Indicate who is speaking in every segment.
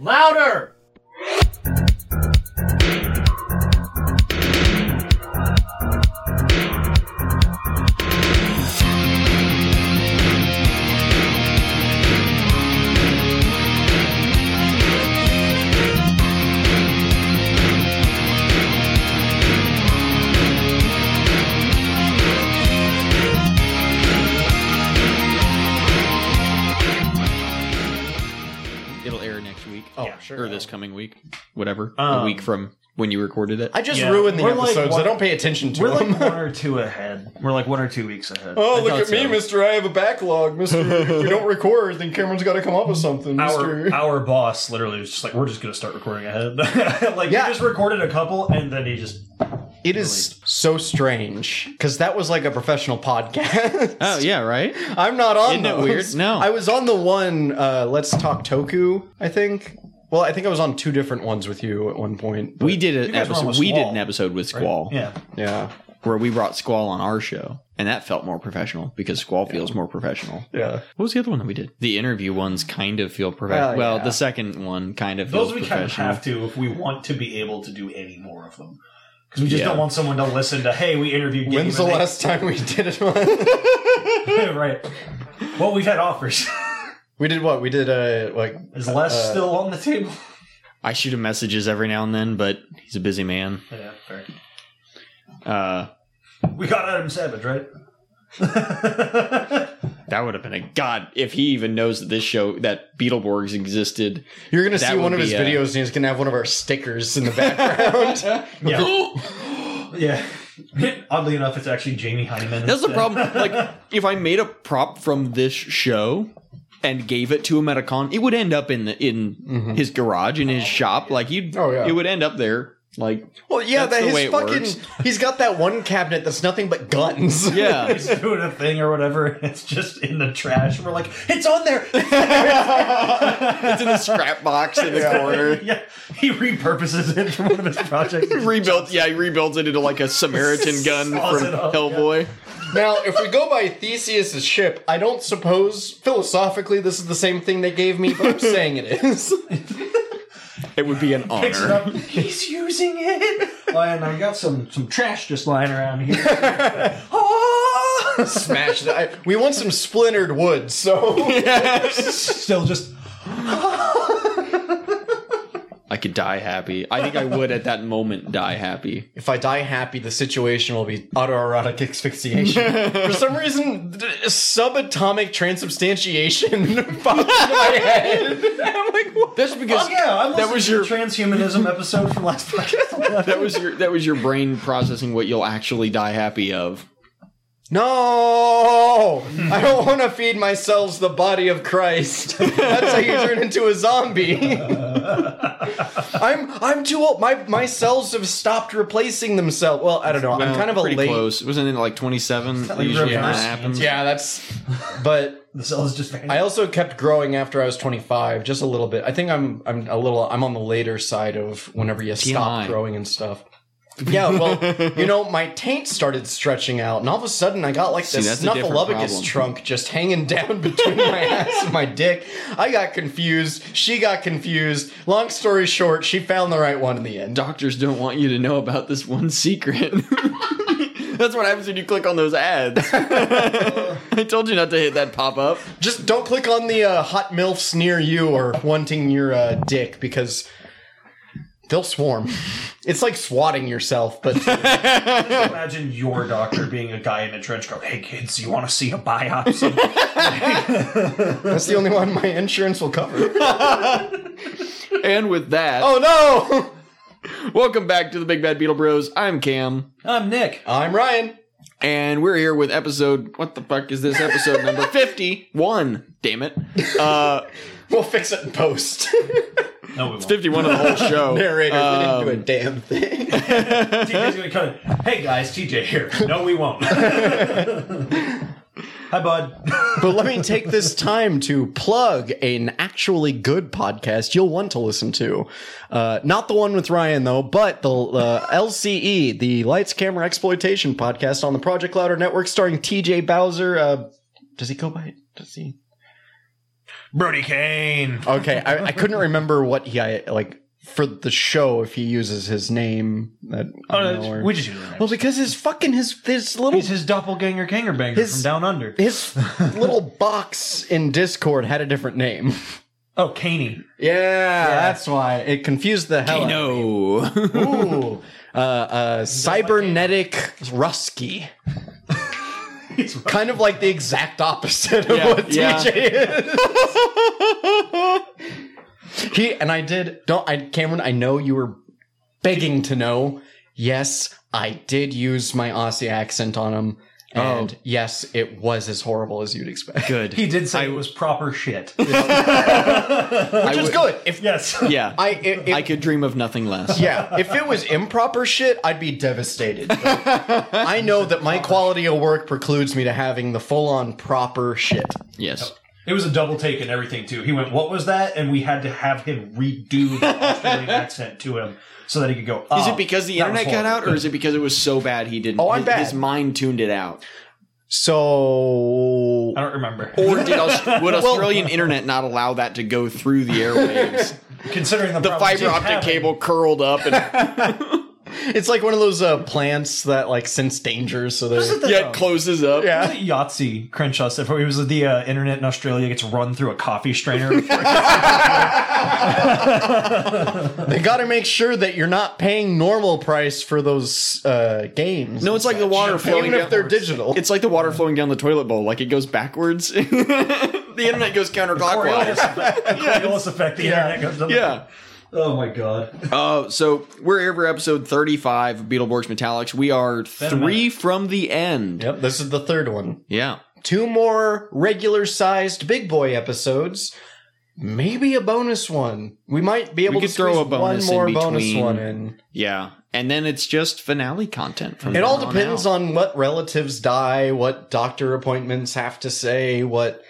Speaker 1: Louder!
Speaker 2: It'll air next week
Speaker 3: Oh,
Speaker 1: Yeah,
Speaker 3: sure.
Speaker 2: or this coming week, whatever. a
Speaker 3: Um,
Speaker 2: week from when you recorded it.
Speaker 3: I just
Speaker 1: Yeah.
Speaker 3: ruin the
Speaker 4: We're like
Speaker 3: episodes.
Speaker 4: one-
Speaker 3: I don't pay attention to
Speaker 4: We're like
Speaker 3: them.
Speaker 2: Um,
Speaker 4: one or two ahead. We're like one or two weeks ahead.
Speaker 3: oh,
Speaker 2: I
Speaker 3: look
Speaker 2: thought
Speaker 3: at me,
Speaker 2: so.
Speaker 3: Mister! I have a backlog, Mister. if we don't record, then Cameron's got to come up with something,
Speaker 4: our
Speaker 3: Mister.
Speaker 4: our boss literally was just like, "We're just gonna start recording ahead." like,
Speaker 3: Yeah.
Speaker 4: he just recorded a couple, and then he just
Speaker 3: It is so strange because that was like a professional podcast.
Speaker 2: oh yeah, right.
Speaker 3: I'm not on
Speaker 2: Isn't it
Speaker 3: those.
Speaker 2: weird? No.
Speaker 3: I was on the one uh Let's Talk Toku, I think. Well, I think I was on two different ones with you at one point. but-
Speaker 2: We did
Speaker 4: You
Speaker 2: an
Speaker 4: guys were on
Speaker 2: episode.
Speaker 4: with
Speaker 2: We did
Speaker 4: Squall,
Speaker 2: an episode with Squall
Speaker 4: yeah.
Speaker 3: yeah.
Speaker 2: where we brought Squall on our show, and that felt more professional because Squall feels more professional.
Speaker 3: Yeah.
Speaker 2: What was the other one that we did? The interview ones kind of feel professional.
Speaker 3: Well,
Speaker 2: well,
Speaker 3: yeah.
Speaker 2: the second one kind of feels
Speaker 4: Oh, Those we kind of
Speaker 2: professional.
Speaker 4: have to if we want to be able to do any more of them, because we just
Speaker 2: Yeah.
Speaker 4: don't want someone to listen to, "Hey, we interviewed." Gideon
Speaker 3: When's the
Speaker 4: and they-
Speaker 3: last time we did it? one?
Speaker 4: right. Well, we've had offers.
Speaker 3: we did what? We did uh like
Speaker 4: Is Les
Speaker 3: Uh,
Speaker 4: still on the table?
Speaker 2: I shoot him messages every now and then, but he's a busy man.
Speaker 4: Yeah, fair.
Speaker 2: Uh,
Speaker 4: We got Adam Savage, right?
Speaker 2: that would have been a god if he even knows that this show that Beetleborgs existed.
Speaker 3: You're gonna
Speaker 2: That
Speaker 3: see one
Speaker 2: would
Speaker 3: of his
Speaker 2: be, uh,
Speaker 3: videos, and he's gonna have one of our stickers in the background.
Speaker 4: yeah. yeah. Oddly enough, it's actually Jamie Heineman.
Speaker 2: That's the
Speaker 4: instead.
Speaker 2: problem. Like, if I made a prop from this show and gave it to him at a con, it would end up in the, in
Speaker 4: Mm-hmm.
Speaker 2: his garage in his shop. Like, you'd
Speaker 3: Oh, yeah.
Speaker 2: it would end up there. Like,
Speaker 3: well, yeah,
Speaker 2: That's
Speaker 3: that
Speaker 2: the way
Speaker 3: his
Speaker 2: it
Speaker 3: fucking.
Speaker 2: works.
Speaker 3: He's got that one cabinet that's nothing but guns.
Speaker 2: yeah,
Speaker 4: He's doing a thing or whatever, and it's just in the trash. We're like, it's on there.
Speaker 2: it's in the scrap box in the corner.
Speaker 4: yeah, he repurposes it from one of his projects.
Speaker 2: Rebuilt, yeah, he rebuilds it into like a Samaritan gun
Speaker 4: Saws
Speaker 2: from
Speaker 4: it up,
Speaker 2: Hellboy.
Speaker 3: Now, if we go by Theseus's ship, I don't suppose philosophically this is the same thing they gave me, but I'm saying it is.
Speaker 2: It would be an
Speaker 4: Picks it
Speaker 2: honor.
Speaker 4: up. He's using it. Oh, and I got some some trash just lying around here. oh!
Speaker 3: Smash it. I, we want some splintered wood, so
Speaker 4: Still just
Speaker 2: I could die happy. I think I would at that moment die happy.
Speaker 3: if I die happy, the situation will be autoerotic asphyxiation. For some reason, d- subatomic transubstantiation popped into my head. I'm like, what?
Speaker 2: That's because
Speaker 4: Oh, yeah, I'm
Speaker 2: that was your
Speaker 4: listening to the transhumanism episode from last podcast.
Speaker 2: that was your that was your brain processing what you'll actually die happy of.
Speaker 3: No, I don't want to feed myself the body of Christ. That's how you turn into a zombie. I'm I'm too old. My my cells have stopped replacing themselves. Well, I don't know.
Speaker 2: Well,
Speaker 3: I'm kind of a
Speaker 2: pretty
Speaker 3: late.
Speaker 2: close. Wasn't it like twenty seven?
Speaker 4: like
Speaker 2: Usually when that
Speaker 4: reverse
Speaker 2: happens.
Speaker 3: Yeah, that's. But
Speaker 4: the cell is just vanished.
Speaker 3: I also kept growing after I was 25, just a little bit. I think I'm I'm a little I'm on the later side of whenever you
Speaker 2: TMI.
Speaker 3: stop growing and stuff. Yeah, well, you know, my taint started stretching out, and all of a sudden I got like
Speaker 2: See,
Speaker 3: this
Speaker 2: that's a different
Speaker 3: snuffleupagus
Speaker 2: problem.
Speaker 3: trunk just hanging down between my ass and my dick. I got confused. She got confused. Long story short, she found the right one in the end.
Speaker 2: Doctors don't want you to know about this one secret. That's what happens when you click on those ads. I told you not to hit that pop up.
Speaker 3: Just don't click on the uh, hot milfs near you or wanting your uh, dick because they'll swarm. It's like swatting yourself, but
Speaker 4: Imagine your doctor being a guy in a trench coat. Hey kids, you want to see a biopsy?
Speaker 3: that's the only one my insurance will cover.
Speaker 2: And with that,
Speaker 3: Oh no!
Speaker 2: welcome back to the Big Bad Beetle Bros. I'm Cam.
Speaker 4: I'm Nick.
Speaker 3: I'm Ryan.
Speaker 2: And we're here with episode. What the fuck is this episode number? 51. Damn it. Uh,
Speaker 3: We'll fix it in post.
Speaker 4: No, we won't.
Speaker 2: 51 of the whole show.
Speaker 3: Narrator,
Speaker 2: Um,
Speaker 3: we didn't do a damn thing.
Speaker 4: TJ's gonna cut it. Hey guys, TJ here. No, we won't. Hi, bud.
Speaker 3: But let me take this time to plug an actually good podcast you'll want to listen to. Uh, not the one with Ryan, though, but the uh, LCE, the Lights Camera Exploitation podcast on the Project Louder Network, starring TJ Bowser. Uh, does he go by? Does he?
Speaker 4: Brody Kane.
Speaker 3: Okay, I, I couldn't remember what he I, like for the show if he uses his name. That I
Speaker 4: Oh,
Speaker 3: don't
Speaker 4: no,
Speaker 3: know,
Speaker 4: it's-
Speaker 3: or-
Speaker 4: we just use his name.
Speaker 3: well because his fucking his his little
Speaker 4: He's his doppelganger Kanger Banger
Speaker 3: His-
Speaker 4: from Down Under.
Speaker 3: his little box in Discord had a different name.
Speaker 4: Oh, Caney.
Speaker 3: Yeah, that's why it confused the hell. out
Speaker 2: Kano.
Speaker 3: Ooh, uh, uh, cybernetic Rusky. kind of like the exact opposite of
Speaker 2: Yeah,
Speaker 3: what
Speaker 2: yeah.
Speaker 3: TJ is. he and I did don't I Cameron, I know you were begging to know. Yes, I did use my Aussie accent on him. And yes, it was as horrible as you'd expect.
Speaker 2: Good.
Speaker 4: He did say it was proper shit.
Speaker 3: Which is good. If
Speaker 4: yes.
Speaker 2: yeah.
Speaker 3: I it,
Speaker 2: I could dream of nothing less.
Speaker 3: Yeah, if it was improper shit, I'd be devastated. But I know that my quality of work precludes me to having the full on proper shit.
Speaker 2: Yes.
Speaker 4: It was a double take and everything too. He went, "What was that?" And we had to have him redo the Australian accent to him so that he could go.
Speaker 2: Is
Speaker 4: "Oh,
Speaker 2: it because the
Speaker 4: that was
Speaker 2: internet got out,
Speaker 4: horrible."
Speaker 2: or is it because it was so bad he didn't?
Speaker 3: Oh, I'm
Speaker 2: his,
Speaker 3: bad.
Speaker 2: His mind tuned it out.
Speaker 3: So
Speaker 4: I don't remember.
Speaker 2: Or did Aus- would Australian internet not allow that to go through the airwaves?
Speaker 4: Considering the,
Speaker 2: The
Speaker 4: problem
Speaker 2: fiber
Speaker 4: did
Speaker 2: optic
Speaker 4: happen.
Speaker 2: cable curled up, and
Speaker 3: it's like one of those uh, plants that like sense danger, so they
Speaker 4: Wasn't that-
Speaker 2: yet closes up.
Speaker 4: was it Yahtzee Crenshaw said it was the uh, internet in Australia gets run through a coffee strainer.
Speaker 3: they got to make sure that you're not paying normal price for those uh, games.
Speaker 2: No, it's like the water flowing.
Speaker 3: even if
Speaker 2: Down,
Speaker 3: they're digital.
Speaker 2: it's like the water flowing down the toilet bowl. Like it goes backwards. the internet goes
Speaker 4: Coriolis
Speaker 2: counterclockwise.
Speaker 4: effect. Coriolis effect. The internet goes. up.
Speaker 2: Yeah.
Speaker 4: Oh my god.
Speaker 2: Uh, so we're here for episode 35 of Beetleborgs Metallics. We are
Speaker 4: a
Speaker 2: three from the end.
Speaker 3: Yep, this is the third one.
Speaker 2: Yeah.
Speaker 3: two more regular sized big boy episodes maybe a bonus one we might be able
Speaker 2: could
Speaker 3: to
Speaker 2: throw
Speaker 3: squeeze
Speaker 2: a bonus
Speaker 3: one more
Speaker 2: in
Speaker 3: bonus
Speaker 2: between.
Speaker 3: one in
Speaker 2: Yeah. And then it's just finale content from
Speaker 3: it all
Speaker 2: then
Speaker 3: depends
Speaker 2: out.
Speaker 3: on, what relatives die what doctor appointments have to say what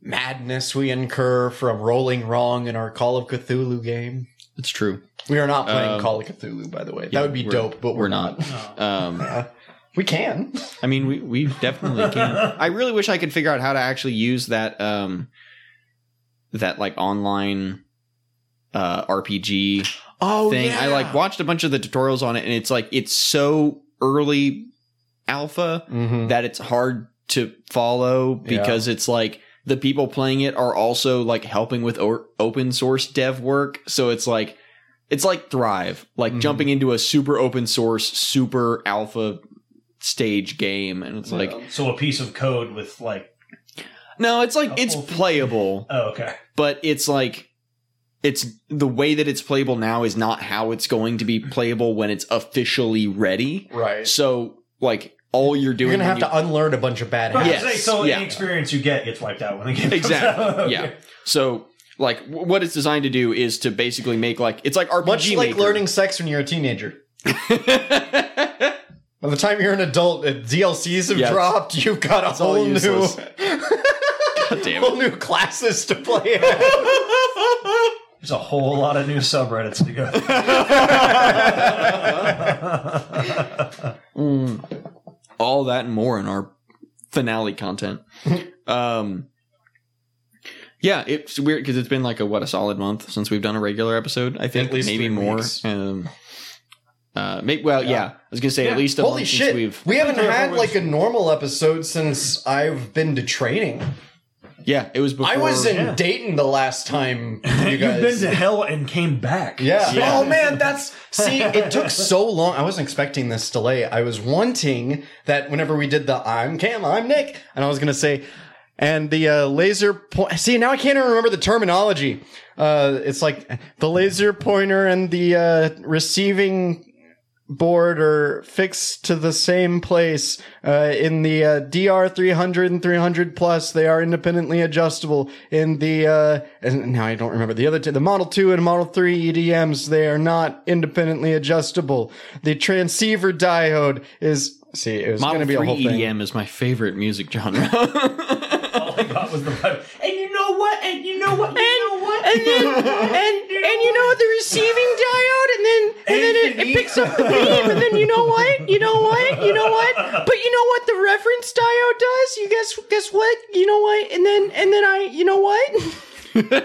Speaker 3: madness we incur from rolling wrong in our call of cthulhu game
Speaker 2: It's true.
Speaker 3: we are not playing
Speaker 2: Um,
Speaker 3: Call of Cthulhu, by the way.
Speaker 2: yeah,
Speaker 3: that would be
Speaker 2: we're-
Speaker 3: dope, but we're,
Speaker 2: We're not. Um,
Speaker 3: We can.
Speaker 2: I mean, we, we definitely can. I really wish I could figure out how to actually use that um, that like online uh, RPG
Speaker 3: Oh,
Speaker 2: thing. I like watched a bunch of the tutorials on it, and it's like it's so early alpha
Speaker 3: Mhm.
Speaker 2: that it's hard to follow
Speaker 3: Yeah.
Speaker 2: because it's like the people playing it are also like helping with o- open source dev work. So it's like it's like Thrive, like
Speaker 3: Mhm.
Speaker 2: jumping into a super open source, super alpha stage game, and it's like
Speaker 4: So a piece of code with like.
Speaker 2: no, it's like it's
Speaker 4: Oh.
Speaker 2: playable,
Speaker 4: Oh, okay.
Speaker 2: but it's like. It's the way that it's playable now is not how it's going to be playable when it's officially ready.
Speaker 3: Right.
Speaker 2: So like all you're
Speaker 3: You're
Speaker 2: doing,
Speaker 3: going to
Speaker 2: when
Speaker 3: have
Speaker 2: you-
Speaker 3: to unlearn a bunch of bad
Speaker 4: But I
Speaker 3: habits.
Speaker 4: was gonna say, so
Speaker 2: yeah.
Speaker 4: any experience you get gets wiped out when the game comes
Speaker 2: Exactly,
Speaker 4: out. Okay.
Speaker 2: yeah. so like w- what it's designed to do is to basically make like it's like RPG
Speaker 3: Much like
Speaker 2: Maker.
Speaker 3: learning sex when you're a teenager. By the time you're an adult, uh, DLCs have
Speaker 2: Yes.
Speaker 3: dropped. You've got a
Speaker 2: all
Speaker 3: whole new,
Speaker 2: useless. God damn it.
Speaker 3: whole new classes to play.
Speaker 4: There's a whole lot of new subreddits to go. through.
Speaker 2: Mm. all that and more in our finale content. um, yeah, it's weird because it's been like a what a solid month since we've done a regular episode. I think
Speaker 3: At least
Speaker 2: maybe
Speaker 3: three
Speaker 2: more.
Speaker 3: weeks.
Speaker 2: Um, uh, maybe well, yeah. I was gonna say
Speaker 4: Yeah.
Speaker 2: at least a
Speaker 3: Holy
Speaker 2: month
Speaker 3: shit!
Speaker 2: since we've
Speaker 3: we haven't
Speaker 4: Three or four
Speaker 3: had like
Speaker 4: weeks.
Speaker 3: a normal episode since I've been to training.
Speaker 2: yeah. It was before
Speaker 3: I was in
Speaker 4: yeah.
Speaker 3: Dayton the last time you
Speaker 4: You've been
Speaker 3: guys.
Speaker 4: to hell and came back.
Speaker 3: yeah.
Speaker 2: Yeah.
Speaker 3: Oh man, that's see. It took so long. I wasn't expecting this delay. I was wanting that whenever we did the "I'm Cam, I'm Nick," and I was gonna say, and the uh, laser point. See, now I can't even remember the terminology. Uh, it's like the laser pointer and the uh, receiving board are fixed to the same place uh, in the uh, DR 300 and 300 plus they are independently adjustable in the uh and now I don't remember the other two the model 2 and model 3 EDMs they are not independently adjustable the transceiver diode is see it was going
Speaker 2: Model
Speaker 3: to be a
Speaker 2: Three E
Speaker 3: whole thing
Speaker 2: EDM is my favorite music genre.
Speaker 4: All I got was the vibe. And you know what? And you know what? And you know what? And you
Speaker 3: and and you know the receiving diode and then and then it, it picks up the beam and then you know what you know what you know what But you know what the reference Dio does? You guess guess what? You know what? And then and then I you know what?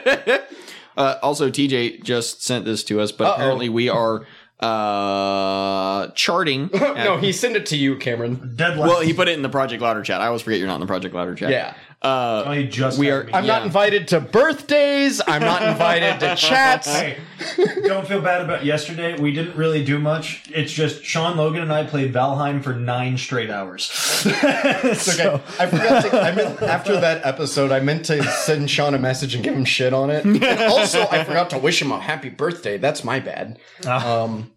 Speaker 2: uh, also, TJ just sent this to us, but
Speaker 3: Uh-oh.
Speaker 2: apparently we are uh, charting.
Speaker 3: no, he sent it to you, Cameron.
Speaker 4: Deadline.
Speaker 2: well, he put it in the Project Louder chat. I always forget you're not in the Project Louder chat.
Speaker 3: Yeah.
Speaker 2: Uh,
Speaker 4: Only just
Speaker 2: we
Speaker 4: had
Speaker 2: are-
Speaker 4: me.
Speaker 3: I'm not
Speaker 2: Yeah.
Speaker 3: invited to birthdays. I'm not invited to chats.
Speaker 4: Hey, don't feel bad about yesterday. We didn't really do much. It's just Sean Logan and I played Valheim for nine straight hours.
Speaker 3: Okay.
Speaker 4: So-
Speaker 3: I forgot. To, I meant after that episode, I meant to send Sean a message and give him shit on it. And also, I forgot to wish him a happy birthday. That's my bad.
Speaker 4: Ah.
Speaker 3: Um,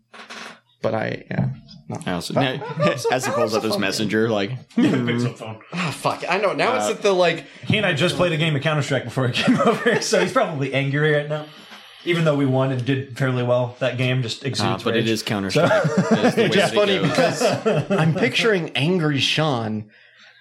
Speaker 3: but I yeah. No.
Speaker 2: I also- as he pulls up his messenger, like,
Speaker 3: Hmm.
Speaker 4: Picks up phone.
Speaker 3: Ah, fuck. I know. Now it's at the like.
Speaker 4: He and I just played a game of Counter Strike before I came over, so he's probably angry right now. Even though we won and did fairly well, that game just
Speaker 2: uh,
Speaker 4: exudes
Speaker 2: but it
Speaker 4: rage.
Speaker 2: is Counter Strike. it's
Speaker 3: funny because I'm picturing angry Sean,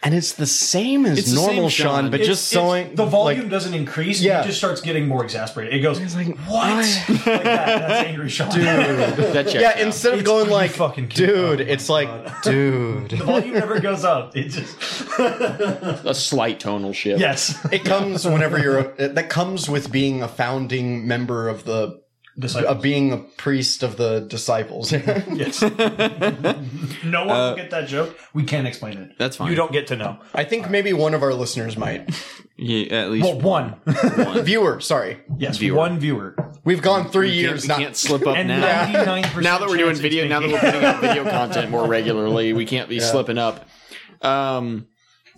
Speaker 3: and it's the same as
Speaker 2: It's the
Speaker 3: normal
Speaker 2: same
Speaker 3: Sean,
Speaker 2: Sean.
Speaker 3: but
Speaker 2: It's-
Speaker 3: just
Speaker 4: It's-
Speaker 3: sewing
Speaker 4: the volume
Speaker 3: like,
Speaker 4: doesn't increase.
Speaker 3: Yeah.
Speaker 4: He just starts getting more exasperated. It goes,
Speaker 3: It's like
Speaker 4: "What?"
Speaker 3: what?
Speaker 4: like that. That's angry Sean.
Speaker 2: that checks
Speaker 3: yeah,
Speaker 2: out.
Speaker 3: instead of
Speaker 4: It's
Speaker 3: going
Speaker 4: pretty
Speaker 3: like
Speaker 4: fucking cute.
Speaker 3: dude,
Speaker 4: Oh my
Speaker 3: it's like dude.
Speaker 4: The volume never goes up. It just
Speaker 2: a slight tonal shift.
Speaker 4: yes.
Speaker 3: It comes whenever you're a, that comes with being a founding member of the
Speaker 4: Disciple.
Speaker 3: of being a priest of the disciples.
Speaker 4: Yes. no one will get that joke. We can't explain it.
Speaker 2: Uh, That's fine.
Speaker 4: You don't get to know.
Speaker 3: I think maybe one of our listeners might.
Speaker 2: Yeah, at least
Speaker 4: Well, one.
Speaker 2: one.
Speaker 3: Viewer, sorry.
Speaker 4: yes,
Speaker 2: Viewer.
Speaker 4: one viewer.
Speaker 3: We've gone 3
Speaker 2: You can't,
Speaker 3: years
Speaker 2: you
Speaker 3: not
Speaker 2: can't slip up
Speaker 4: And
Speaker 2: now.
Speaker 4: ninety nine percent.
Speaker 2: now that we're doing video, now that we're putting out video content more regularly, we can't be slipping up. Um,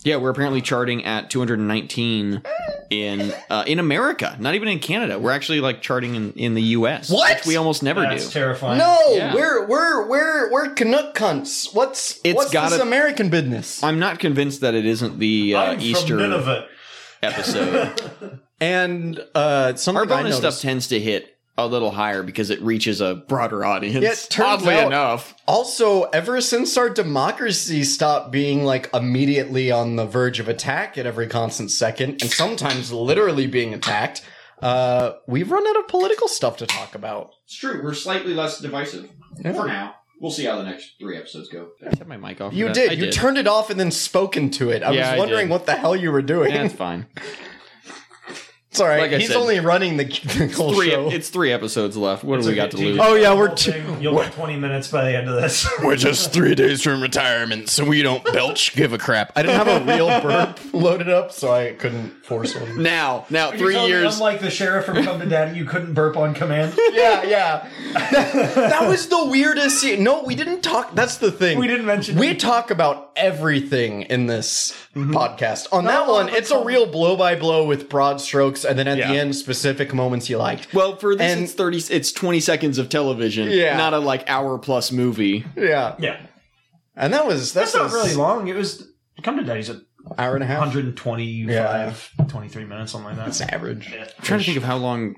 Speaker 2: yeah, we're apparently charting at 219 in uh, in America, not even in Canada. We're actually like charting in, in the U.S.
Speaker 3: What?
Speaker 2: which we almost never
Speaker 4: that's
Speaker 2: do.
Speaker 4: terrifying.
Speaker 3: No,
Speaker 2: Yeah.
Speaker 3: we're we're we're we're Canuck cunts. What's
Speaker 2: It's
Speaker 3: what's
Speaker 2: gotta-
Speaker 3: this American business?
Speaker 2: I'm not convinced that it isn't the uh,
Speaker 4: I'm from
Speaker 2: Easter
Speaker 4: Nineveh.
Speaker 2: episode.
Speaker 3: And uh, something
Speaker 2: Our bonus
Speaker 3: I
Speaker 2: stuff
Speaker 3: noticed,
Speaker 2: tends to hit a little higher because it reaches a broader audience.
Speaker 3: Yeah, it turns
Speaker 2: oddly
Speaker 3: out-
Speaker 2: enough,
Speaker 3: Also, ever since our democracy stopped being like immediately on the verge of attack at every constant second, and sometimes literally being attacked, uh, we've run out of political stuff to talk about.
Speaker 2: it's true. We're slightly less divisive
Speaker 3: Yeah. for
Speaker 2: now. We'll see how the next three episodes go. I set my mic off. for
Speaker 3: You
Speaker 2: that.
Speaker 3: did.
Speaker 2: I
Speaker 3: You turned it off and then spoke into it. I
Speaker 2: Yeah, I
Speaker 3: was wondering
Speaker 2: did.
Speaker 3: what the hell you were doing.
Speaker 2: Yeah, it's fine.
Speaker 3: it's all right.
Speaker 2: like I
Speaker 3: He's
Speaker 2: said,
Speaker 3: only running the, the whole
Speaker 2: three.
Speaker 3: show.
Speaker 2: It's three episodes left. What do we got to lose?
Speaker 3: Oh, yeah, we're
Speaker 4: Whole
Speaker 3: two-
Speaker 4: thing, You'll get twenty minutes by the end of this.
Speaker 3: We're just three days from retirement, so we don't belch give a crap. I didn't have a real burp loaded up, so I couldn't force one.
Speaker 2: Now, now,
Speaker 4: You're
Speaker 2: three
Speaker 4: telling me
Speaker 2: years.
Speaker 4: Unlike the sheriff from Come to Daddy, you couldn't burp on command.
Speaker 3: yeah, yeah. That, that was the weirdest. scene. No, we didn't talk. That's the thing.
Speaker 4: We didn't mention
Speaker 3: We
Speaker 4: it.
Speaker 3: talk about everything in this
Speaker 2: Mm-hmm.
Speaker 3: podcast. On that one, it's a real blow by blow with broad strokes, and then at the
Speaker 2: Yeah.
Speaker 3: end, specific moments you liked.
Speaker 2: Well, for this,
Speaker 3: And-
Speaker 2: it's thirty. It's twenty seconds of television.
Speaker 3: Yeah.
Speaker 2: not a like hour plus movie.
Speaker 3: Yeah,
Speaker 4: Yeah,
Speaker 3: and that was
Speaker 4: that's
Speaker 3: that's
Speaker 4: not really long. It was Come to Daddy's at
Speaker 3: hour and a half.
Speaker 4: 125,
Speaker 3: Yeah.
Speaker 4: 23 minutes, something like that.
Speaker 3: It's average.
Speaker 4: Yeah.
Speaker 2: I'm trying to think of how long.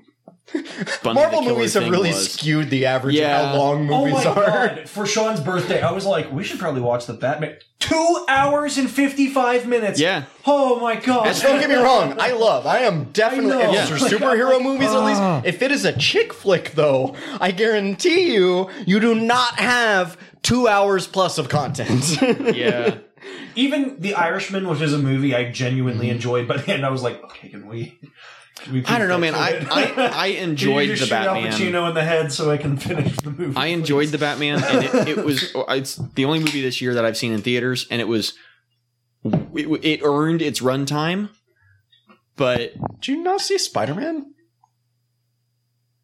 Speaker 2: Bunny
Speaker 3: Marvel
Speaker 2: the Killer
Speaker 3: movies have
Speaker 2: Thing
Speaker 3: really
Speaker 2: was.
Speaker 3: skewed the average of
Speaker 2: Yeah.
Speaker 3: how long
Speaker 4: Oh
Speaker 3: movies
Speaker 4: my
Speaker 3: are.
Speaker 4: god! For Sean's birthday, I was like, we should probably watch the Batman. Two hours and fifty-five minutes.
Speaker 2: Yeah.
Speaker 4: Oh my god!
Speaker 3: Which, don't get me wrong, I love. I am definitely
Speaker 4: I know. Oh
Speaker 3: if these are
Speaker 4: Yeah.
Speaker 3: superhero movies at least. If it is a chick flick though, I guarantee you you do not have two hours plus of content.
Speaker 2: Yeah,
Speaker 4: Even The Irishman, which is a movie I genuinely enjoyed, but then I was like, okay, can we? Can we
Speaker 2: I don't know,
Speaker 4: please
Speaker 2: man. I
Speaker 4: get to
Speaker 2: I,
Speaker 4: it?
Speaker 2: I
Speaker 4: Can you
Speaker 2: enjoyed
Speaker 4: just
Speaker 2: the
Speaker 4: shoot Al
Speaker 2: Batman.
Speaker 4: Pacino in the head so I can finish the movie.
Speaker 2: I enjoyed the Batman, and it, it was uh, it's the only movie this year that I've seen in theaters, and it was it, it earned its runtime. But
Speaker 3: Did you not see Spider Man?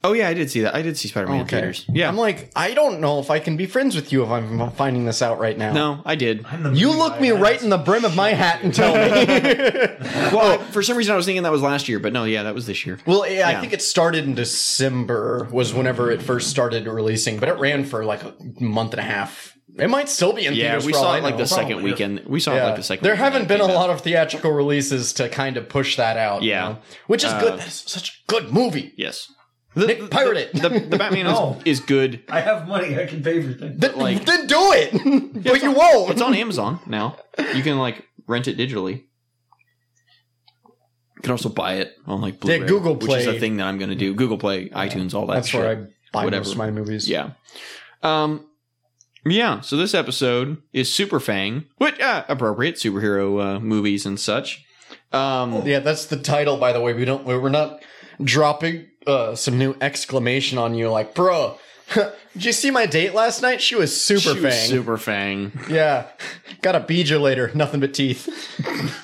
Speaker 2: oh yeah, I did see that. I did see Spider Man in theaters. Yeah,
Speaker 3: I'm like, I don't know if I can be friends with you if I'm finding this out right now.
Speaker 2: no, I did.
Speaker 4: I'm the
Speaker 3: You
Speaker 4: movie
Speaker 3: look
Speaker 4: guy.
Speaker 3: me right in the brim of my hat and tell me.
Speaker 2: Well, I- for some reason I was thinking that was last year, but no, yeah, that was this year.
Speaker 3: Well, yeah, I
Speaker 2: Yeah.
Speaker 3: think it started in December was whenever it first started releasing, but it ran for like a month and a half. It might still be in
Speaker 2: Yeah,
Speaker 3: theaters.
Speaker 2: we
Speaker 3: for all
Speaker 2: saw
Speaker 3: I
Speaker 2: it like
Speaker 3: know.
Speaker 2: the second
Speaker 4: Probably.
Speaker 2: weekend. We saw it
Speaker 3: Yeah.
Speaker 2: like the second.
Speaker 3: There
Speaker 2: weekend
Speaker 3: haven't
Speaker 2: that
Speaker 3: been a
Speaker 2: came out.
Speaker 3: lot of theatrical releases to kind of push that out. you
Speaker 2: Yeah.
Speaker 3: know? which is
Speaker 2: Uh,
Speaker 3: good. That's such a good movie.
Speaker 2: Yes,
Speaker 3: Nick, pirate it.
Speaker 2: the, the Batman is-
Speaker 4: No.
Speaker 2: is, good.
Speaker 4: I have money. I can pay for things.
Speaker 3: then,
Speaker 2: like-
Speaker 3: then do it, but you won't.
Speaker 2: It's on Amazon now. You can like rent it digitally. You can also buy it on like Blu-ray,
Speaker 3: Google
Speaker 2: which is
Speaker 3: Play.
Speaker 2: a thing that I'm going to do. Google Play, iTunes, all that.
Speaker 3: That's
Speaker 2: shit.
Speaker 3: where I buy
Speaker 2: Whatever.
Speaker 3: most of my movies.
Speaker 2: Yeah. Um. Yeah, so this episode is Super Fang, which uh, appropriate superhero uh, movies and such. Um,
Speaker 3: Yeah, that's the title, by the way. We don't. We're not dropping uh, some new exclamation on you, like, bro. Did you see my date last night? She was super
Speaker 2: she was
Speaker 3: fang.
Speaker 2: Super Fang.
Speaker 3: Yeah, got a beeger later. Nothing but teeth.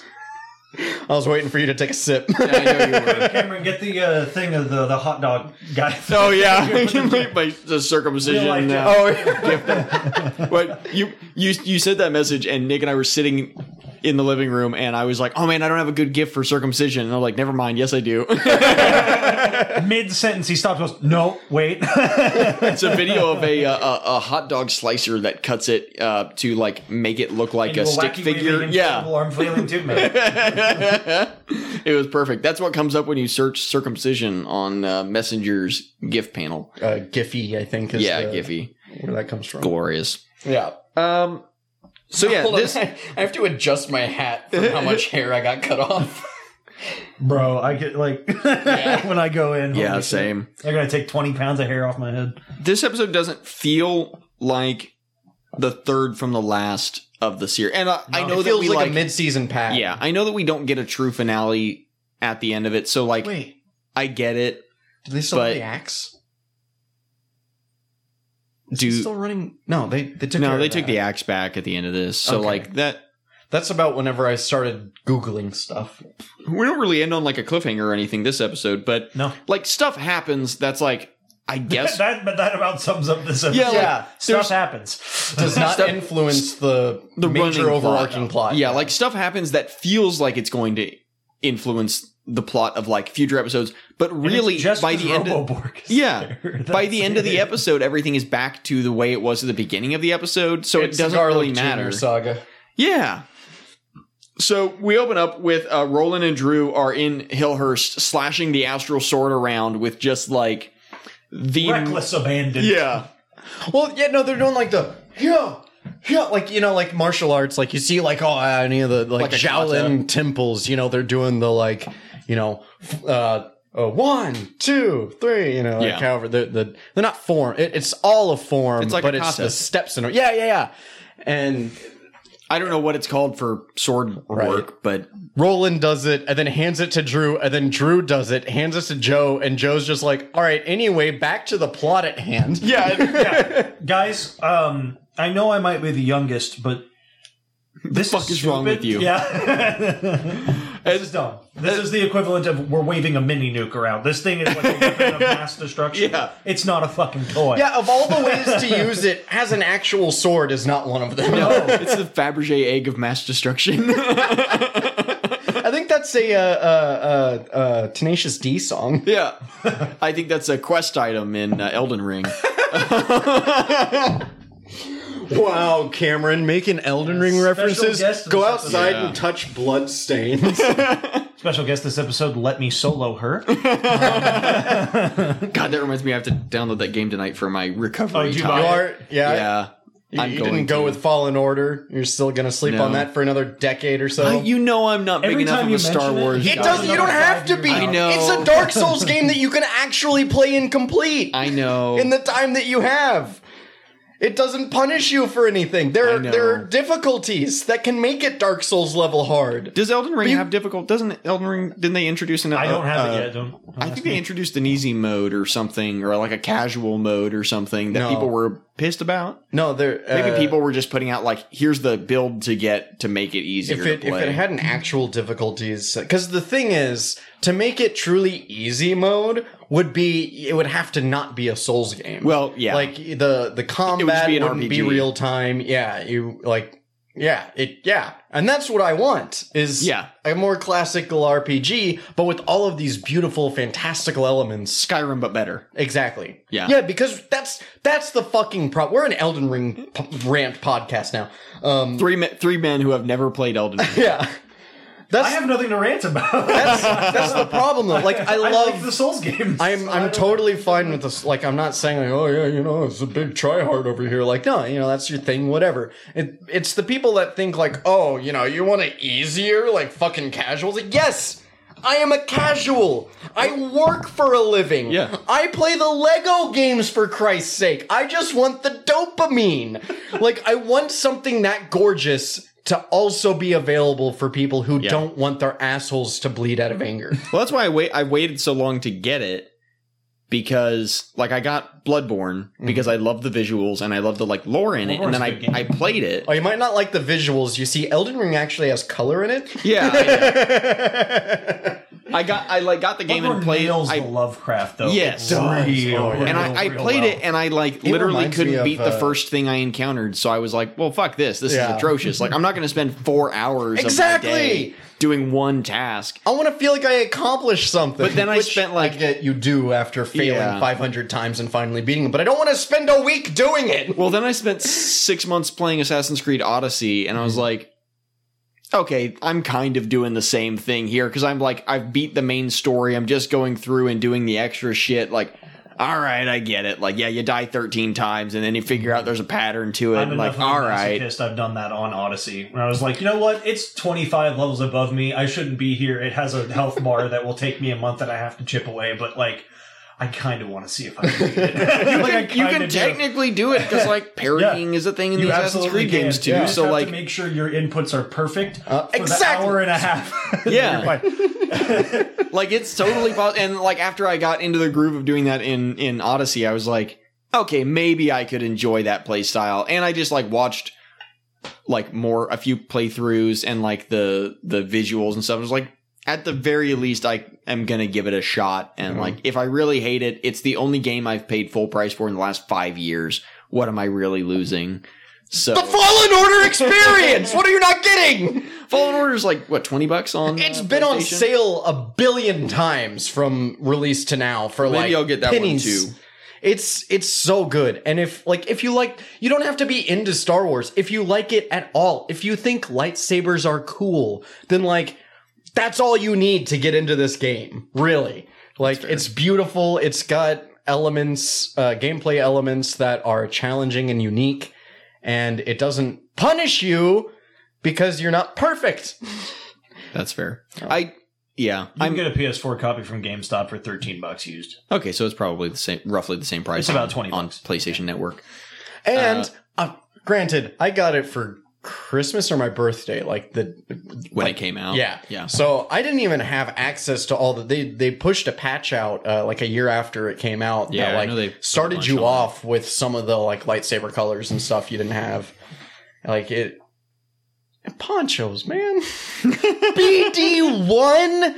Speaker 3: I was waiting for you to take a sip.
Speaker 2: I know you were.
Speaker 4: Cameron, get the uh, thing of the, the hot dog guy.
Speaker 2: Oh yeah, I can make my the circumcision.
Speaker 4: Real life,
Speaker 2: uh,
Speaker 4: yeah.
Speaker 3: oh,
Speaker 2: But you you you said that message, and Nick and I were sitting in the living room, and I was like, "Oh man, I don't have a good gift for circumcision." And I'm like, "Never mind, yes I do."
Speaker 4: Mid sentence, he stops. Goes, no, wait.
Speaker 2: it's a video of a, uh, a a hot dog slicer that cuts it uh, to like make it look like a stick figure. Yeah,
Speaker 4: arm flailing too, man.
Speaker 2: it was perfect. That's what comes up when you search circumcision on uh, Messenger's GIF panel.
Speaker 3: uh, Giphy, I think is
Speaker 2: Yeah,
Speaker 3: the-
Speaker 2: Giphy,
Speaker 3: where that comes from.
Speaker 2: glorious.
Speaker 3: Yeah.
Speaker 2: Um, so yeah,
Speaker 3: Hold on,
Speaker 2: this
Speaker 3: I, I have to adjust my hat for how much hair I got cut off.
Speaker 4: Bro, I get like when I go in.
Speaker 2: yeah
Speaker 4: holy shit,
Speaker 2: same.
Speaker 4: They're gonna take twenty pounds of hair off my head.
Speaker 2: this episode doesn't feel like the third from the last of the series, and I, I know that
Speaker 3: it feels
Speaker 2: we
Speaker 3: like,
Speaker 2: like,
Speaker 3: a mid-season pack.
Speaker 2: yeah, I know that we don't get a true finale at the end of it. So like,
Speaker 3: Wait,
Speaker 2: I get it.
Speaker 3: do they still
Speaker 2: But-
Speaker 3: have the axe? Is
Speaker 2: Do
Speaker 3: it still running? No, they they took
Speaker 2: no, they took the axe back at the end of this. So
Speaker 3: Okay.
Speaker 2: like that,
Speaker 3: That's about whenever I started googling stuff.
Speaker 2: we don't really end on like a cliffhanger or anything this episode, but
Speaker 4: No,
Speaker 2: like stuff happens. That's like, I guess.
Speaker 4: that but that about sums up this. Episode.
Speaker 2: Yeah, like,
Speaker 3: Yeah.
Speaker 4: stuff
Speaker 2: there's-
Speaker 4: happens.
Speaker 3: Does not
Speaker 2: Stuff-
Speaker 3: influence the,
Speaker 2: the
Speaker 3: major
Speaker 2: running
Speaker 3: overarching plot.
Speaker 2: Yeah, like stuff happens that feels like it's going to influence the plot of like future episodes, but
Speaker 4: And it's
Speaker 2: really
Speaker 4: just
Speaker 2: by
Speaker 4: 'cause
Speaker 2: the end, of,
Speaker 4: Roboborg is
Speaker 2: Yeah.
Speaker 4: there.
Speaker 2: by
Speaker 4: That's
Speaker 2: the end of the
Speaker 4: it.
Speaker 2: episode, everything is back to the way it was at the beginning of the episode, so
Speaker 3: It's
Speaker 2: it doesn't
Speaker 3: Garlic
Speaker 2: really
Speaker 3: Jr.
Speaker 2: matter.
Speaker 3: Saga.
Speaker 2: Yeah. So we open up with uh, Roland and Drew are in Hillhurst slashing the astral sword around with just like the
Speaker 4: reckless abandon.
Speaker 2: Yeah,
Speaker 3: Well, yeah, no, they're doing like the yeah, yeah, like you know, like martial arts. Like you see, like oh, uh, any of the like,
Speaker 2: Like a
Speaker 3: Shaolin temples. You know, they're doing the like, you know, f- uh, uh, one, two, three. You know, like
Speaker 2: Yeah.
Speaker 3: however the the they're not form. It, it's all a form,
Speaker 2: It's like
Speaker 3: but
Speaker 2: a
Speaker 3: it's the
Speaker 2: kata.
Speaker 3: steps in. a- Yeah, yeah, yeah. And
Speaker 2: I don't know what it's called for sword
Speaker 3: Right.
Speaker 2: work, but
Speaker 3: Roland does it, and then hands it to Drew, and then Drew does it, hands it to Joe, and Joe's just like, all right. Anyway, back to the plot at hand.
Speaker 2: yeah,
Speaker 4: yeah. Guys, um, I know I might be the youngest, but this
Speaker 2: fuck is wrong
Speaker 4: stupid.
Speaker 2: with you?
Speaker 4: Yeah. this is dumb. This is the equivalent of we're waving a mini nuke around. This thing is like a weapon of mass destruction.
Speaker 2: Yeah.
Speaker 4: It's not a fucking toy.
Speaker 3: Yeah, of all the ways to use it as an actual sword is not one of them.
Speaker 2: it's the Fabergé egg of mass destruction.
Speaker 3: I think that's a uh, uh, uh, uh, Tenacious D song.
Speaker 2: yeah, I think that's a quest item in uh, Elden Ring.
Speaker 3: Wow, Cameron, making Elden Ring
Speaker 4: references. guest Go outside
Speaker 2: and
Speaker 3: touch blood stains.
Speaker 4: Special guest this episode, let me solo her. Oh,
Speaker 2: God, that reminds me. I have to download that game tonight for my recovery.
Speaker 4: you
Speaker 2: time.
Speaker 4: buy it?
Speaker 3: are, yeah.
Speaker 2: Yeah,
Speaker 3: You,
Speaker 2: I'm
Speaker 3: you
Speaker 2: going
Speaker 3: didn't go
Speaker 2: to.
Speaker 3: with Fallen Order. You're still gonna sleep
Speaker 2: No.
Speaker 3: on that for another decade or so.
Speaker 2: I- you know I'm not big
Speaker 4: Every
Speaker 2: enough
Speaker 4: time
Speaker 2: of
Speaker 4: you
Speaker 2: a Star
Speaker 4: mention it,
Speaker 2: Wars.
Speaker 4: it
Speaker 2: guy.
Speaker 4: doesn't- you don't
Speaker 3: have to be.
Speaker 4: I
Speaker 2: know.
Speaker 3: It's a Dark Souls game that you can actually play incomplete.
Speaker 2: I know.
Speaker 3: in the time that you have. It doesn't punish you for anything. There
Speaker 2: I
Speaker 3: are,
Speaker 2: know.
Speaker 3: there are difficulties that can make it Dark Souls level hard.
Speaker 2: Does Elden Ring have difficult? Doesn't Elden Ring? Didn't they introduce an?
Speaker 4: I don't have
Speaker 2: uh,
Speaker 4: it yet. Don't, don't
Speaker 2: I
Speaker 4: ask
Speaker 2: think
Speaker 4: me.
Speaker 2: they introduced an easy mode or something, or like a casual mode or something that
Speaker 3: No.
Speaker 2: people were pissed about.
Speaker 3: No, there
Speaker 2: Maybe
Speaker 3: uh,
Speaker 2: people were just putting out like, here's the build to get to make it easier
Speaker 3: if it
Speaker 2: to
Speaker 3: if
Speaker 2: play.
Speaker 3: it had an actual difficulties because the thing is to make it truly easy mode would be it would have to not be a Souls game.
Speaker 2: well, yeah,
Speaker 3: like the the combat
Speaker 2: be an
Speaker 3: wouldn't be
Speaker 2: RPG.
Speaker 3: real time. Yeah, you like yeah it yeah, and that's what I want is
Speaker 2: yeah,
Speaker 3: a more classical RPG, but with all of these beautiful, fantastical elements.
Speaker 2: Skyrim but better.
Speaker 3: Exactly.
Speaker 2: Yeah.
Speaker 3: Yeah, because that's that's the fucking problem. We're an Elden Ring p- rant podcast now. Um,
Speaker 2: Three me- three men who have never played Elden Ring.
Speaker 3: yeah,
Speaker 4: I
Speaker 3: that's
Speaker 4: have nothing to rant about.
Speaker 3: that's, that's the problem though. Like I
Speaker 4: like
Speaker 3: love.
Speaker 4: the Souls games.
Speaker 3: I'm I'm totally fine with this. Like I'm not saying like, oh yeah, you know, it's a big tryhard over here. Like no, you know, that's your thing, whatever. It it's the people that think like, oh, you know, you want it easier, like fucking casuals. Like yes, I am a casual. I work for a living.
Speaker 2: Yeah.
Speaker 3: I play the Lego games for Christ's sake. I just want the dopamine. like I want something that gorgeous to also be available for people who
Speaker 2: Yeah.
Speaker 3: don't want their assholes to bleed out of anger.
Speaker 2: Well, that's why I wait. I waited so long to get it because, like, I got Bloodborne because I love the visuals and I love the like lore in it, and then
Speaker 4: Bloodborne's a
Speaker 2: I
Speaker 4: good game.
Speaker 2: I played it.
Speaker 3: oh, you might not like the visuals. You see, Elden Ring actually has color in it.
Speaker 2: Yeah, I, I got I like got the game and
Speaker 4: Bloodborne
Speaker 2: played.
Speaker 4: nails
Speaker 2: I,
Speaker 4: the Lovecraft though.
Speaker 2: Yes.
Speaker 4: Real,
Speaker 3: Does. Oh, yeah.
Speaker 2: and I, I
Speaker 4: real
Speaker 2: played
Speaker 4: well.
Speaker 2: it and I like literally
Speaker 3: reminds me
Speaker 2: couldn't
Speaker 3: of,
Speaker 2: beat
Speaker 3: uh,
Speaker 2: the first thing I encountered, so I was like, "Well, fuck this! This
Speaker 3: Yeah.
Speaker 2: is atrocious! Like, I'm not going to spend four hours
Speaker 3: Exactly.
Speaker 2: of my day doing one task."
Speaker 3: I want to feel like I accomplished something.
Speaker 2: But then I
Speaker 3: which
Speaker 2: spent, like-
Speaker 3: I get you do after failing
Speaker 2: Yeah.
Speaker 3: 500 times and finally beating them. But I don't want to spend a week doing it.
Speaker 2: Well, then I spent six months playing Assassin's Creed Odyssey, and I was like, okay, I'm kind of doing the same thing here because I'm like, I've beat the main story. I'm just going through and doing the extra shit. Like, all right, I get it. Like, yeah, you die 13 times, and then you figure out there's a pattern to it.
Speaker 4: I'm
Speaker 2: And like,
Speaker 4: enough
Speaker 2: all
Speaker 4: of a
Speaker 2: right.
Speaker 4: masochist, I've done that on Odyssey. When I was like, you know what? It's 25 levels above me. I shouldn't be here. It has a health bar that will take me a month and I have to chip away. But like, I kind of want to see if I can. beat it.
Speaker 2: You
Speaker 4: Like, I
Speaker 2: can, you
Speaker 4: kinda
Speaker 2: can
Speaker 4: do.
Speaker 2: technically do it because like parrying is a thing in
Speaker 4: You
Speaker 2: the Assassin's
Speaker 4: absolutely
Speaker 2: Creed
Speaker 4: can.
Speaker 2: games too.
Speaker 4: You just
Speaker 2: So
Speaker 4: have
Speaker 2: like,
Speaker 4: to make sure your inputs are perfect
Speaker 3: Uh,
Speaker 4: for
Speaker 3: exactly.
Speaker 4: the hour and a half.
Speaker 2: Yeah.
Speaker 4: You're fine.
Speaker 2: like it's totally possible. And like after I got into the groove of doing that in in Odyssey, I was like, okay, maybe I could enjoy that play style. And I just like watched like more a few playthroughs and like the the visuals and stuff. I was like, at the very least, I am gonna give it a shot. And
Speaker 3: Mhm.
Speaker 2: like, if I really hate it, it's the only game I've paid full price for in the last five years. What am I really losing? So
Speaker 3: The Fallen Order experience! what are you not getting?
Speaker 2: Fallen Order is like what twenty bucks on?
Speaker 3: It's
Speaker 2: uh,
Speaker 3: been on
Speaker 2: PlayStation?
Speaker 3: sale a billion times from release to now for like
Speaker 2: Maybe I'll get that one,
Speaker 3: pennies.
Speaker 2: too.
Speaker 3: It's it's so good. And if like if you like you don't have to be into Star Wars if you like it at all. If you think lightsabers are cool, then like that's all you need to get into this game. Really. Like it's beautiful. It's got elements uh gameplay elements that are challenging and unique and it doesn't punish you because you're not perfect.
Speaker 2: That's fair. I yeah.
Speaker 4: You
Speaker 2: I'm
Speaker 4: can get a PS4 copy from GameStop for 13 bucks used.
Speaker 2: Okay, so it's probably the same, roughly the same price.
Speaker 4: It's about
Speaker 2: on-
Speaker 4: 20
Speaker 2: on
Speaker 4: bucks.
Speaker 2: PlayStation Network.
Speaker 3: And uh, granted, I got it for Christmas or my birthday, like the
Speaker 2: when
Speaker 3: like,
Speaker 2: it came out.
Speaker 3: Yeah,
Speaker 2: yeah.
Speaker 3: So I didn't even have access to all the they they pushed a patch out uh, like a year after it came out.
Speaker 2: Yeah, I
Speaker 3: that, like
Speaker 2: know they put a
Speaker 3: started
Speaker 2: bunch
Speaker 3: you
Speaker 2: on.
Speaker 3: off with some of the like lightsaber colors and stuff you didn't have. Like it, and ponchos, man. BD one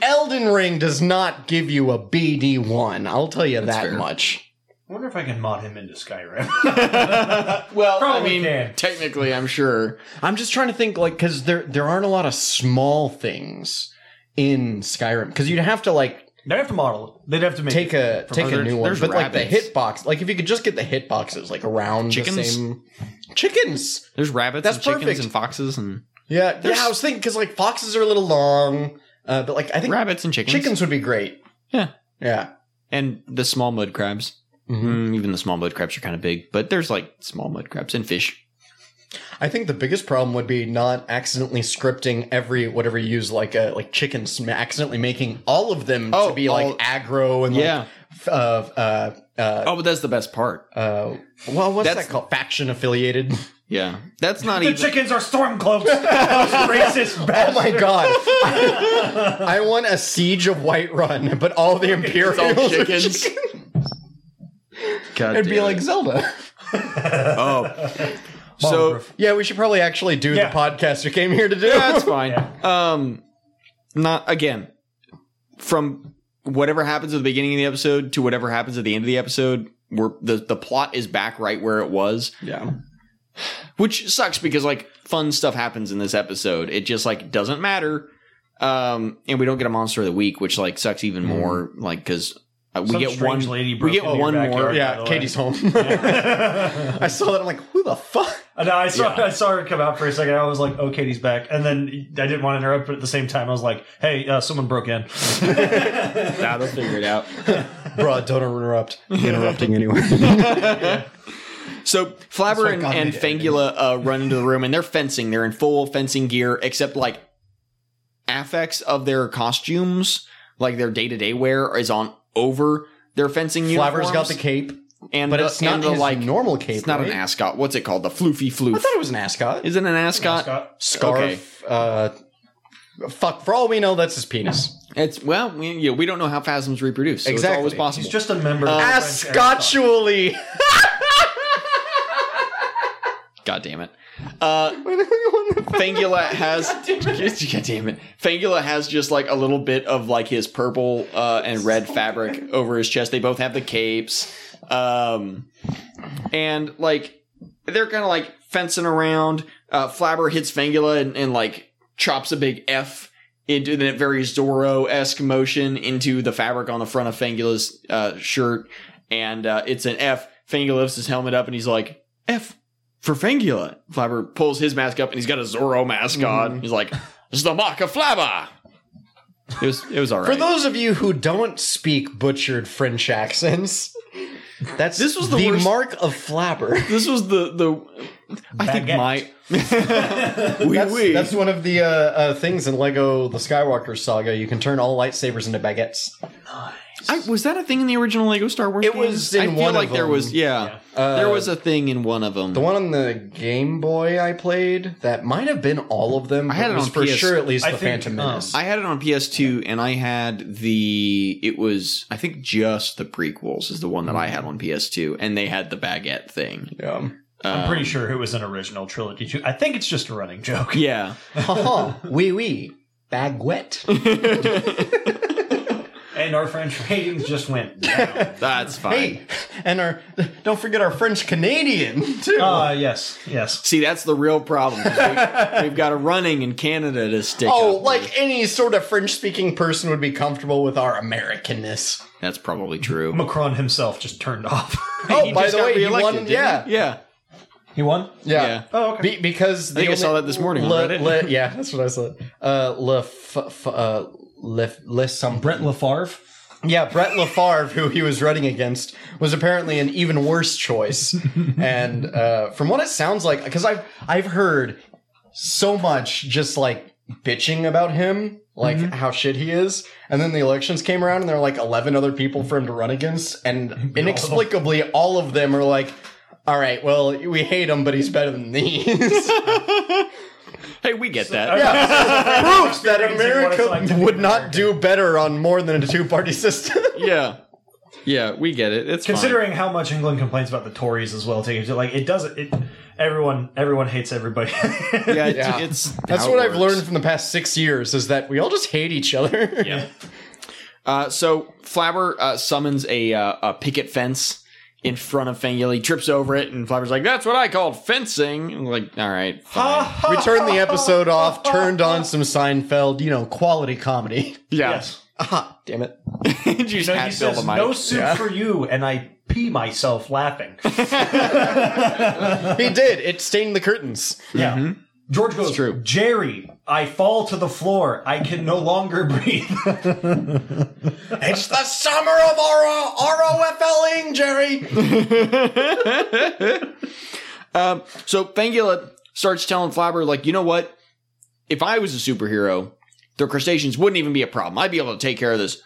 Speaker 3: Elden Ring does not give you a BD one. I'll tell you that
Speaker 2: fair.
Speaker 3: much.
Speaker 4: I wonder if I can mod him into Skyrim.
Speaker 2: Well,
Speaker 4: Probably
Speaker 2: I mean,
Speaker 4: can.
Speaker 2: technically, I'm sure.
Speaker 3: I'm just trying to think, like, because there there aren't a lot of small things in Skyrim because you'd have to like
Speaker 4: They'd have to model it. They'd have to make
Speaker 3: take
Speaker 4: it.
Speaker 3: a
Speaker 2: For-
Speaker 3: take a
Speaker 2: there's-
Speaker 3: new one,
Speaker 2: there's
Speaker 3: but like the
Speaker 2: rabbits.
Speaker 3: hitbox, like if you could just get the hitboxes like around the
Speaker 2: Chickens?
Speaker 3: same chickens.
Speaker 2: There's rabbits
Speaker 3: That's
Speaker 2: and chickens
Speaker 3: perfect.
Speaker 2: and foxes and
Speaker 3: Yeah,
Speaker 2: There's-
Speaker 3: yeah. I was thinking because like foxes are a little long, uh, but like I think
Speaker 2: rabbits and chickens.
Speaker 3: chickens. would be great.
Speaker 2: Yeah.
Speaker 3: yeah. Mm-hmm.
Speaker 2: and the small mud crabs. Mm, even the small mud crabs are kind of big, but there's like small mud crabs and fish.
Speaker 3: I think the biggest problem would be not accidentally scripting every whatever you use, like uh, like chickens, ma- accidentally making all of them
Speaker 2: Oh,
Speaker 3: to be
Speaker 2: all-
Speaker 3: like aggro and
Speaker 2: yeah.
Speaker 3: like f- of uh, uh,
Speaker 2: oh, but that's the best part.
Speaker 3: uh, well, what's
Speaker 2: That's-
Speaker 3: that called? Faction affiliated.
Speaker 2: Yeah, that's not
Speaker 4: The
Speaker 2: even.
Speaker 4: chickens are stormcloaks. racist
Speaker 3: Oh
Speaker 4: bastard.
Speaker 3: my god! I want a siege of Whiterun, but all the Imperials
Speaker 2: It's all
Speaker 3: are
Speaker 2: chickens.
Speaker 3: chicken.
Speaker 2: God
Speaker 3: It'd be
Speaker 2: damn
Speaker 3: like
Speaker 2: it.
Speaker 3: Zelda.
Speaker 2: oh, so
Speaker 4: Mongrel.
Speaker 3: Yeah, we should probably actually do
Speaker 4: Yeah.
Speaker 3: the podcast we came here to do.
Speaker 2: That's fine. Um, not again. From whatever happens at the beginning of the episode to whatever happens at the end of the episode, we're the the plot is back right where it was,
Speaker 3: yeah.
Speaker 2: which sucks because like fun stuff happens in this episode. It just like doesn't matter. Um, and we don't get a monster of the week, which like sucks even more. Like because we
Speaker 4: Mm-hmm. Some
Speaker 2: get one,
Speaker 4: strange lady
Speaker 2: we
Speaker 4: broke
Speaker 2: get
Speaker 4: into your
Speaker 2: one more.
Speaker 4: backyard. By
Speaker 3: Yeah,
Speaker 4: the way.
Speaker 3: Katie's home.
Speaker 4: Yeah.
Speaker 3: I saw that. I'm like, who the fuck?
Speaker 4: I know, I saw I saw her come out for a second. I was like, "Oh, Katie's back," and then I didn't want to interrupt, but at the same time, I was like, "Hey, uh, someone broke in."
Speaker 2: Nah, they'll figure it out.
Speaker 3: Bruh, don't interrupt. Interrupting anyway.
Speaker 2: So
Speaker 3: why
Speaker 2: Flabber and,
Speaker 3: God
Speaker 2: and
Speaker 3: made it.
Speaker 2: Fangula uh, run into the room and they're fencing. They're in full fencing gear, except like affects of their costumes, like their day to day wear, is on over their fencing uniforms.
Speaker 3: Flavor's got the cape,
Speaker 2: and
Speaker 3: but
Speaker 2: the-
Speaker 3: it's not
Speaker 2: and the,
Speaker 3: his
Speaker 2: like.
Speaker 3: normal cape.
Speaker 2: It's not
Speaker 3: right?
Speaker 2: an ascot. What's it called? The floofy
Speaker 3: I
Speaker 2: floof.
Speaker 3: thought it was an ascot.
Speaker 2: Isn't it an ascot?
Speaker 4: Mascot.
Speaker 2: Okay.
Speaker 3: Scarf. Uh, fuck. For all we know, that's his penis.
Speaker 2: It's well, we, you know, we don't know how phasms reproduce. So
Speaker 3: Exactly.
Speaker 2: It's always possible.
Speaker 4: He's just a member.
Speaker 3: Uh,
Speaker 4: of the French Aristotle.
Speaker 3: Ascotually.
Speaker 2: God damn it. Uh, Fangula has. God damn it. Fangula has just like a little bit of like his purple uh, and red fabric over his chest. They both have the capes. Um, and like they're kind of like fencing around. Uh, Flabber hits Fangula and, and like chops a big F into the very Zorro esque motion into the fabric on the front of Fangula's uh, shirt. And uh, it's an F. Fangula lifts his helmet up and he's like, F for Fangula. Flabber pulls his mask up and he's got a Zorro mask on. He's like, this is the mock of Flabber. It was, it was all right.
Speaker 3: For those of you who don't speak butchered French accents, that's
Speaker 2: This was the worst-
Speaker 3: mark of flabber.
Speaker 2: this was the, the I think
Speaker 4: Baguette.
Speaker 2: my. Oui,
Speaker 3: That's,
Speaker 2: oui.
Speaker 3: that's one of the uh, uh, things in Lego The Skywalker Saga. You can turn all lightsabers into baguettes.
Speaker 2: I, was that a thing in the original Lego Star Wars?
Speaker 3: It
Speaker 2: games?
Speaker 3: was in
Speaker 2: I feel
Speaker 3: one of
Speaker 2: like there
Speaker 3: them.
Speaker 2: was yeah,
Speaker 4: Yeah.
Speaker 3: Uh,
Speaker 2: there was a thing in one of them.
Speaker 3: The one on the Game Boy I played that might have been all of them.
Speaker 2: I had
Speaker 3: but
Speaker 2: it
Speaker 3: was
Speaker 2: on
Speaker 3: for
Speaker 2: PS.
Speaker 3: sure at least
Speaker 4: I
Speaker 3: the
Speaker 4: think,
Speaker 3: Phantom
Speaker 4: um,
Speaker 3: Menace.
Speaker 2: I had it on PS2, and I had the it was I think just the prequels is the one that I
Speaker 3: Mm-hmm.
Speaker 2: had on PS2, and they had the baguette thing.
Speaker 3: yeah.
Speaker 2: Um,
Speaker 4: I'm pretty sure it was an original trilogy too. I think it's just a running joke.
Speaker 2: Yeah,
Speaker 3: Haha, wee wee. Baguette.
Speaker 4: And our French ratings just went down.
Speaker 2: that's fine.
Speaker 3: Hey, and our don't forget our French Canadian too.
Speaker 4: Ah, yes, yes.
Speaker 2: See, that's the real problem. We, have got a running in Canada to stick.
Speaker 3: oh,
Speaker 2: up.
Speaker 3: like any sort of French speaking person would be comfortable with our Americanness.
Speaker 2: that's probably true.
Speaker 4: Macron himself just turned off.
Speaker 3: Oh,
Speaker 2: He
Speaker 3: by
Speaker 2: just
Speaker 3: the
Speaker 2: got
Speaker 3: way, he
Speaker 2: reelected,
Speaker 3: won.
Speaker 2: didn't he?
Speaker 3: Yeah,
Speaker 2: yeah,
Speaker 4: he won.
Speaker 3: yeah.
Speaker 2: Yeah.
Speaker 4: Oh, okay.
Speaker 3: Be- because the
Speaker 2: think I saw that this morning on
Speaker 3: Le,
Speaker 2: Reddit.
Speaker 3: le- yeah, that's what I said. Uh, le, f- f- uh, le, le some
Speaker 4: Brett Lafarve.
Speaker 3: Yeah, Brett Lafarve, who he was running against, was apparently an even worse choice. and uh, from what it sounds like, because I've I've heard so much just like bitching about him, like
Speaker 2: Mm-hmm.
Speaker 3: how shit he is. And then the elections came around, and there were like eleven other people for him to run against, and inexplicably, all of them are like. All right, well, we hate him, but he's better than these.
Speaker 2: hey, we get that.
Speaker 3: yeah, proves that
Speaker 4: Experiencing what it's like
Speaker 3: America
Speaker 4: to be
Speaker 3: would not do better on more than a two-party system.
Speaker 2: yeah, yeah, we get it. It's fine.
Speaker 4: Considering how much England complains about the Tories as well, too, like it doesn't. It everyone everyone hates everybody.
Speaker 2: Yeah, it's-
Speaker 3: Yeah.
Speaker 2: it's
Speaker 3: That's
Speaker 2: how it
Speaker 3: what I've
Speaker 2: works.
Speaker 3: learned from the past six years is that we all just hate each other. Yeah.
Speaker 2: Uh, so Flabber uh, summons a, uh, a picket fence in front of Fangula. He trips over it, and Flabber's like, "That's what I called fencing." And like, all right, fine.
Speaker 3: we turned the episode off, turned on some Seinfeld, you know, quality comedy.
Speaker 2: yeah.
Speaker 4: Yes.
Speaker 3: Aha, damn it.
Speaker 2: Did you just
Speaker 4: So he
Speaker 2: hat Bill the
Speaker 4: says,
Speaker 2: mic?
Speaker 4: "No soup for you," and I pee myself laughing.
Speaker 3: He did. It stained the curtains.
Speaker 4: Yeah. George goes,
Speaker 2: Mm-hmm. true.
Speaker 4: Jerry, I fall to the floor. I can no longer breathe.
Speaker 3: It's the summer of ROFLing, Jerry.
Speaker 2: Um, So Fangula starts telling Flabber, like, you know what? If I was a superhero, the crustaceans wouldn't even be a problem. I'd be able to take care of this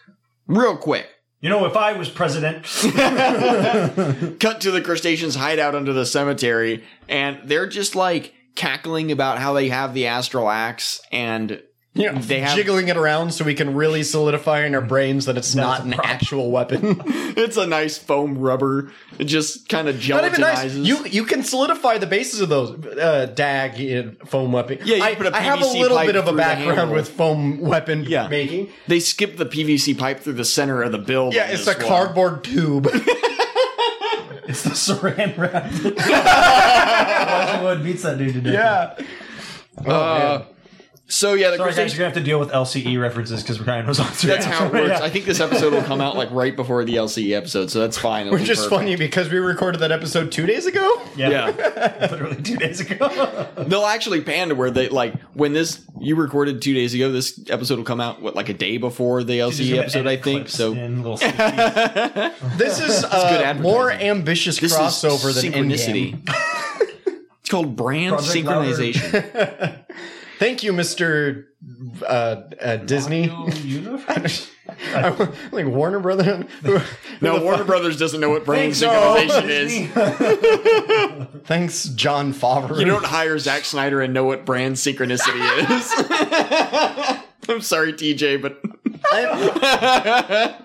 Speaker 2: real quick.
Speaker 4: you know, if I was president,
Speaker 2: cut to the crustaceans hideout under the cemetery and they're just like cackling about how they have the astral axe and
Speaker 3: Yeah,
Speaker 2: They have-
Speaker 3: jiggling it around so we can really solidify in our brains that it's not an actual weapon.
Speaker 2: it's a nice foam rubber it just kind of
Speaker 3: not
Speaker 2: gelatinizes
Speaker 3: even nice. You you can solidify the basis of those uh, DAG you know, foam weapon.
Speaker 2: Yeah, you
Speaker 3: I,
Speaker 2: put a
Speaker 3: I have a
Speaker 2: PVC
Speaker 3: little
Speaker 2: pipe
Speaker 3: bit of a
Speaker 2: through the
Speaker 3: background
Speaker 2: handle.
Speaker 3: with foam weapon
Speaker 2: Yeah.
Speaker 3: making.
Speaker 2: they skip the pvc pipe through the center of the build
Speaker 3: Yeah,
Speaker 2: on
Speaker 3: it's a
Speaker 2: this one.
Speaker 3: cardboard tube.
Speaker 4: it's the saran wrap. Elijah Wood beats that dude today.
Speaker 3: Oh,
Speaker 2: Uh,
Speaker 3: man.
Speaker 2: so yeah the
Speaker 4: Sorry, guys,
Speaker 2: crustaceans
Speaker 4: you're going to have to deal with LCE references because Ryan was on to
Speaker 2: that's how it works
Speaker 4: Yeah.
Speaker 2: i think this episode will come out like right before the lce episode so that's fine
Speaker 3: Which is funny because we recorded that episode two days ago.
Speaker 4: Yeah.
Speaker 2: yeah
Speaker 4: Literally two days ago.
Speaker 2: They'll actually pan to where they like when this you recorded two days ago. This episode will come out what like a day before the LCE episode, I think. So
Speaker 4: In little sneaky.
Speaker 3: This is uh,
Speaker 2: good
Speaker 3: more
Speaker 2: advertising.
Speaker 3: ambitious
Speaker 2: this
Speaker 3: crossover
Speaker 2: is
Speaker 3: than
Speaker 2: synchronicity.
Speaker 3: Endgame.
Speaker 2: it's called brand
Speaker 4: Project
Speaker 2: synchronization.
Speaker 3: Thank you, Mister uh, uh, Disney.
Speaker 4: Universe?
Speaker 3: I w- like Warner Brothers.
Speaker 2: No, Warner Brothers doesn't know what brand
Speaker 3: Thanks, no.
Speaker 2: synchronization is.
Speaker 3: Thanks, John Favreau.
Speaker 2: You don't hire Zack Snyder and know what brand synchronicity is. I'm sorry, TJ, but
Speaker 3: I'm,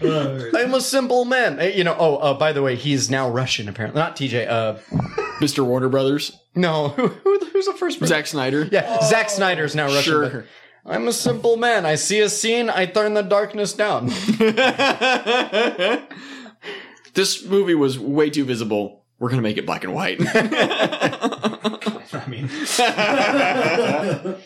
Speaker 4: Alright.
Speaker 3: I'm a simple man. Uh, You know. Oh, uh, by the way, he's now Russian. Apparently, not TJ. Uh,
Speaker 2: Mr. Warner Brothers,
Speaker 3: no. Who, who- who's the first? person?
Speaker 2: Zack Snyder.
Speaker 3: Yeah, Zack Snyder's now Russian.
Speaker 2: Sure.
Speaker 3: but I'm a simple man. I see a scene. I turn the darkness down.
Speaker 2: this movie was way too visible. We're gonna make it black and white.
Speaker 4: I mean,
Speaker 2: And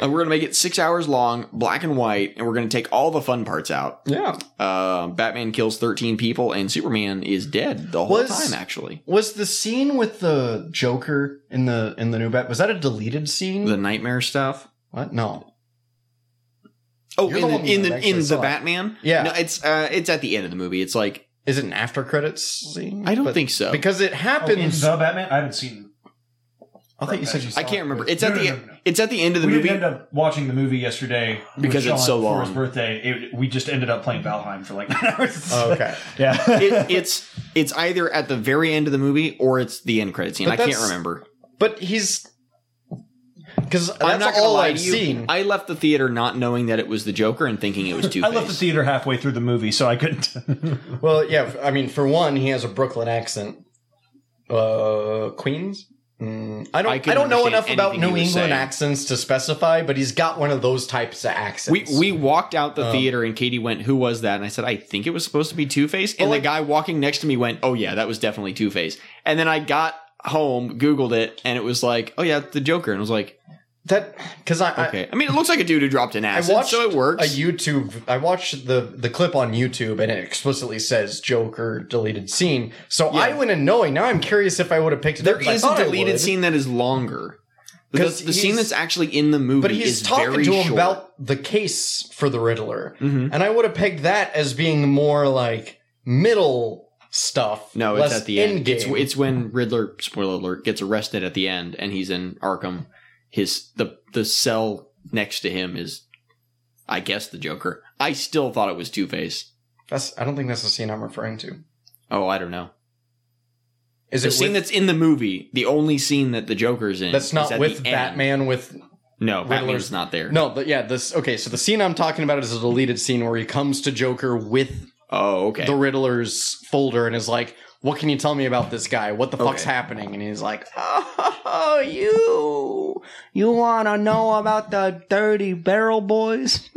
Speaker 2: Uh, we're gonna make it six hours long, black and white, and we're gonna take all the fun parts out.
Speaker 3: yeah.
Speaker 2: Uh, Batman kills thirteen people, and Superman is dead the whole
Speaker 3: Was-
Speaker 2: time. Actually,
Speaker 3: Was the scene with the Joker in the in the new Bat was that a deleted scene?
Speaker 2: the nightmare stuff.
Speaker 3: what? No.
Speaker 2: Oh,
Speaker 3: You're
Speaker 2: in
Speaker 3: the
Speaker 2: the,
Speaker 3: one
Speaker 2: in
Speaker 3: that
Speaker 2: the
Speaker 3: actually
Speaker 2: in
Speaker 3: saw
Speaker 2: the
Speaker 3: it.
Speaker 2: Batman.
Speaker 3: Yeah.
Speaker 2: no, it's uh, it's at the end of the movie. It's like
Speaker 3: Is it an after credits scene?
Speaker 2: I don't
Speaker 3: But-
Speaker 2: think so.
Speaker 3: because it
Speaker 4: oh, in
Speaker 3: happens.
Speaker 4: the Batman, I haven't seen.
Speaker 3: I think you said you.
Speaker 2: I can't remember. It's
Speaker 4: No,
Speaker 2: at
Speaker 4: no,
Speaker 2: the e
Speaker 4: no, no.
Speaker 2: it's at the end of the
Speaker 4: we
Speaker 2: movie.
Speaker 4: didn't end up watching the movie yesterday with
Speaker 2: Because it's
Speaker 4: Sean
Speaker 2: so
Speaker 4: for
Speaker 2: long.
Speaker 4: His birthday, it, we just ended up playing Valheim for like nine hours.
Speaker 3: Oh, okay,
Speaker 4: yeah.
Speaker 2: it, it's it's either at the very end of the movie or it's the end credit scene.
Speaker 3: But
Speaker 2: I can't
Speaker 3: that's-
Speaker 2: remember.
Speaker 3: but he's because that's
Speaker 2: I'm not gonna
Speaker 3: all
Speaker 2: lie
Speaker 3: I've
Speaker 2: to you.
Speaker 3: seen.
Speaker 2: I left the theater not knowing that it was the Joker and thinking it was Two
Speaker 4: I left the
Speaker 2: Face.
Speaker 4: theater halfway through the movie, so I couldn't.
Speaker 3: well, yeah. f- I mean, for one, he has a Brooklyn accent. Uh, Queens. Mm, I don't. I,
Speaker 2: I couldn't
Speaker 3: don't know enough
Speaker 2: understand
Speaker 3: about
Speaker 2: anything
Speaker 3: New
Speaker 2: he
Speaker 3: England
Speaker 2: was saying.
Speaker 3: accents to specify, but he's got one of those types of
Speaker 2: We
Speaker 3: accents.
Speaker 2: we walked out the
Speaker 3: Um,
Speaker 2: theater and Katie went, "Who was that?" And I said, "I think it was supposed to be Two Face." And
Speaker 3: Well,
Speaker 2: the
Speaker 3: like-
Speaker 2: guy walking next to me went, "Oh yeah, that was definitely Two Face." And then I got home, googled it, and it was like, "Oh yeah, the Joker." And I was like,
Speaker 3: that because I, I
Speaker 2: "Okay." I, mean, it looks like a dude who dropped an
Speaker 3: I
Speaker 2: acid,
Speaker 3: watched
Speaker 2: so it works.
Speaker 3: a YouTube. I watched the the clip on YouTube, and it explicitly says Joker deleted scene. So
Speaker 2: Yeah.
Speaker 3: I went in knowing. Now I'm curious if I would have picked it.
Speaker 2: There
Speaker 3: up, 'cause I
Speaker 2: is a
Speaker 3: thought I
Speaker 2: deleted
Speaker 3: would.
Speaker 2: scene that is longer.
Speaker 3: 'Cause
Speaker 2: Because the scene
Speaker 3: he's-
Speaker 2: that's actually in the movie
Speaker 3: but
Speaker 2: is
Speaker 3: he's talking
Speaker 2: very
Speaker 3: to him
Speaker 2: short.
Speaker 3: about the case for the Riddler,
Speaker 2: Mhm.
Speaker 3: and I would have pegged that as being more like middle stuff.
Speaker 2: No, it's
Speaker 3: less
Speaker 2: at the end.
Speaker 3: endgame.
Speaker 2: It's it's when Riddler, spoiler alert, gets arrested at the end, and he's in Arkham. His the the cell next to him is, I guess, the Joker. I still thought it was Two Face.
Speaker 3: that's. I don't think that's the scene I'm referring to.
Speaker 2: Oh, I don't know.
Speaker 3: Is
Speaker 2: The
Speaker 3: it
Speaker 2: scene
Speaker 3: with-
Speaker 2: that's in the movie, the only scene that the Joker's in,
Speaker 3: that's
Speaker 2: is
Speaker 3: not
Speaker 2: at
Speaker 3: with
Speaker 2: the end.
Speaker 3: Batman with
Speaker 2: No, Batman's
Speaker 3: Riddler's-
Speaker 2: not there.
Speaker 3: no, but yeah, this okay. So the scene I'm talking about is a deleted scene where he comes to Joker with
Speaker 2: Oh, okay.
Speaker 3: the Riddler's folder and is like, "What can you tell me about this guy? What the fuck's
Speaker 2: Okay.
Speaker 3: happening?" And he's like, "Oh, you, you want to know about the Dirty Barrel Boys?"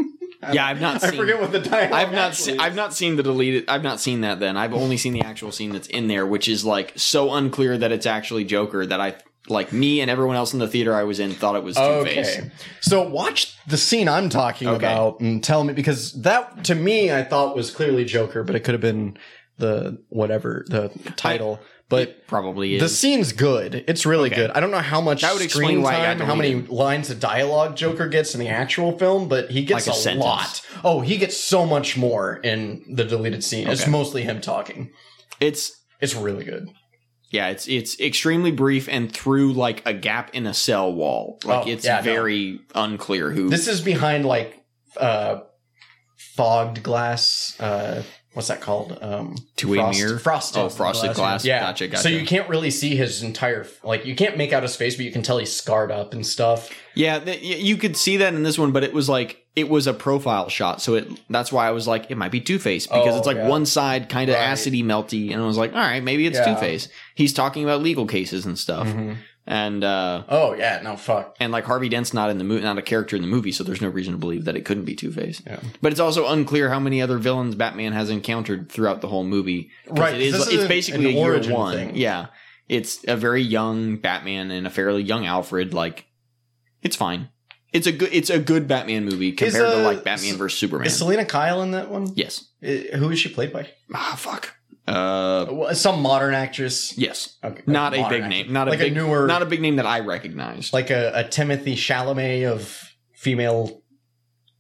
Speaker 2: yeah, I've not.
Speaker 3: I
Speaker 2: seen-
Speaker 3: forget what the dialogue.
Speaker 2: I've not
Speaker 3: actually
Speaker 2: se-
Speaker 3: is.
Speaker 2: I've not seen the deleted I've not seen that then. I've only seen the actual scene that's in there, which is like so unclear that it's actually Joker that I like me and everyone else in the theater I was in thought it was Two Face.
Speaker 3: Okay, so watch the scene I'm talking
Speaker 2: Okay.
Speaker 3: about and tell me because that to me I thought was clearly Joker, but it could have been the whatever the title. but
Speaker 2: It probably is.
Speaker 3: The scene's good. It's really
Speaker 2: Okay.
Speaker 3: good. I don't know how much
Speaker 2: That would
Speaker 3: screen
Speaker 2: explain why I got
Speaker 3: time, how many
Speaker 2: deleted.
Speaker 3: lines of dialogue Joker gets in the actual film, but he gets
Speaker 2: Like a
Speaker 3: a,
Speaker 2: sentence.
Speaker 3: lot. Oh, he gets so much more in the deleted scene. It's
Speaker 2: Okay.
Speaker 3: mostly him talking.
Speaker 2: it's
Speaker 3: It's really good.
Speaker 2: yeah, it's it's extremely brief and through like a gap in a cell wall. Like
Speaker 3: Oh,
Speaker 2: it's
Speaker 3: yeah, no.
Speaker 2: very unclear who
Speaker 3: This is behind like uh fogged glass uh what's that called? Um
Speaker 2: Two-way mirror?
Speaker 3: Frosted.
Speaker 2: Oh, frosted glass.
Speaker 4: Glass,
Speaker 3: yeah.
Speaker 2: Gotcha, gotcha.
Speaker 3: So you can't really see his entire like you can't make out his face, but you can tell he's scarred up and stuff.
Speaker 2: Yeah, th- y- you could see that in this one, but it was like it was a profile shot, so it that's why I was like, it might be Two Face because
Speaker 3: Oh,
Speaker 2: it's like
Speaker 3: yeah.
Speaker 2: one side kind of
Speaker 3: Right.
Speaker 2: acidy, melty, and I was like, all right, maybe it's
Speaker 3: Yeah. Mm-hmm.
Speaker 2: Two Face. He's talking about legal cases and stuff, and uh,
Speaker 3: Oh yeah, no fuck.
Speaker 2: and like Harvey Dent's not in the movie, not a character in the movie, so there's no reason to believe that it couldn't be Two Face.
Speaker 3: Yeah.
Speaker 2: But it's also unclear how many other villains Batman has encountered throughout the whole movie. 'Cause
Speaker 3: Right,
Speaker 2: it is.
Speaker 3: this
Speaker 2: It's
Speaker 3: is an-
Speaker 2: basically
Speaker 3: an
Speaker 2: a year
Speaker 3: origin
Speaker 2: one.
Speaker 3: thing.
Speaker 2: Yeah, it's a very young Batman and a fairly young Alfred. Like, it's fine. It's a good. It's a good Batman movie compared to
Speaker 3: uh,
Speaker 2: like Batman
Speaker 3: S-
Speaker 2: versus Superman.
Speaker 3: Is Selena Kyle in that one?
Speaker 2: yes.
Speaker 3: Uh, Who is she played by?
Speaker 2: Ah, fuck. Uh,
Speaker 3: Well, Some modern actress.
Speaker 2: yes.
Speaker 3: Okay,
Speaker 2: Not a
Speaker 3: modern
Speaker 2: big
Speaker 3: actress.
Speaker 2: name. Not a
Speaker 3: like
Speaker 2: big.
Speaker 3: a newer,
Speaker 2: not a big name that I recognize.
Speaker 3: like a, a Timothy Chalamet of female.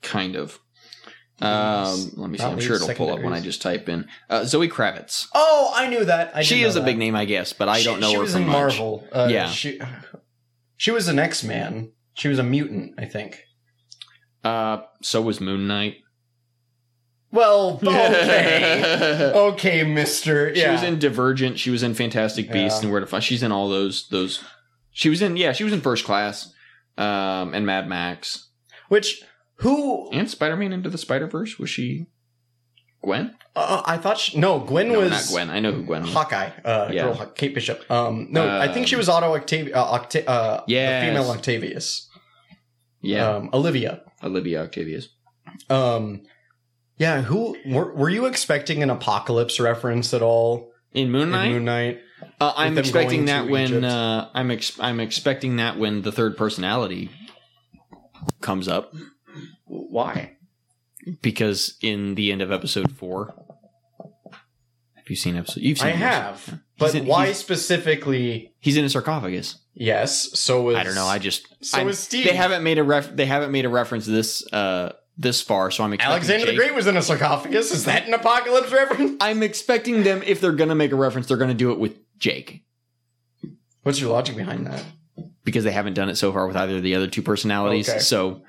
Speaker 2: kind of.
Speaker 3: Yes.
Speaker 2: Um, let me see.
Speaker 3: Not
Speaker 2: I'm
Speaker 3: lead
Speaker 2: sure it'll pull up when I
Speaker 3: secondaries.
Speaker 2: just type in uh, Zoe Kravitz.
Speaker 3: Oh, I knew that. I
Speaker 2: she
Speaker 3: did know
Speaker 2: is a
Speaker 3: that.
Speaker 2: big name, I guess, but I
Speaker 3: She-
Speaker 2: don't know
Speaker 3: she
Speaker 2: her
Speaker 3: was
Speaker 2: from
Speaker 3: in
Speaker 2: much.
Speaker 3: Marvel. Uh,
Speaker 2: Yeah.
Speaker 3: she, she was an X Man. She was a mutant, I think.
Speaker 2: Uh, so was Moon Knight.
Speaker 3: Well, okay. okay, mister.
Speaker 2: She
Speaker 3: Yeah.
Speaker 2: was in Divergent. She was in Fantastic Beasts
Speaker 3: Yeah.
Speaker 2: and Where to Find. She's in all those those. She was in yeah. She was in First Class, um, and Mad Max
Speaker 3: Which, who?
Speaker 2: and Spider Man Into the Spider Verse. Was she Gwen?
Speaker 3: Uh, I thought she, no, Gwen
Speaker 2: No,
Speaker 3: was
Speaker 2: not Gwen. I know who Gwen. was.
Speaker 3: Hawkeye, uh,
Speaker 2: Yeah.
Speaker 3: girl, Haw- Kate Bishop. Um, no, I think she
Speaker 2: Um,
Speaker 3: was Otto Octavia, uh, Octa- uh,
Speaker 2: Yes.
Speaker 3: the female Octavius.
Speaker 2: Yeah,
Speaker 3: um, Olivia.
Speaker 2: Olivia Octavius.
Speaker 3: Um, yeah, who were, were you expecting an apocalypse reference at all
Speaker 2: In Moon
Speaker 3: in
Speaker 2: Knight.
Speaker 3: Moon Knight?
Speaker 2: uh, I'm
Speaker 3: them going
Speaker 2: expecting that
Speaker 3: to
Speaker 2: when
Speaker 3: Egypt.
Speaker 2: uh, I'm ex- I'm expecting that when the third personality comes up
Speaker 3: Why?
Speaker 2: because in the end of episode four. Have you seen episode? You've seen
Speaker 3: I
Speaker 2: episode-
Speaker 3: have, but
Speaker 2: in-
Speaker 3: why
Speaker 2: he's-
Speaker 3: specifically?
Speaker 2: He's in a sarcophagus.
Speaker 3: Yes, so was
Speaker 2: I don't know. I just
Speaker 3: so
Speaker 2: I'm-
Speaker 3: was Steve.
Speaker 2: they haven't made a ref. They haven't made a reference this uh this far, so I'm expecting
Speaker 3: Alexander the
Speaker 2: Jake-
Speaker 3: Great was in a sarcophagus. Is that an apocalypse reference?
Speaker 2: I'm expecting them if they're gonna make a reference, they're gonna do it with Jake
Speaker 3: What's your logic behind that?
Speaker 2: because they haven't done it so far with either of the other two personalities.
Speaker 3: Okay.
Speaker 2: So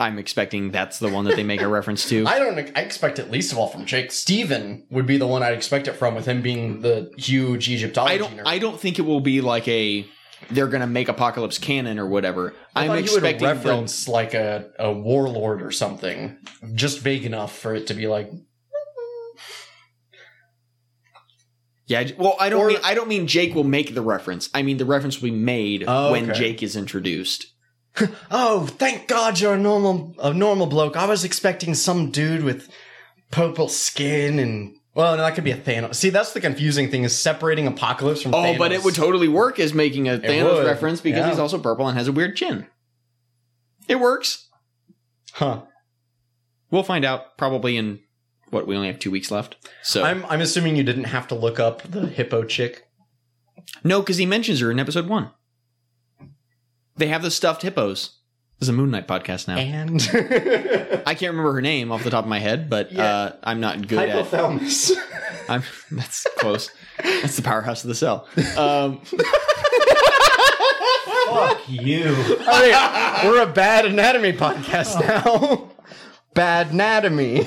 Speaker 2: I'm expecting that's the one that they make a reference to.
Speaker 3: I don't. I expect it least of all from Jake. Steven would be the one I'd expect it from, with him being the huge Egyptology.
Speaker 2: I don't.
Speaker 3: nerd.
Speaker 2: I don't think it will be like a they're gonna make apocalypse canon or whatever.
Speaker 3: I
Speaker 2: I'm
Speaker 3: thought he would
Speaker 2: expecting they'll-
Speaker 3: reference like a, a warlord or something, just vague enough for it to be like.
Speaker 2: Yeah. I j- Well, I don't
Speaker 3: Or-
Speaker 2: mean I don't mean Jake will make the reference. I mean the reference will be made
Speaker 3: Oh,
Speaker 2: when
Speaker 3: okay.
Speaker 2: Jake is introduced.
Speaker 3: Oh, thank God you're a normal a normal bloke. I was expecting some dude with purple skin and well, no, that could be a Thanos. See, that's the confusing thing is separating Apocalypse from.
Speaker 2: Oh, but it would
Speaker 3: Thanos.
Speaker 2: totally work as making a Thanos
Speaker 3: would,
Speaker 2: reference because
Speaker 3: yeah.
Speaker 2: he's also purple and has a weird chin. It works.
Speaker 3: Huh.
Speaker 2: We'll find out probably in what we only have two weeks left. So
Speaker 3: I'm I'm assuming you didn't have to look up the hippo chick.
Speaker 2: no, because he mentions her in episode one. They have the stuffed hippos. This is a Moon Knight podcast now.
Speaker 3: And
Speaker 2: I can't remember her name off the top of my head, but
Speaker 3: Yeah.
Speaker 2: uh, I'm not good at.
Speaker 3: hypothalamus.
Speaker 2: I'm that's close. that's the powerhouse of the cell. Um,
Speaker 4: Fuck you.
Speaker 3: Oh, wait, we're a bad anatomy podcast
Speaker 2: Oh.
Speaker 3: now. bad anatomy.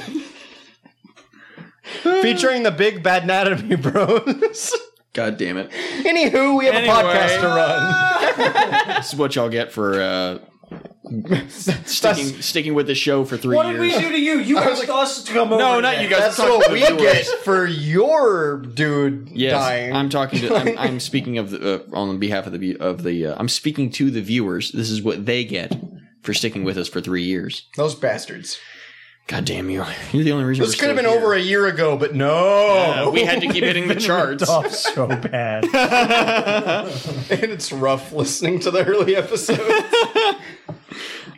Speaker 3: Featuring the big bad anatomy bros.
Speaker 2: God damn it!
Speaker 3: Anywho, we have
Speaker 2: Anyway.
Speaker 3: a podcast to run.
Speaker 2: This is what y'all get for uh, sticking sticking with the show for three
Speaker 4: What did
Speaker 2: years.
Speaker 4: we do to you? You asked us to come over.
Speaker 2: No, not
Speaker 4: here.
Speaker 2: you guys.
Speaker 3: That's
Speaker 2: I'm talking
Speaker 3: what
Speaker 2: to
Speaker 3: we
Speaker 2: the viewers.
Speaker 3: get for your dude
Speaker 2: Yes,
Speaker 3: dying.
Speaker 2: I'm talking to. I'm, I'm speaking of the uh, on behalf of the view- of the. Uh, I'm speaking to the viewers. This is what they get for sticking with us for three years.
Speaker 3: Those bastards.
Speaker 2: God damn you! You're the only reason.
Speaker 3: This could have been over a year ago, but no.
Speaker 2: we had to keep hitting the charts.
Speaker 4: Off so bad.
Speaker 3: and it's rough listening to the early episodes.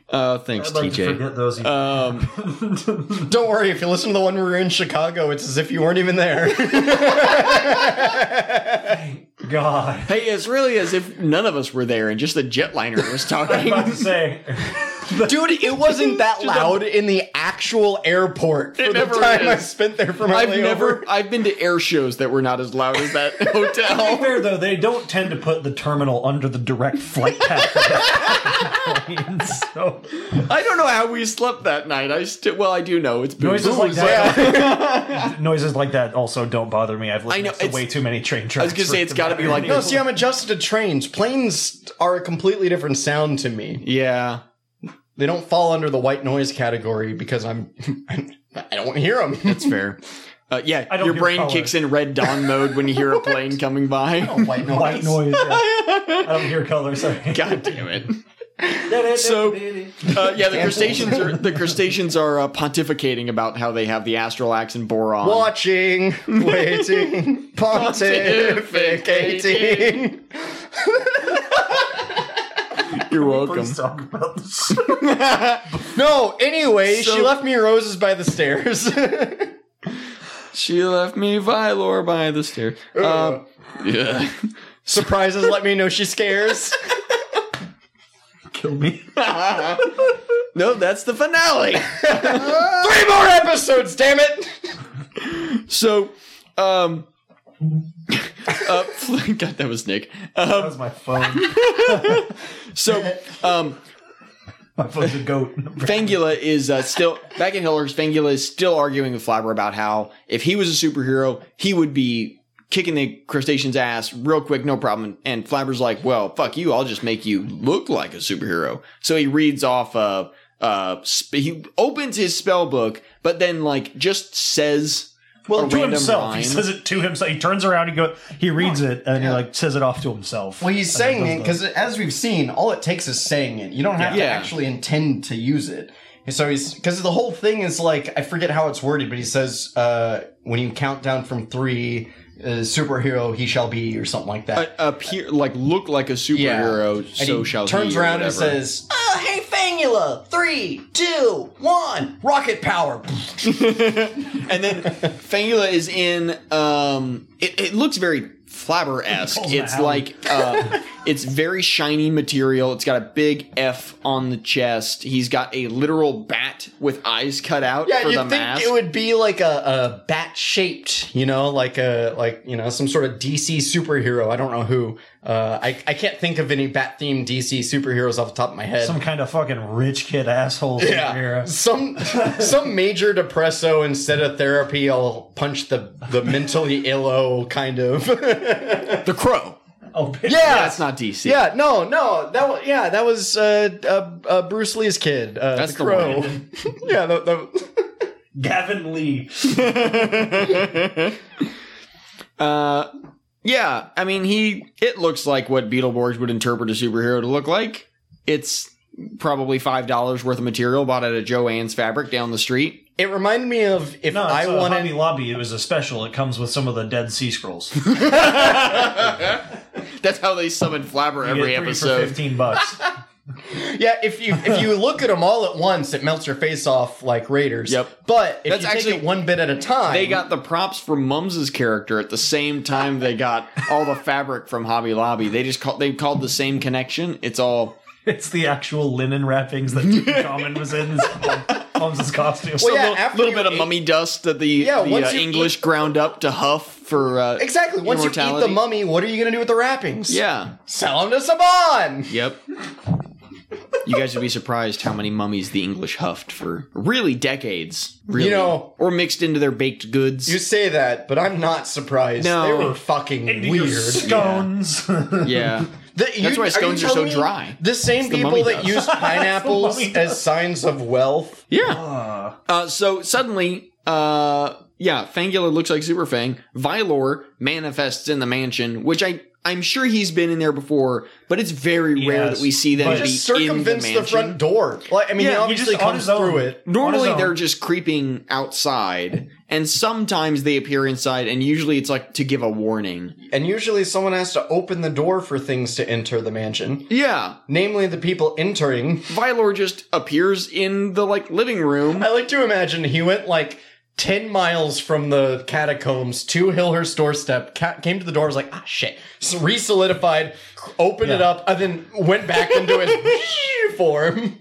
Speaker 2: Uh, thanks,
Speaker 4: I'd like to
Speaker 2: TJ.
Speaker 4: forget those.
Speaker 2: Um,
Speaker 3: Don't worry, if you listen to the one we were in Chicago, it's as if you weren't even there.
Speaker 4: God.
Speaker 2: hey, it's really as if none of us were there and just the jetliner was
Speaker 4: I'm
Speaker 2: talking.
Speaker 4: about to say.
Speaker 3: Dude, it wasn't that loud in the actual airport for
Speaker 2: It
Speaker 3: the
Speaker 2: never
Speaker 3: time I
Speaker 2: is.
Speaker 3: spent there for my
Speaker 2: I've
Speaker 3: layover.
Speaker 2: never. I've been to air shows that were not as loud as that
Speaker 4: To
Speaker 2: hotel.
Speaker 4: be fair though, they don't tend to put the terminal under the direct flight path. of the plane, so
Speaker 2: I don't know how we slept that night. I still. Well, I do know it's booze.
Speaker 4: noises like
Speaker 2: Booze.
Speaker 4: that. Noises like that also don't bother me. I've
Speaker 2: I
Speaker 4: listened
Speaker 2: know,
Speaker 4: to
Speaker 2: it's-
Speaker 4: way too many train
Speaker 2: I
Speaker 4: tracks.
Speaker 2: was gonna
Speaker 4: for
Speaker 2: say
Speaker 4: it
Speaker 2: it's got to be
Speaker 4: matter.
Speaker 2: like
Speaker 3: No, see, I'm adjusted to trains. Planes are a completely different sound to me.
Speaker 2: Yeah.
Speaker 3: They don't fall under the white noise category because I'm, I'm I don't hear them.
Speaker 2: It's fair. Uh, yeah,
Speaker 4: I don't
Speaker 2: your
Speaker 4: hear
Speaker 2: brain
Speaker 4: color.
Speaker 2: kicks in red dawn mode when you hear a plane coming by.
Speaker 3: White noise.
Speaker 4: white noise. yeah. I don't hear color. Sorry.
Speaker 2: God damn it! So, uh, yeah, the crustaceans are the crustaceans are uh, pontificating about how they have the astral axe and boron.
Speaker 3: Watching, waiting, pontificating.
Speaker 2: You're welcome.
Speaker 4: Please talk about this.
Speaker 3: No, anyway, she
Speaker 2: So-
Speaker 3: left me roses by the stairs.
Speaker 2: She left me Vylor by the stair. Um, yeah.
Speaker 3: Surprises let me know she scares.
Speaker 4: Kill me.
Speaker 2: no, that's the finale.
Speaker 3: Three more episodes, damn it!
Speaker 2: So, um, uh, God, that was Nick.
Speaker 4: That was my phone.
Speaker 2: So, um,
Speaker 4: My phone's a goat.
Speaker 2: Fangula is uh, still back in Hillers. Fangula is still arguing with Flabber about how if he was a superhero, he would be kicking the crustacean's ass real quick, no problem. And Flabber's like, "Well, fuck you! I'll just make you look like a superhero." So he reads off uh, uh, sp- he opens his spell book, but then like just says,
Speaker 4: Well,
Speaker 2: a
Speaker 4: to
Speaker 2: random
Speaker 4: himself.
Speaker 2: line.
Speaker 4: He says it to himself. He turns around. He go. He reads it and he like says it off to himself.
Speaker 3: Well, he's
Speaker 4: And
Speaker 3: saying
Speaker 4: goes
Speaker 3: it
Speaker 4: like-
Speaker 3: because, as we've seen, all it takes is saying it. You don't have to
Speaker 2: Yeah.
Speaker 3: actually intend to use it. And So he's because the whole thing is like I forget how it's worded, but he says uh, when you count down from three, uh, superhero he shall be, or something like that.
Speaker 2: "A- "Appear like look like a superhero,
Speaker 3: And
Speaker 2: Uh, so
Speaker 3: he
Speaker 2: shall he."
Speaker 3: turns
Speaker 2: or
Speaker 3: around and
Speaker 2: whatever.
Speaker 3: says, "Oh, hey, Fangula, three, two, one, rocket power."
Speaker 2: And then Fangula is in. Um, it, it looks very flabber esque.
Speaker 4: Pulls
Speaker 2: It's
Speaker 4: my alley.
Speaker 2: like uh, it's very shiny material. It's got a big F on the chest. He's got a literal bat with eyes cut out
Speaker 3: Yeah,
Speaker 2: for
Speaker 3: you
Speaker 2: the
Speaker 3: think
Speaker 2: mask.
Speaker 3: it would be like a, a bat shaped, you know, like a like you know some sort of DC superhero. I don't know who. Uh, I I can't think of any bat themed DC superheroes off the top of my head.
Speaker 4: some kind of fucking rich kid asshole
Speaker 3: yeah,
Speaker 4: superhero.
Speaker 3: some some major depresso instead of therapy. I'll punch the the mentally illo kind of.
Speaker 2: the crow.
Speaker 4: Oh, bitch.
Speaker 2: That's not DC.
Speaker 3: Yeah, no, no, that was yeah, that was uh, uh, uh Bruce Lee's kid. Uh,
Speaker 2: That's
Speaker 3: the
Speaker 2: the
Speaker 3: crow. yeah, the, the,
Speaker 4: Gavin Lee.
Speaker 2: Uh, yeah. I mean, he. It looks like what Beetleborgs would interpret a superhero to look like. It's probably five dollars worth of material bought at a Joann's fabric down the street.
Speaker 3: it reminded me of if
Speaker 4: No,
Speaker 3: I
Speaker 4: I
Speaker 3: wanted.
Speaker 4: Hobby Lobby. It was a special. It comes with some of the Dead Sea Scrolls.
Speaker 2: That's how they summon Flabber
Speaker 4: You
Speaker 2: every
Speaker 4: get three for
Speaker 2: episode.
Speaker 4: fifteen bucks.
Speaker 3: Yeah, if you if you look at them all at once, it melts your face off like Raiders.
Speaker 2: Yep.
Speaker 3: But if
Speaker 2: That's
Speaker 3: you
Speaker 2: actually-
Speaker 3: take it one bit at a time,
Speaker 2: They got the props from Mums' character at the same time they got all the fabric from Hobby Lobby. They just called they called the same connection. It's all
Speaker 4: it's the actual linen wrappings that Tutankhamun was in. His, Holmes' costume.
Speaker 3: Well,
Speaker 2: a
Speaker 3: yeah,
Speaker 2: little,
Speaker 3: after
Speaker 2: little
Speaker 3: you
Speaker 2: bit of
Speaker 3: eat-
Speaker 2: mummy dust that the,
Speaker 3: Yeah,
Speaker 2: the
Speaker 3: once
Speaker 2: uh,
Speaker 3: you
Speaker 2: English ground up to huff for uh,
Speaker 3: exactly. Once you eat the
Speaker 2: immortality.
Speaker 3: mummy, what are you going to do with the wrappings?
Speaker 2: Yeah.
Speaker 3: sell them to Saban.
Speaker 2: Yep. You guys would be surprised how many mummies the English huffed for really decades. Really.
Speaker 3: know-
Speaker 2: or mixed into their baked goods.
Speaker 3: You say that, but I'm not surprised.
Speaker 2: No.
Speaker 3: They were fucking
Speaker 4: Into your
Speaker 3: weird.
Speaker 4: Scones. Uh,
Speaker 2: yeah.
Speaker 3: The- you-
Speaker 2: why
Speaker 3: you
Speaker 2: scones are so
Speaker 3: telling me
Speaker 2: dry.
Speaker 3: The same
Speaker 2: the
Speaker 3: people
Speaker 2: mummy
Speaker 3: that
Speaker 2: dust.
Speaker 3: use pineapples
Speaker 4: mummy
Speaker 3: as signs of wealth.
Speaker 2: Yeah.
Speaker 4: Uh,
Speaker 2: Uh, so suddenly, uh, yeah, Fangula looks like Super Fang. Vylor manifests in the mansion, which I I'm sure he's been in there before, but it's very rare
Speaker 4: Yes,
Speaker 2: that we see them
Speaker 4: but-
Speaker 2: be
Speaker 3: Just
Speaker 2: in the
Speaker 3: circumvents the,
Speaker 2: mansion.
Speaker 3: front door. Like, I mean,
Speaker 2: Yeah,
Speaker 3: he
Speaker 2: he
Speaker 3: obviously
Speaker 4: just on
Speaker 3: comes
Speaker 4: his own.
Speaker 3: through it.
Speaker 2: Normally
Speaker 4: On his own.
Speaker 2: they're just creeping outside, and sometimes they appear inside, and usually it's like to give a warning.
Speaker 3: And usually someone has to open the door for things to enter the mansion.
Speaker 2: Yeah,
Speaker 3: Namely, the people entering.
Speaker 2: Vylor just appears in the like living room.
Speaker 3: I like to imagine he went like 10 miles from the catacombs to Hillhurst doorstep, ca- came to the door, was like, ah, shit. So re solidified, opened it
Speaker 4: Yeah.
Speaker 3: up, and then went back into his form.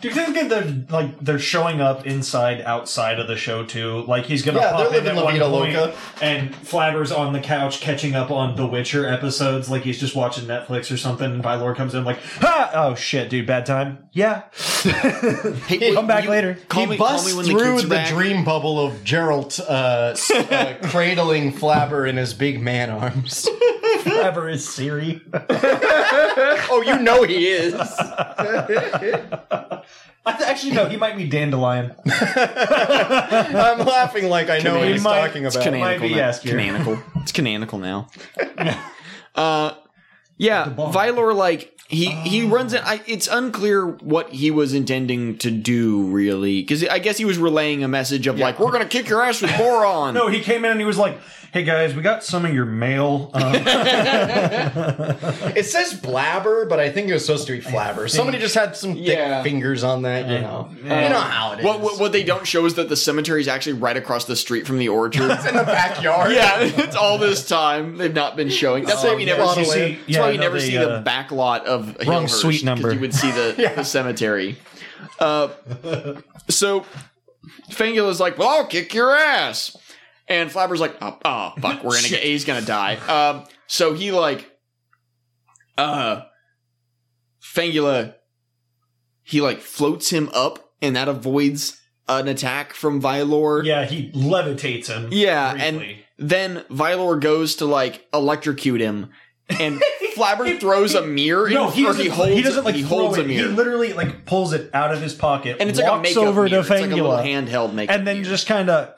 Speaker 4: do you think that they're like they're showing up inside, outside of the show too? Like he's gonna
Speaker 3: Yeah,
Speaker 4: pop
Speaker 3: they're
Speaker 4: in at
Speaker 3: living La
Speaker 4: one
Speaker 3: Vida
Speaker 4: point,
Speaker 3: Loca.
Speaker 4: and Flabber's on the couch catching up on The Witcher episodes, like he's just watching Netflix or something. And Bylor comes in like, ah, oh shit, dude, bad time. Yeah,
Speaker 2: Hey,
Speaker 4: come back
Speaker 2: you-
Speaker 4: later.
Speaker 2: Call
Speaker 3: he
Speaker 2: me, call
Speaker 3: busts
Speaker 2: me when the
Speaker 3: through
Speaker 2: kids
Speaker 3: the,
Speaker 2: are back.
Speaker 3: dream bubble of Geralt uh, s- uh, cradling Flabber in his big man arms.
Speaker 4: Flabber is Siri.
Speaker 3: oh, you know he is.
Speaker 4: I th- actually no, he might be Dandelion.
Speaker 3: I'm laughing like I know what
Speaker 2: He
Speaker 3: he's
Speaker 4: might-
Speaker 3: talking
Speaker 2: It's
Speaker 3: about.
Speaker 2: canonical.
Speaker 4: be
Speaker 2: now.
Speaker 4: Askir.
Speaker 2: canonical. It's canonical now. uh, yeah,
Speaker 4: bomb.
Speaker 2: Vylor like he he runs in. I, it's unclear what he was intending to do really, because I guess he was relaying a message of like we're gonna kick your ass with boron.
Speaker 4: No, he came in and he was like, "Hey guys, we got some of your mail." Um,
Speaker 3: It says blabber, but I think it was supposed to be flabber. Somebody just had some thick
Speaker 2: Yeah.
Speaker 3: fingers on that, you know. you know how it is.
Speaker 2: What, what what they don't show is that the cemetery is actually right across the street from the orchard.
Speaker 3: in the backyard.
Speaker 2: yeah, it's all this time they've not been showing. That's why we never
Speaker 3: yeah.
Speaker 2: see.
Speaker 3: Bottle
Speaker 4: in.
Speaker 2: That's
Speaker 4: Um, Yeah,
Speaker 2: why we
Speaker 4: no,
Speaker 2: never
Speaker 4: they,
Speaker 2: see
Speaker 4: uh,
Speaker 2: the back lot of
Speaker 4: wrong
Speaker 2: Hillhurst,
Speaker 4: suite
Speaker 2: 'cause
Speaker 4: number.
Speaker 2: You would see the, the cemetery. Uh, so Fangula's like, "Well, I'll kick your ass," and Flabber's like, "Oh, oh, fuck, we're gonna get. He's gonna die." Um, so he like, uh, Fangula he like floats him up, and that avoids an attack from Vylor.
Speaker 4: Yeah, he levitates him.
Speaker 2: Yeah, and
Speaker 4: briefly.
Speaker 2: then Vylor goes to like electrocute him, and Flabber throws a mirror. in-
Speaker 4: no, he
Speaker 2: or
Speaker 4: doesn't.
Speaker 2: holds,
Speaker 4: he doesn't like
Speaker 2: he
Speaker 4: throw
Speaker 2: holds
Speaker 4: it.
Speaker 2: a mirror,
Speaker 4: He literally like pulls it out of his pocket
Speaker 2: and it's like a
Speaker 4: walks
Speaker 2: makeup
Speaker 4: over
Speaker 2: mirror.
Speaker 4: to
Speaker 2: it's like a little
Speaker 4: Fangula
Speaker 2: handheld makeup,
Speaker 4: and then
Speaker 2: mirror.
Speaker 4: just kind of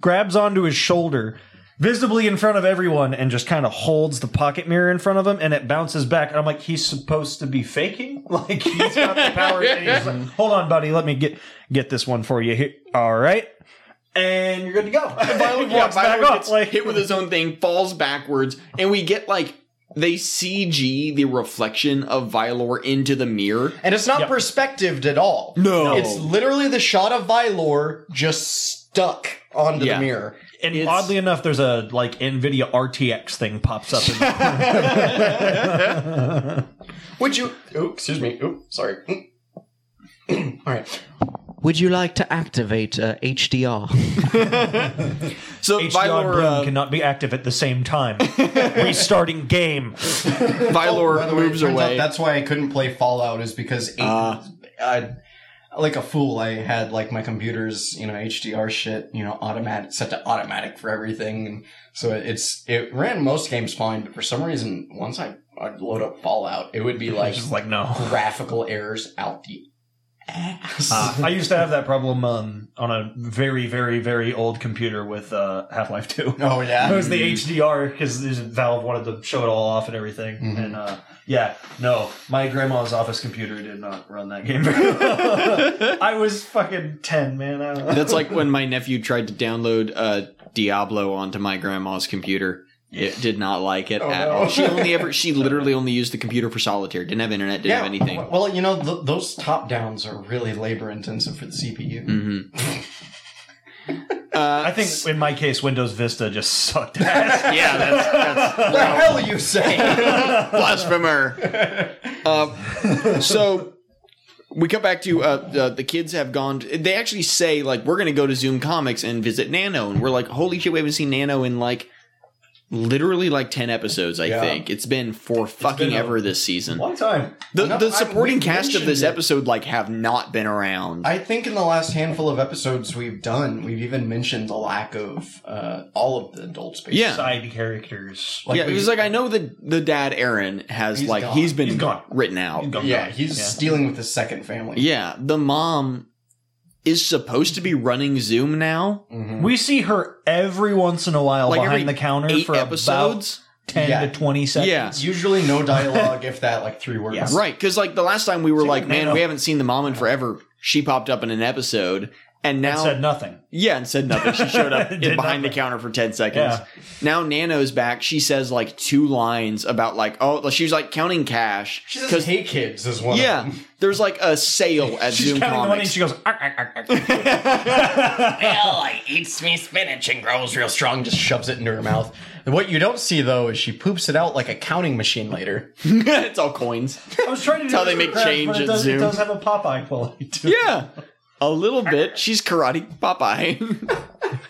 Speaker 4: grabs onto his shoulder visibly in front of everyone and just kind of holds the pocket mirror in front of him and it bounces back and i'm like he's supposed to be faking like he's got the power and he's like, hold on buddy let me get get this one for you here all right and you're good to go
Speaker 2: Violet
Speaker 4: He walks
Speaker 2: walks
Speaker 4: back up,
Speaker 2: gets
Speaker 4: like-
Speaker 2: hit with his own thing, falls backwards, and we get like they CG the reflection of Vylor into the mirror.
Speaker 3: And it's not
Speaker 4: Yep.
Speaker 3: perspectived at all.
Speaker 2: No.
Speaker 3: It's literally the shot of Vylor just stuck onto
Speaker 2: Yeah.
Speaker 3: the mirror.
Speaker 4: and
Speaker 2: it's-
Speaker 4: oddly enough there's a like nvidia rtx thing pops up in the
Speaker 3: Would you? Ooh, excuse me. Ooh, sorry. all right. Would you like to activate uh, HDR?
Speaker 2: So
Speaker 4: HDR
Speaker 2: Vylor,
Speaker 4: Bloom
Speaker 2: uh,
Speaker 4: cannot be active at the same time. Restarting game. Oh,
Speaker 2: Vylor moves away.
Speaker 3: that's why I couldn't play Fallout is because it-
Speaker 2: Ah.
Speaker 3: I, like a fool, I had like my computer's you know HDR shit you know automatic set to automatic for everything, and so it's it ran most games fine, but for some reason once I I'd load up Fallout, it would be like
Speaker 4: Just like no.
Speaker 3: graphical errors out the ass.
Speaker 4: Uh, I used to have that problem um, on a very, very, very old computer with uh, Half Life 2.
Speaker 3: oh yeah.
Speaker 4: It was the HDR because Valve wanted to show it all off and everything.
Speaker 2: Mm-hmm.
Speaker 3: Mhm.
Speaker 4: And uh, yeah, no, my grandma's office computer did not run that game very well. I was fucking 10, man. I don't know.
Speaker 2: That's like when my nephew tried to download uh, Diablo onto my grandma's computer. It did not like it
Speaker 3: Oh,
Speaker 2: at
Speaker 3: no.
Speaker 2: all. She only ever, she literally only used the computer for solitaire. Didn't have internet. Didn't have anything.
Speaker 3: Well, you know, th- those top downs are really labor intensive for the CPU.
Speaker 2: hmm Uh,
Speaker 4: I think in my case, Windows Vista just sucked ass.
Speaker 2: yeah, that's, that's
Speaker 3: What the hell are you saying?
Speaker 2: blasphemer. Uh, so we come back to uh, uh, the kids have gone. They actually say like we're going to go to Zoom Comics and visit Nano, and we're like, holy shit, we haven't seen Nano in like literally like ten episodes. I
Speaker 3: Yeah.
Speaker 2: think it's been for fucking
Speaker 4: been a-
Speaker 2: ever this season.
Speaker 4: Long time.
Speaker 2: The,
Speaker 3: No,
Speaker 2: the
Speaker 3: I-
Speaker 2: supporting
Speaker 3: we
Speaker 2: cast of this
Speaker 3: mentioned it.
Speaker 2: episode like have not been around.
Speaker 3: I think in the last handful of episodes we've done, we've even mentioned the lack of uh, all of the adult space.
Speaker 2: Yeah.
Speaker 4: Side characters.
Speaker 3: Like
Speaker 2: yeah, it
Speaker 3: we-
Speaker 2: was like I know the the dad Aaron has
Speaker 3: He's
Speaker 2: like
Speaker 3: gone.
Speaker 2: he's been
Speaker 4: He's gone.
Speaker 2: written out.
Speaker 3: yeah, he's
Speaker 4: Yeah.
Speaker 3: dealing with his second family.
Speaker 2: Yeah, the mom is supposed to be running Zoom now.
Speaker 3: Mhm.
Speaker 4: We see her every once in a while
Speaker 2: Like
Speaker 4: behind
Speaker 2: every
Speaker 4: the counter
Speaker 2: eight
Speaker 4: for
Speaker 2: episodes.
Speaker 4: about ten
Speaker 3: Yeah.
Speaker 4: to twenty seconds.
Speaker 2: Yeah.
Speaker 3: Usually no dialogue, if that, like three words.
Speaker 4: Yeah.
Speaker 2: Right, because like the last time we were
Speaker 4: It's like
Speaker 2: like,
Speaker 4: a
Speaker 2: man,
Speaker 4: nano.
Speaker 2: we haven't seen the mom in forever. She popped up in an episode, and now
Speaker 4: said nothing.
Speaker 2: yeah, and said nothing. She showed up
Speaker 4: Did
Speaker 2: in- behind the
Speaker 4: nothing.
Speaker 2: counter for ten seconds.
Speaker 4: Yeah.
Speaker 2: Now Nano's back. She says like two lines about like oh, she was like counting cash
Speaker 3: She says, "Hey kids," is one. Of
Speaker 2: yeah,
Speaker 3: them.
Speaker 2: there's like a sale at
Speaker 4: She's
Speaker 2: Zoom
Speaker 4: counting the money and
Speaker 2: Comics.
Speaker 4: she goes, "Ark, ark, ark, ark."
Speaker 3: Well, I eats me spinach and grows real strong. Just shoves it into her mouth. And what you don't see though is she poops it out like a counting machine later.
Speaker 2: it's all coins.
Speaker 4: I was trying to do
Speaker 2: how
Speaker 4: this
Speaker 2: they
Speaker 4: for
Speaker 2: make
Speaker 4: Crash,
Speaker 2: change
Speaker 4: but it
Speaker 2: at
Speaker 4: does,
Speaker 2: Zoom.
Speaker 4: It does have a Popeye quality to it.
Speaker 2: Yeah, a little bit. She's karate Popeye.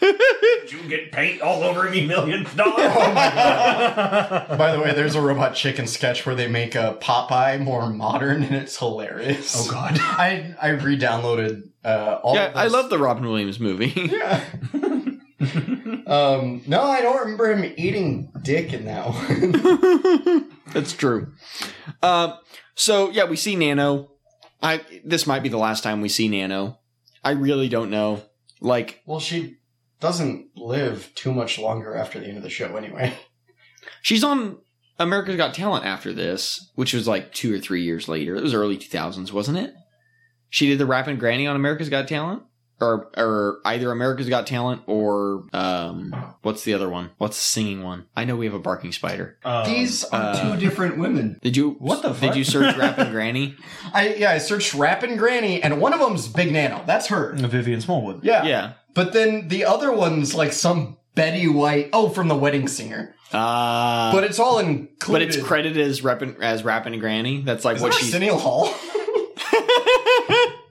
Speaker 4: Did you get paint all over me million dollars?
Speaker 3: By the way, there's a robot chicken sketch where they make a Popeye more modern, and it's hilarious.
Speaker 4: oh god.
Speaker 3: I I re-downloaded uh, all.
Speaker 2: yeah,
Speaker 3: of those.
Speaker 2: I love the Robin Williams movie.
Speaker 3: Yeah. um, no, I don't remember him eating dick in that one.
Speaker 2: That's true. Uh, so yeah, we see Nano. I this might be the last time we see Nano. I really don't know. Like,
Speaker 3: well, she doesn't live too much longer after the end of the show, anyway.
Speaker 2: she's on America's Got Talent after this, which was like two or three years later. It was early two thousands, wasn't it? She did the rapping granny on America's Got Talent, or or either America's Got Talent or um, what's the other one? What's the singing one? I know we have a barking spider.
Speaker 4: Um,
Speaker 3: These are
Speaker 2: uh,
Speaker 3: two different women.
Speaker 2: Did you
Speaker 4: What the
Speaker 2: Did
Speaker 4: fuck?
Speaker 2: you search rapping granny?
Speaker 3: I yeah, I searched Rap and Granny, and one of them's Big Nano. That's her.
Speaker 4: Vivian Smallwood.
Speaker 3: Yeah.
Speaker 2: Yeah.
Speaker 3: But then the other one's like some Betty White. Oh, from The Wedding Singer.
Speaker 2: Uh,
Speaker 3: but it's all included.
Speaker 2: But it's credited as rapping as rapping granny. That's like
Speaker 3: Is
Speaker 2: what
Speaker 3: that
Speaker 2: she's.
Speaker 3: Arsenio Hall?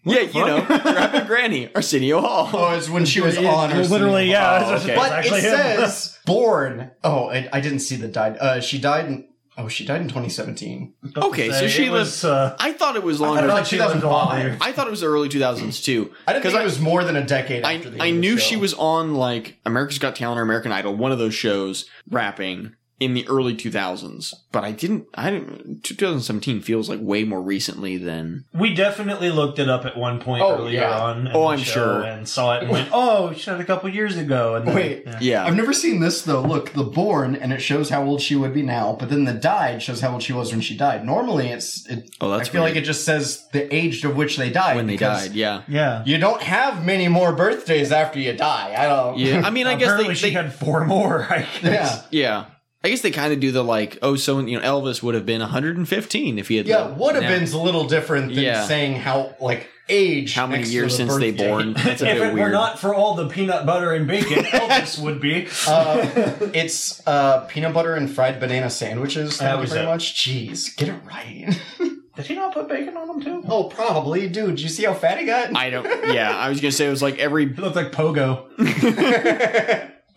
Speaker 2: yeah, you know, rapping granny, Arsenio Hall.
Speaker 3: oh, it's when she was on. Arsenio
Speaker 4: Literally,
Speaker 3: Hall.
Speaker 4: yeah.
Speaker 2: Oh, okay.
Speaker 4: It's
Speaker 3: But
Speaker 4: actually
Speaker 3: it
Speaker 4: him.
Speaker 3: says born. Oh, I, I didn't see the died. Uh, she died in Oh, she died in 2017.
Speaker 2: Okay, so
Speaker 4: It
Speaker 2: she
Speaker 4: was. Uh,
Speaker 2: I thought it was
Speaker 3: I
Speaker 2: longer.
Speaker 3: don't
Speaker 4: I
Speaker 3: know.
Speaker 4: thought she lived a lot
Speaker 3: 2005.
Speaker 4: later.
Speaker 2: I thought it was the early 2000s too.
Speaker 3: I didn't
Speaker 2: 'Cause
Speaker 3: think it was more than a decade
Speaker 2: I,
Speaker 3: after the
Speaker 2: I
Speaker 3: end of the
Speaker 2: knew
Speaker 3: show.
Speaker 2: she was on like America's Got Talent or American Idol, one of those shows, rapping in the early 2000s. But I didn't. I didn't. 2017 feels like way more recently than.
Speaker 4: We definitely looked it up at one point
Speaker 3: Oh,
Speaker 4: earlier
Speaker 3: yeah.
Speaker 4: on. in
Speaker 2: Oh,
Speaker 4: the
Speaker 2: I'm
Speaker 4: show
Speaker 2: sure.
Speaker 4: And saw it and went, oh, she died a couple years ago. And then-
Speaker 3: Wait.
Speaker 4: yeah.
Speaker 2: Yeah.
Speaker 3: I've never seen this though. Look, the born and it shows how old she would be now, but then the died shows how old she was when she died. Normally, it's it,
Speaker 2: Oh,
Speaker 3: I
Speaker 2: that's
Speaker 3: feel
Speaker 2: weird.
Speaker 3: like it just says the age of which they died
Speaker 2: when they
Speaker 3: because
Speaker 2: died. Yeah.
Speaker 4: Yeah.
Speaker 3: You don't have many more birthdays after you die. I don't.
Speaker 2: Yeah. I mean, I guess
Speaker 4: Apparently
Speaker 2: they.
Speaker 4: she
Speaker 2: they
Speaker 4: had four more. I guess.
Speaker 3: Yeah.
Speaker 2: yeah. I guess they kind of do the like, oh, so you know, Elvis would have been 115 if he had.
Speaker 3: Yeah,
Speaker 2: lived
Speaker 3: would have
Speaker 2: now.
Speaker 3: been's a little different than
Speaker 2: Yeah.
Speaker 3: saying how like age.
Speaker 2: How many
Speaker 3: next to
Speaker 2: years
Speaker 3: the
Speaker 2: since they
Speaker 3: birthday.
Speaker 2: born? That's a bit
Speaker 4: if it were
Speaker 2: weird.
Speaker 4: not for all the peanut butter and bacon, Elvis would be.
Speaker 3: Uh, it's uh, peanut butter and fried banana sandwiches.
Speaker 4: That
Speaker 3: Thank you
Speaker 4: was
Speaker 3: very
Speaker 4: it.
Speaker 3: much. Jeez, get it right.
Speaker 4: Did he not put bacon on him too?
Speaker 3: oh, probably, dude. You see how fat he got?
Speaker 2: I don't. Yeah, I was gonna say it was like every.
Speaker 4: He looked like Pogo.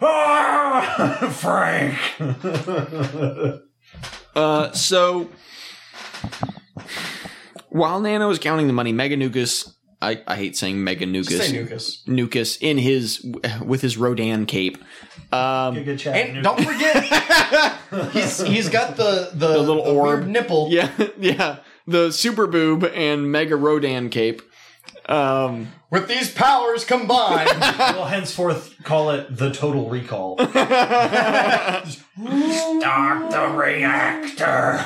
Speaker 4: ah, Frank.
Speaker 2: Uh, so while Nano is counting the money, Meganucas. I, I hate saying Meganucas.
Speaker 3: Say Nukas.
Speaker 2: Nukas in his with his Rodan cape. Um,
Speaker 4: Good chat.
Speaker 3: And don't forget, he's he's got the the,
Speaker 2: little
Speaker 3: the weird
Speaker 2: orb.
Speaker 3: nipple.
Speaker 2: yeah, yeah, the super boob and Mega Rodan cape. Um,
Speaker 3: With these powers combined,
Speaker 4: we'll henceforth call it the total recall. Start the reactor.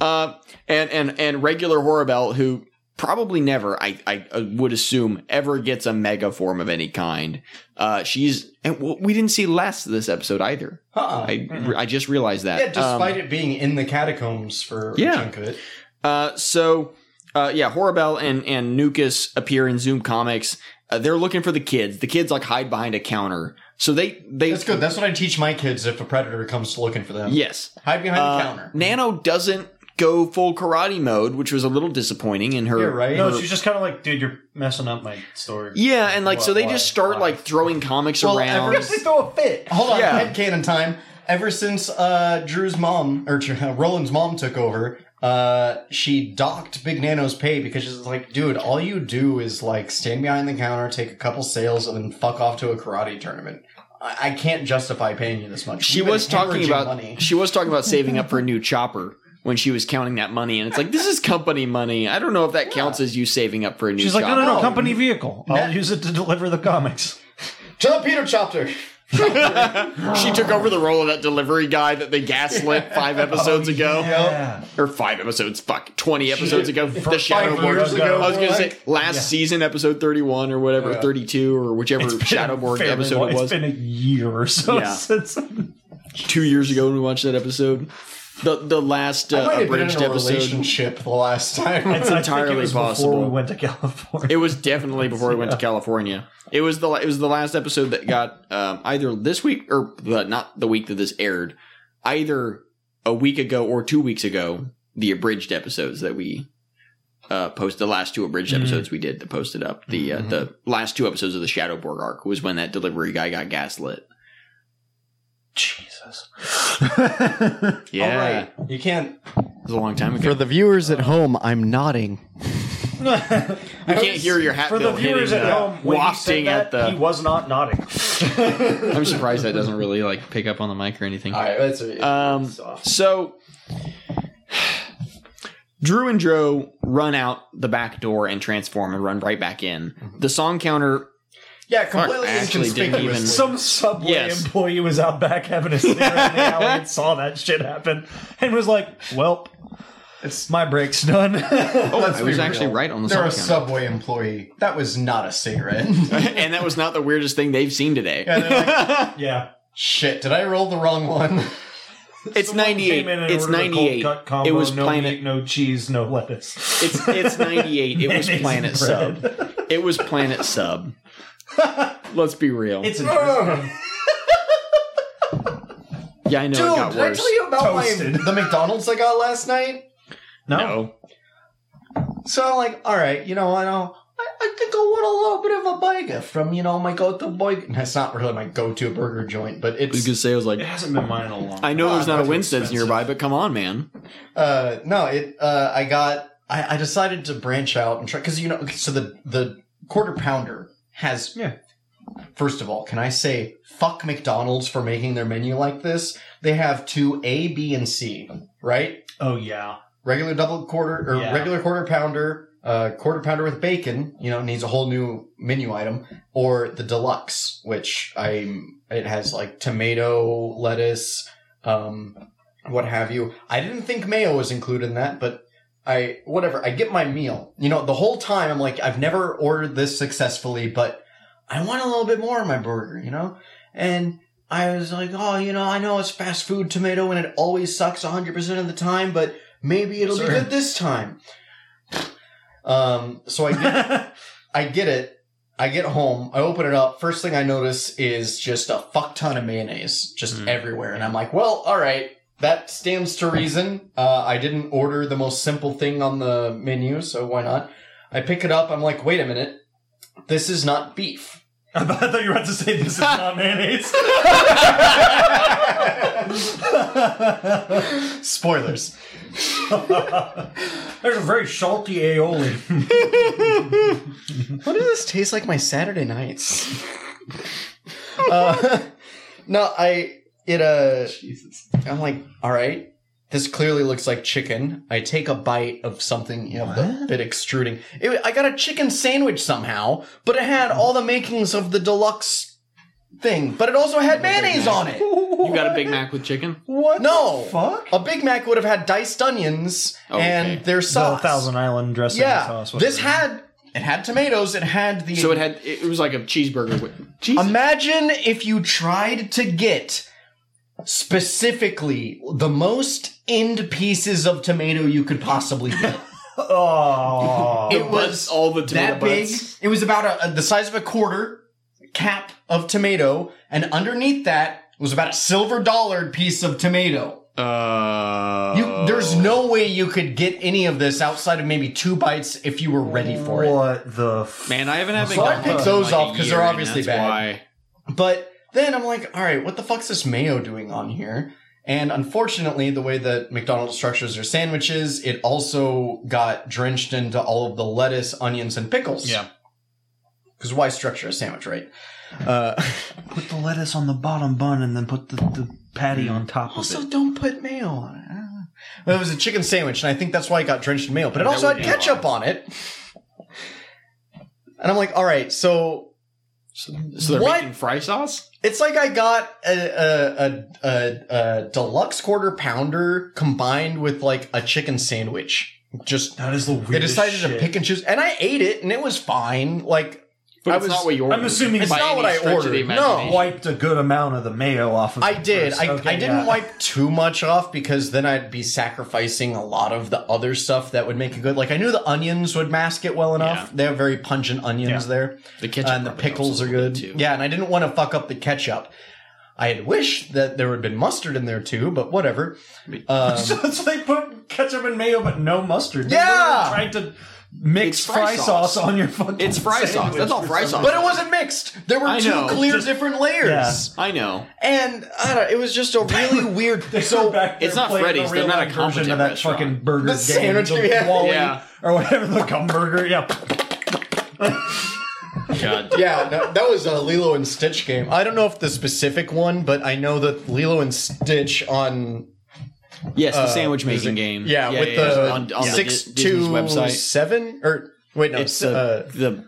Speaker 2: uh, and and and regular Horabel who probably never I I uh, would assume ever gets a mega form of any kind. Uh, she's and w- we didn't see less this episode either.
Speaker 3: uh-uh.
Speaker 2: I I just realized that.
Speaker 3: yeah. Despite
Speaker 2: Um,
Speaker 3: it being in the catacombs for
Speaker 2: Yeah.
Speaker 3: a chunk of it,
Speaker 2: Uh, so, uh, yeah, Horabel and, and Nukas appear in Zoom Comics. Uh, they're looking for the kids. The kids like hide behind a counter. So they, they,
Speaker 3: that's good. That's what I teach my kids if a predator comes looking for them.
Speaker 2: yes.
Speaker 3: Hide behind
Speaker 2: Uh,
Speaker 3: the counter.
Speaker 2: Nano doesn't go full karate mode, which was a little disappointing in her.
Speaker 3: You're right.
Speaker 4: no, she's just kind of like, dude, you're messing up my story.
Speaker 2: Yeah, and like, so
Speaker 4: Why-
Speaker 2: they just start
Speaker 4: why?
Speaker 2: like throwing comics
Speaker 3: Well,
Speaker 2: around.
Speaker 3: ever-
Speaker 4: throw a fit.
Speaker 3: Hold on,
Speaker 2: Yeah.
Speaker 3: headcanon time. Ever since uh, Drew's mom or Dr- Roland's mom took over, uh, she docked Big Nano's pay because she's like, "Dude, all you do is like stand behind the counter, take a couple sales, and then fuck off to a karate tournament." I, I can't justify paying you this much.
Speaker 2: she
Speaker 3: You've been
Speaker 2: was talking
Speaker 3: hemorrhaging
Speaker 2: about,
Speaker 3: money.
Speaker 2: she was talking about saving up for a new chopper when she was counting that money. And it's like, this is company money. I don't know if that counts as you saving up for a new
Speaker 4: She's like,
Speaker 2: chopper.
Speaker 4: no, no, no,
Speaker 3: No.
Speaker 4: company vehicle. I'll use it to deliver the comics.
Speaker 3: to the Peter Chopper.
Speaker 2: She took over the role of that delivery guy that they gaslit five episodes ago.
Speaker 4: Oh, Yeah.
Speaker 2: Or five episodes, fuck, 20 episodes ago. The Shadow
Speaker 3: Five years
Speaker 2: Borg.
Speaker 4: ago,
Speaker 2: I was going to
Speaker 3: like-
Speaker 2: say last season, episode 31 or whatever,
Speaker 3: Yeah.
Speaker 2: 32 or whichever Shadow Borg
Speaker 4: Fairly
Speaker 2: episode
Speaker 4: long.
Speaker 2: it was.
Speaker 4: It's been a year or so
Speaker 2: Yeah.
Speaker 4: since.
Speaker 2: Two years ago when we watched that episode. The, the last
Speaker 3: I
Speaker 2: uh,
Speaker 3: might have been in
Speaker 2: abridged
Speaker 3: a
Speaker 2: episode.
Speaker 3: relationship the last time.
Speaker 4: I think
Speaker 2: entirely
Speaker 4: it was
Speaker 2: possible.
Speaker 4: Before we went to California.
Speaker 2: It was definitely before we went to California. It was the it was the last episode that got um, either this week or the, not the week that this aired, either a week ago or two weeks ago. The abridged episodes that we uh, posted, the last two abridged episodes we did that posted up. The uh, the last two episodes of the Shadow Borg arc was when that delivery guy got gaslit.
Speaker 4: Jesus.
Speaker 2: Yeah,
Speaker 3: All right. You can't.
Speaker 2: it was a long time ago.
Speaker 5: For the viewers at home, I'm nodding.
Speaker 2: I can't hear your hat.
Speaker 4: For the
Speaker 2: bill
Speaker 4: viewers
Speaker 2: hitting
Speaker 4: at
Speaker 2: the-
Speaker 4: home, when he
Speaker 2: wafting
Speaker 4: said that,
Speaker 2: at the.
Speaker 4: he was not nodding.
Speaker 2: I'm surprised that doesn't really like pick up on the mic or anything.
Speaker 3: All right, that's a,
Speaker 2: Um, so Drew and Joe run out the back door and transform and run right back in. The song counter,
Speaker 3: yeah, completely
Speaker 2: I actually didn't even-
Speaker 3: inconspicuous.
Speaker 4: Some subway
Speaker 2: Yes.
Speaker 4: employee was out back having a cigarette in the alley and saw that shit happen and was like, "Welp, it's my break's done."
Speaker 2: oh,
Speaker 3: Let's
Speaker 2: I was
Speaker 3: be
Speaker 2: actually
Speaker 3: real.
Speaker 2: right on the
Speaker 3: They're
Speaker 2: song
Speaker 3: a
Speaker 2: counter,
Speaker 3: subway employee. That was not a cigarette.
Speaker 2: and that was not the weirdest thing they've seen today.
Speaker 3: And they're like,
Speaker 4: yeah,
Speaker 3: Shit, did I roll the wrong one?
Speaker 2: it's
Speaker 4: Someone
Speaker 2: ninety eight.
Speaker 4: came in and
Speaker 2: It's
Speaker 4: ordered a cold
Speaker 2: ninety eight.
Speaker 4: cut combo,
Speaker 2: It was
Speaker 4: no
Speaker 2: planet.
Speaker 4: meat, no cheese, no lettuce.
Speaker 2: It's it's ninety eight. It was
Speaker 4: Mayonnaise
Speaker 2: planet
Speaker 4: and
Speaker 2: sub.
Speaker 4: bread.
Speaker 2: It was planet sub. Let's be real.
Speaker 4: It's a
Speaker 3: Ugh.
Speaker 2: yeah, I know
Speaker 3: Dude,
Speaker 2: it got
Speaker 3: did I
Speaker 2: worse.
Speaker 3: tell you about my,
Speaker 4: Toasted.
Speaker 3: the McDonald's I got last night?
Speaker 4: no.
Speaker 2: no,
Speaker 3: So I'm like, all right, you know, I know. I- I think I want a little bit of a burger from, you know, my go-to burger. That's not really my go-to burger joint, but
Speaker 2: I was
Speaker 3: it's
Speaker 2: gonna say I was like,
Speaker 4: It hasn't been mine in a long.
Speaker 2: I know there's
Speaker 3: Ah,
Speaker 2: not a
Speaker 3: that's
Speaker 2: Winston's
Speaker 4: expensive.
Speaker 2: nearby, but come on, man.
Speaker 3: uh no, it uh I got I, I decided to branch out and try because you know okay, so the the quarter pounder has
Speaker 4: Yeah.
Speaker 3: First of all, can I say fuck McDonald's for making their menu like this? They have two A, B, and C, right?
Speaker 4: Oh yeah.
Speaker 3: regular double quarter or
Speaker 4: Yeah.
Speaker 3: regular quarter pounder, uh, quarter pounder with bacon, you know, needs a whole new menu item, or the deluxe, which I it has like tomato, lettuce, um, what have you. I didn't think mayo was included in that, but I whatever. I get my meal. You know, the whole time I'm like, I've never ordered this successfully, but I want a little bit more of my burger, you know, and. I was like, oh, you know, I know it's fast food tomato and it always sucks 100% of the time, but maybe it'll
Speaker 4: Sure.
Speaker 3: be good this time. Um, so I get, I get it. I get home. I open it up. First thing I notice is just a fuck ton of mayonnaise just
Speaker 2: Mm.
Speaker 3: everywhere. And I'm like, well, all right. That stands to reason. Uh, I didn't order the most simple thing on the menu, so why not? I pick it up. I'm like, wait a minute. This is not beef.
Speaker 4: I thought you were about to say this is not mayonnaise.
Speaker 3: Spoilers.
Speaker 4: There's a very salty aioli.
Speaker 3: What does this taste like my Saturday nights? uh, no, I it uh
Speaker 4: Jesus.
Speaker 3: I'm like, all right, this clearly looks like chicken. I take a bite of something, you know, the bit extruding. It, I got a chicken sandwich somehow, but it had all the makings of the deluxe thing, but it also had mayonnaise on it.
Speaker 2: You got a Big Mac with chicken?
Speaker 4: What?
Speaker 3: No.
Speaker 4: The fuck.
Speaker 3: A Big Mac would have had diced onions
Speaker 2: Okay.
Speaker 3: and their
Speaker 4: The
Speaker 3: sauce.
Speaker 4: Thousand Island dressing
Speaker 3: yeah,
Speaker 4: sauce.
Speaker 3: this
Speaker 4: whatever.
Speaker 3: had it had tomatoes. It had the
Speaker 2: So it had it was like a cheeseburger with cheese.
Speaker 3: Imagine if you tried to get specifically the most end pieces of tomato you could possibly get.
Speaker 4: Oh.
Speaker 3: it was
Speaker 2: all the tomato
Speaker 3: that big.
Speaker 2: butts.
Speaker 3: It was about a, a- the size of a quarter cap of tomato, and underneath that was about a silver dollar piece of tomato.
Speaker 2: Uh,
Speaker 3: You, There's no way you could get any of this outside of maybe two bites if you were ready for it.
Speaker 4: What the f-
Speaker 2: man. I haven't had
Speaker 3: So I
Speaker 2: McDonald's
Speaker 3: picked
Speaker 2: in
Speaker 3: those
Speaker 2: like a
Speaker 3: off 'cause
Speaker 2: year,
Speaker 3: they're
Speaker 2: and
Speaker 3: obviously
Speaker 2: that's
Speaker 3: bad.
Speaker 2: why.
Speaker 3: But then I'm like, all right, what the fuck's this mayo doing on here? And unfortunately, the way that McDonald's structures their sandwiches, it also got drenched into all of the lettuce, onions, and pickles.
Speaker 2: Yeah.
Speaker 3: Because why structure a sandwich, right? Uh,
Speaker 4: Put the lettuce on the bottom bun and then put the, the patty on top
Speaker 3: also,
Speaker 4: of it.
Speaker 3: don't put mayo on it. I don't know. Well, it was a chicken sandwich, and I think that's why it got drenched in mayo. But it
Speaker 2: That
Speaker 3: also
Speaker 2: would
Speaker 3: had
Speaker 2: be
Speaker 3: ketchup on it. And I'm like, all right, so
Speaker 2: So they're
Speaker 3: What?
Speaker 2: making fry sauce.
Speaker 3: It's like I got a a, a, a a deluxe quarter pounder combined with like a chicken sandwich. Just
Speaker 4: That is the weirdest
Speaker 3: they decided to
Speaker 4: shit.
Speaker 3: pick and choose, and I ate it, and it was fine. Like
Speaker 2: But
Speaker 3: I
Speaker 2: it's
Speaker 3: was-
Speaker 2: not what you ordered.
Speaker 4: assuming it's
Speaker 2: by
Speaker 3: not
Speaker 2: any
Speaker 3: what I
Speaker 2: stretch of the
Speaker 3: ordered. No.
Speaker 2: imagination.
Speaker 4: wiped a good amount of the mayo off of
Speaker 3: I
Speaker 4: it
Speaker 3: did,
Speaker 4: first.
Speaker 3: I
Speaker 4: Okay,
Speaker 3: I didn't
Speaker 4: yeah.
Speaker 3: wipe too much off because then I'd be sacrificing a lot of the other stuff that would make it good. Like I knew the onions would mask it well enough. They have very pungent onions there.
Speaker 2: The ketchup
Speaker 3: and the
Speaker 2: probably helps
Speaker 3: pickles
Speaker 2: a
Speaker 3: are
Speaker 2: little
Speaker 3: good.
Speaker 2: bit, too.
Speaker 3: Yeah, and I didn't want to fuck up the ketchup. I had wished that there had been mustard in there too, but whatever. Um,
Speaker 4: So that's why they put ketchup and mayo, but no mustard. They
Speaker 3: Yeah!
Speaker 4: literally tried to mix
Speaker 2: It's
Speaker 4: fry,
Speaker 2: fry
Speaker 4: sauce.
Speaker 2: sauce.
Speaker 4: on your fucking.
Speaker 2: It's fry sauce.
Speaker 4: sandwich
Speaker 2: That's all
Speaker 4: for
Speaker 2: fry
Speaker 4: some
Speaker 2: sauce.
Speaker 3: but it wasn't mixed. There were
Speaker 2: I
Speaker 3: two
Speaker 2: know.
Speaker 3: clear
Speaker 4: Just-
Speaker 3: different layers,
Speaker 2: I know.
Speaker 3: and I don't, it was just a really weird.
Speaker 4: So
Speaker 3: So
Speaker 4: back there
Speaker 2: It's not
Speaker 4: playing the
Speaker 2: Freddy's. They're
Speaker 4: real
Speaker 2: not a
Speaker 4: life version
Speaker 2: competent
Speaker 4: of that
Speaker 2: restaurant.
Speaker 4: fucking burger
Speaker 3: The
Speaker 4: game,
Speaker 3: sandwich,
Speaker 4: the
Speaker 3: yeah.
Speaker 4: Wally,
Speaker 2: Yeah.
Speaker 4: or whatever the gumburger. Yeah,
Speaker 2: God.
Speaker 3: yeah, no, that was a Lilo and Stitch game. I don't know if the specific one, but I know that Lilo and Stitch on
Speaker 2: Yes, the
Speaker 3: uh,
Speaker 2: sandwich
Speaker 3: is it-
Speaker 2: making game.
Speaker 3: Yeah, with the
Speaker 2: on, on
Speaker 3: six
Speaker 2: the Di-
Speaker 3: two
Speaker 2: Disney's website.
Speaker 3: seven or wait no
Speaker 2: It's
Speaker 3: s-
Speaker 2: uh,
Speaker 3: uh,
Speaker 2: the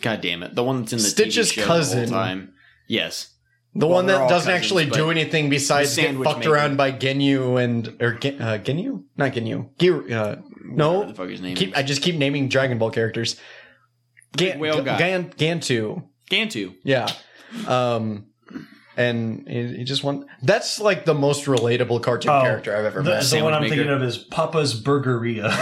Speaker 2: God damn it, the one that's in the
Speaker 3: Stitch's
Speaker 2: TV show
Speaker 3: cousin.
Speaker 2: The whole time. Yes,
Speaker 3: The one
Speaker 2: they're
Speaker 3: that
Speaker 2: all
Speaker 3: doesn't
Speaker 2: cousins,
Speaker 3: actually
Speaker 2: but
Speaker 3: do anything besides
Speaker 2: the
Speaker 3: get
Speaker 2: sandwich
Speaker 3: fucked
Speaker 2: maker.
Speaker 3: around by Genyu and or Gen- uh, Genyu, not Genyu. Gir, uh,
Speaker 2: what the
Speaker 3: no,
Speaker 2: fuck his name?
Speaker 3: keep,
Speaker 2: is.
Speaker 3: I just keep naming Dragon Ball characters. Gan,
Speaker 2: Big whale guy.
Speaker 3: Gan, Gantu,
Speaker 2: Gantu.
Speaker 3: yeah. Um, and he, he just won. That's like the most relatable cartoon
Speaker 4: Oh,
Speaker 3: character I've ever met.
Speaker 4: the, the one
Speaker 2: sandwich
Speaker 4: I'm
Speaker 2: maker.
Speaker 4: thinking of is Papa's Burgeria.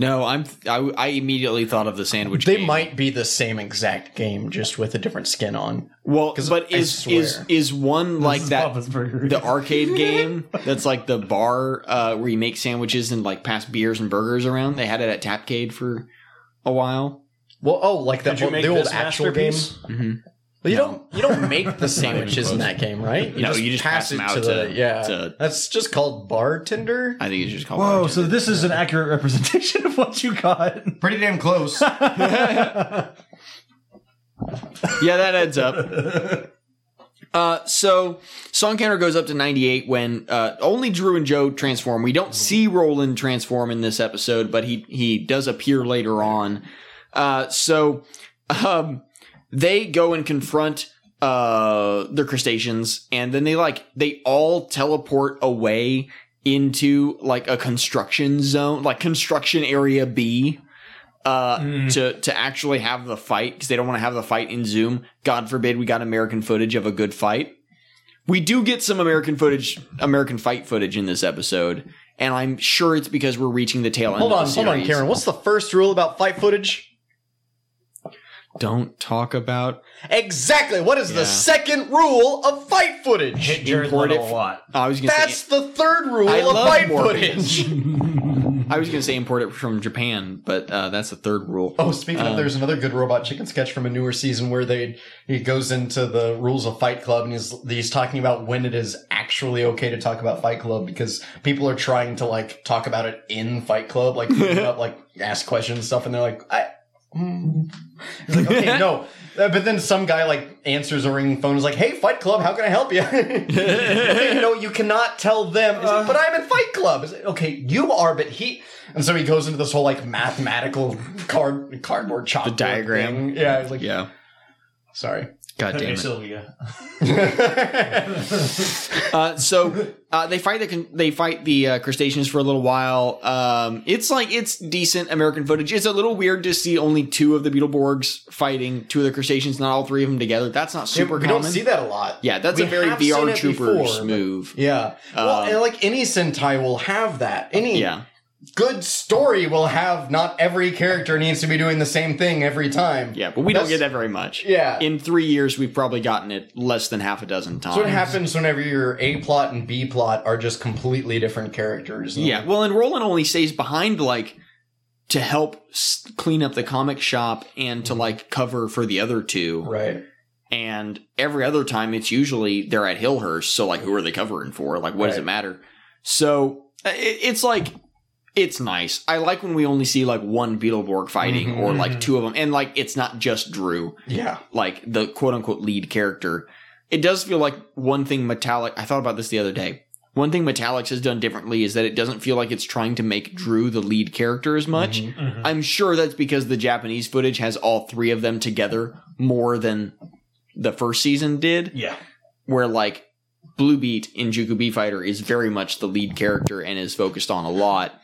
Speaker 2: No, I'm. I, I immediately thought of the sandwich.
Speaker 3: They
Speaker 2: game.
Speaker 3: might be the same exact game, just with a different skin on.
Speaker 2: Well,
Speaker 3: 'Cause
Speaker 2: but
Speaker 3: I
Speaker 2: is
Speaker 3: swear.
Speaker 2: is is one like
Speaker 4: This is
Speaker 2: that?
Speaker 4: Papa's Burgeria.
Speaker 2: The arcade game that's like the bar uh, where you make sandwiches and like pass beers and burgers around. They had it at Tapcade for a while.
Speaker 3: Well, oh, like the,
Speaker 4: Did you
Speaker 3: old,
Speaker 4: make
Speaker 3: the old
Speaker 4: this
Speaker 3: actual game.
Speaker 4: masterpiece?
Speaker 3: Well, you don't you don't make the sandwiches in
Speaker 2: close.
Speaker 3: that game, right?
Speaker 2: No, you just pass them out to-
Speaker 3: yeah.
Speaker 2: to-
Speaker 3: That's just called bartender.
Speaker 2: I think it's just called.
Speaker 4: Whoa,
Speaker 2: Bartender.
Speaker 4: so this is an accurate representation of what you got.
Speaker 1: Pretty damn close.
Speaker 2: yeah, that adds up. Uh, so song counter goes up to 98 when uh, only Drew and Joe transform. We don't see Roland transform in this episode, but he he does appear later on. Uh, so um, they go and confront uh, their crustaceans, and then they like they all teleport away into like a construction zone, like construction area B uh,
Speaker 3: Mm.
Speaker 2: to to actually have the fight because they don't want to have the fight in Zoom. God forbid we got American footage of a good fight. We do get some American footage, American fight footage in this episode, and I'm sure it's because we're reaching the tail end.
Speaker 3: hold
Speaker 2: of
Speaker 3: on,
Speaker 2: the
Speaker 3: hold on,
Speaker 2: series.
Speaker 3: Karen. What's the first rule about fight footage?
Speaker 2: Don't talk about.
Speaker 3: Exactly. What is
Speaker 2: Yeah.
Speaker 3: the second rule of fight footage?
Speaker 4: Jared
Speaker 2: Import
Speaker 4: Leto
Speaker 2: it
Speaker 4: a lot.
Speaker 2: Oh, I was gonna
Speaker 3: That's
Speaker 2: say.
Speaker 3: the third rule
Speaker 2: I
Speaker 3: of
Speaker 2: love
Speaker 3: fight
Speaker 2: Morbius.
Speaker 3: footage.
Speaker 2: I was gonna say import it from Japan, but uh, that's the third rule.
Speaker 1: Oh, speaking
Speaker 2: Um,
Speaker 1: of, there's another good robot chicken sketch from a newer season where they he goes into the rules of Fight Club and he's he's talking about when it is actually okay to talk about Fight Club because people are trying to like talk about it in Fight Club, like bring it up, like ask questions and stuff, and they're like, I. mm. It's like, okay, no. Uh, But then some guy like answers a ringing phone. Is like, "Hey, Fight Club, how can I help you?" okay, no, you cannot tell them. He's like, but I'm in Fight Club. Is it, okay, you are, but he. And so he goes into this whole like mathematical card cardboard chalkboard
Speaker 2: diagram.
Speaker 1: thing. Yeah, it's like
Speaker 2: Yeah.
Speaker 1: sorry.
Speaker 2: God damn
Speaker 4: Okay,
Speaker 2: it.
Speaker 4: Sylvia.
Speaker 2: Uh, so uh, they fight the con- they fight the uh, crustaceans for a little while. Um, it's like it's decent American footage. It's a little weird to see only two of the Beetleborgs fighting two of the crustaceans, not all three of them together. That's not super
Speaker 1: we
Speaker 2: common.
Speaker 1: don't see that a lot.
Speaker 2: yeah, that's
Speaker 1: We
Speaker 2: a very
Speaker 1: have seen
Speaker 2: VR
Speaker 1: it
Speaker 2: troopers
Speaker 1: before, but-
Speaker 2: move.
Speaker 1: Yeah. well,
Speaker 2: Um,
Speaker 1: and like any Sentai will have that. Any
Speaker 2: Yeah,
Speaker 1: good story will have not every character needs to be doing the same thing every time.
Speaker 2: yeah, but we don't get that very much.
Speaker 1: Yeah.
Speaker 2: in three years we've probably gotten it less than half a dozen times.
Speaker 1: So what happens whenever your A plot and B plot are just completely different characters?
Speaker 2: Yeah, well, and Roland only stays behind like to help s- clean up the comic shop and to like cover for the other two.
Speaker 1: Right.
Speaker 2: and every other time it's usually they're at Hillhurst. So like, who are they covering for? Like, what does
Speaker 1: Right.
Speaker 2: it matter? So uh, i- it, it's like it's nice. I like when we only see like one Beetleborg fighting or like two of them, and like it's not just Drew,
Speaker 1: Yeah.
Speaker 2: like the quote unquote lead character. It does feel like one thing Metallic. I thought about this the other day. One thing Metallics has done differently is that it doesn't feel like it's trying to make Drew the lead character as much.
Speaker 4: Mm-hmm.
Speaker 2: I'm sure that's because the Japanese footage has all three of them together more than the first season did,
Speaker 4: Yeah.
Speaker 2: where like Blue Beat in Juku B Fighter is very much the lead character and is focused on a lot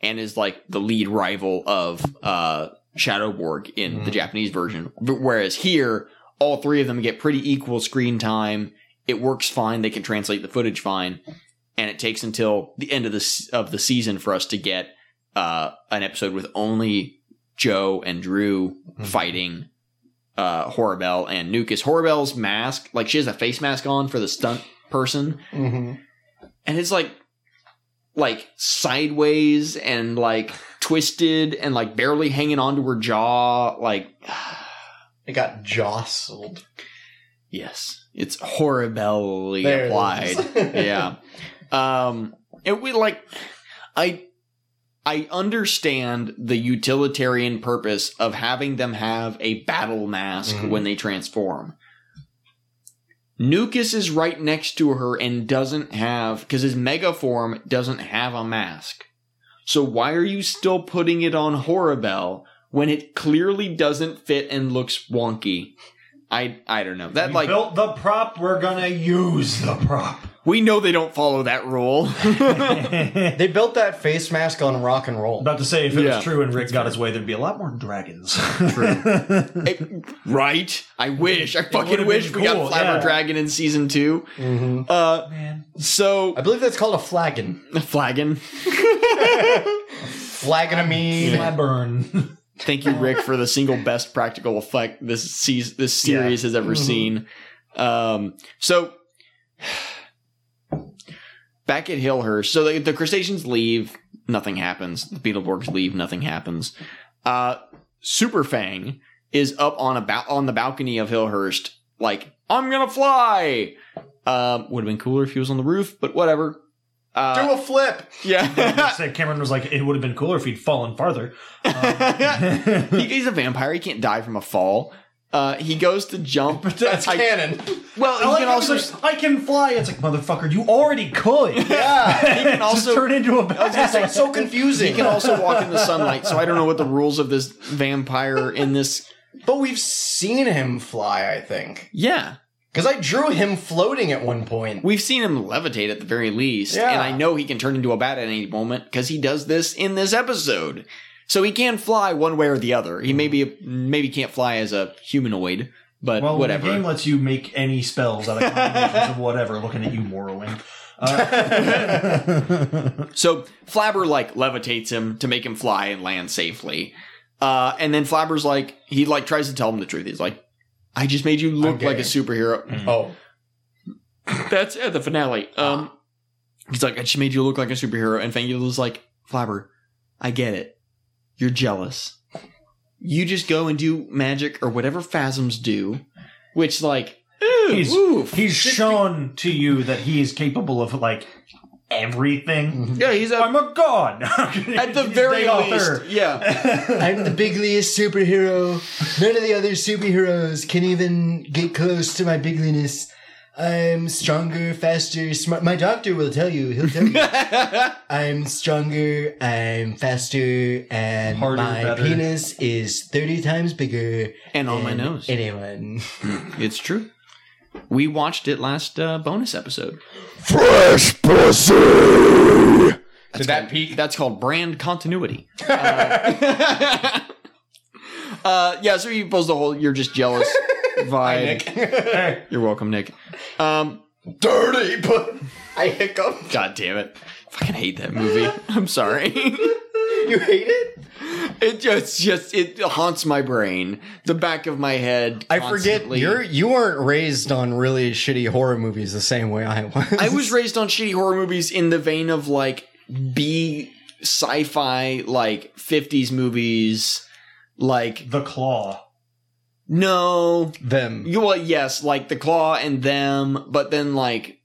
Speaker 2: and is like the lead rival of uh Shadowborg in the Japanese version. But whereas here, all three of them get pretty equal screen time. It works fine. They can translate the footage fine, and it takes until the end of the s- of the season for us to get uh, an episode with only Joe and Drew fighting uh, Horabel and Nukas. Horabel's mask, like she has a face mask on for the stunt person,
Speaker 1: Mm-hmm.
Speaker 2: and it's like like sideways and like twisted and like barely hanging onto her jaw, like.
Speaker 1: It got jostled.
Speaker 2: Yes, it's horribly
Speaker 1: There it
Speaker 2: applied.
Speaker 1: is.
Speaker 2: yeah, um, it we like I I understand the utilitarian purpose of having them have a battle mask
Speaker 1: Mhm.
Speaker 2: when they transform. Nukas is right next to her and doesn't have because his mega form doesn't have a mask. So why are you still putting it on Horabel when it clearly doesn't fit and looks wonky? I I don't know. That
Speaker 4: We
Speaker 2: like
Speaker 4: built the prop, we're gonna use the prop.
Speaker 2: we know they don't follow that rule.
Speaker 4: About
Speaker 1: They built that face mask on rock and roll.
Speaker 4: to say, if it
Speaker 2: Yeah.
Speaker 4: was true and Rick got his way, there'd be a lot more dragons.
Speaker 2: It- right? I wish. I fucking
Speaker 4: would've
Speaker 2: wish
Speaker 4: been
Speaker 2: we got
Speaker 4: cool,
Speaker 2: Flower
Speaker 4: yeah.
Speaker 2: Dragon in season two.
Speaker 1: Mhm.
Speaker 2: Uh,
Speaker 4: Man.
Speaker 2: so
Speaker 1: I believe that's called a flagon.
Speaker 2: flagon.
Speaker 1: Flagon of me.
Speaker 4: Flaburn.
Speaker 2: Thank you, Rick, for the single best practical effect this seas this series has
Speaker 1: Mm-hmm.
Speaker 2: ever seen. Um, so back at Hillhurst, so the, the crustaceans leave, nothing happens. The Beetleborgs leave, nothing happens. Uh, Super Fang is up on a ba- on the balcony of Hillhurst, like I'm gonna fly. Um, would have been cooler if he was on the roof, but whatever. Uh,
Speaker 1: Do a flip.
Speaker 2: yeah,
Speaker 4: Said Cameron was like, it would have been cooler if he'd fallen farther. Um,
Speaker 2: he, he's a vampire. He can't die from a fall. Uh, he goes to jump.
Speaker 1: But that's
Speaker 2: I-
Speaker 1: canon.
Speaker 2: well,
Speaker 4: I
Speaker 2: he
Speaker 4: like
Speaker 2: can
Speaker 4: how
Speaker 2: also.
Speaker 4: he's like, I can fly. It's like, motherfucker, you already could.
Speaker 1: Yeah.
Speaker 2: He can
Speaker 4: Just
Speaker 2: also
Speaker 4: turn into a
Speaker 1: It's so confusing.
Speaker 2: He can also walk in the sunlight, so I don't know what the rules of this vampire in this.
Speaker 1: but we've seen him fly, I think.
Speaker 2: Yeah,
Speaker 1: Because I drew him floating at one point.
Speaker 2: we've seen him levitate at the very least,
Speaker 1: Yeah.
Speaker 2: and I know he can turn into a bat at any moment because he does this in this episode. So he can fly one way or the other.
Speaker 4: Hmm.
Speaker 2: He maybe maybe can't fly as a humanoid, but
Speaker 4: Well,
Speaker 2: whatever.
Speaker 4: the game lets you make any spells out of combinations of whatever. Looking at you, Morrowind. Uh,
Speaker 2: So Flabber like levitates him to make him fly and land safely. Uh, and then Flabber's like he like tries to tell him the truth. He's like, "I just made you look
Speaker 1: gay."
Speaker 2: like a superhero."
Speaker 1: oh.
Speaker 2: That's at the finale. Um, he's like, "I just made you look like a superhero," and Fangula's like, "Flabber, I get it. You're jealous. You just go and do magic or whatever phasms do, which like, ooh,
Speaker 4: he's
Speaker 2: ooh.
Speaker 4: he's shown to you that he is capable of like everything.
Speaker 2: yeah, he's a,
Speaker 4: I'm a god.
Speaker 2: Mm-hmm. at the very least, yeah."
Speaker 1: I'm the bigliest superhero. None of the other superheroes can even get close to my bigliness. I'm stronger, faster, smart. My doctor will tell you. He'll tell you. I'm stronger, I'm faster, and
Speaker 4: Harder,
Speaker 1: my
Speaker 4: better.
Speaker 1: penis is 30 times bigger
Speaker 2: and on my
Speaker 1: than
Speaker 2: nose.
Speaker 1: anyone.
Speaker 2: It's true. We watched it last uh, bonus episode.
Speaker 3: Fresh pussy.
Speaker 1: Did that peak?
Speaker 2: That's called brand continuity. Uh, uh, yeah, so you pose the whole "you're just jealous" vibe. You're welcome, Nick. Um,
Speaker 1: Dirty, but I hiccup.
Speaker 2: God damn it! Fucking hate that movie. I'm sorry.
Speaker 1: You hate it?
Speaker 2: it just just it haunts my brain, the back of my head.
Speaker 3: I forget
Speaker 2: constantly.
Speaker 3: you're you weren't raised on really shitty horror movies the same way I was.
Speaker 2: I was raised on shitty horror movies in the vein of like B sci-fi like 50s movies like
Speaker 4: the claw.
Speaker 2: no
Speaker 3: them.
Speaker 2: you well yes like the claw and them but then like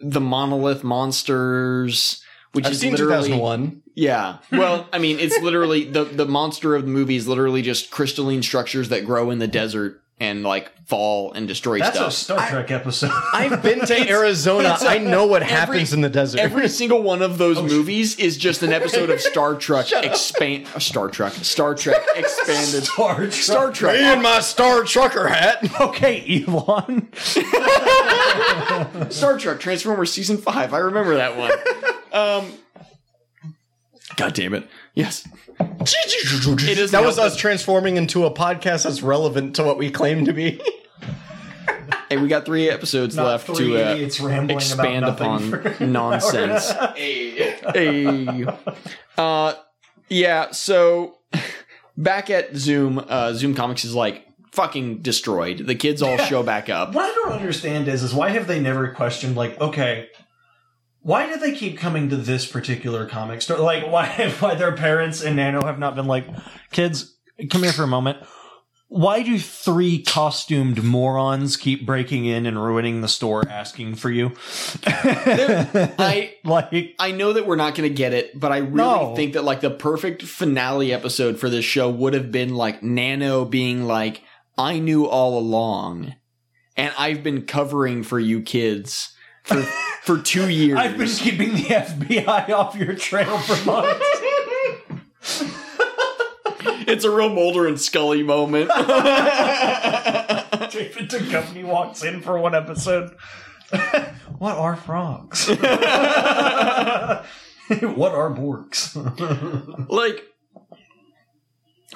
Speaker 2: the monolith monsters which
Speaker 3: I've
Speaker 2: is
Speaker 3: seen
Speaker 2: literally
Speaker 3: 2001.
Speaker 2: yeah well i mean it's literally the the monster of the movie is literally just crystalline structures that grow in the desert and like fall and destroy
Speaker 4: That's
Speaker 2: stuff
Speaker 4: a Star Trek episode.
Speaker 3: I've been to Arizona. I know what
Speaker 2: every-
Speaker 3: happens in the desert.
Speaker 2: Every single one of those
Speaker 4: Oh,
Speaker 2: movies is just an episode of Star Trek expand. uh, Star Trek. Star Trek expanded.
Speaker 4: Star Trek.
Speaker 2: Star Trek.
Speaker 3: in my Star Trucker hat.
Speaker 4: okay, Elon.
Speaker 2: Star Trek Transformers season five. I remember that one. Um. God damn it! Yes, it is.
Speaker 3: That was us transforming into a podcast that's relevant to what we claim to be.
Speaker 2: Hey, we got three episodes
Speaker 4: Not
Speaker 2: left
Speaker 4: three
Speaker 2: to uh,
Speaker 4: idiots rambling
Speaker 2: expand
Speaker 4: about
Speaker 2: upon
Speaker 4: nothing for-
Speaker 2: nonsense. Hey. Uh, yeah, so back at Zoom, uh, Zoom Comics is like fucking destroyed. The kids all show back up.
Speaker 4: What I don't understand is, is why have they never questioned, like, okay, why do they keep coming to this particular comic store? Like, why, why their parents and Nano have not been like, kids, come here for a moment. Why do three costumed morons keep breaking in and ruining the store asking for you?
Speaker 2: I
Speaker 4: like,
Speaker 2: I know that we're not going to get it, but I really
Speaker 4: No.
Speaker 2: think that like the perfect finale episode for this show would have been like Nano being like, "I knew all along, and I've been covering for you kids for for two years."
Speaker 4: I've been keeping the FBI off your trail for months.
Speaker 2: it's a real Mulder and Scully moment.
Speaker 4: David Duchovny walks in for one episode. what are frogs? what are borks?
Speaker 2: like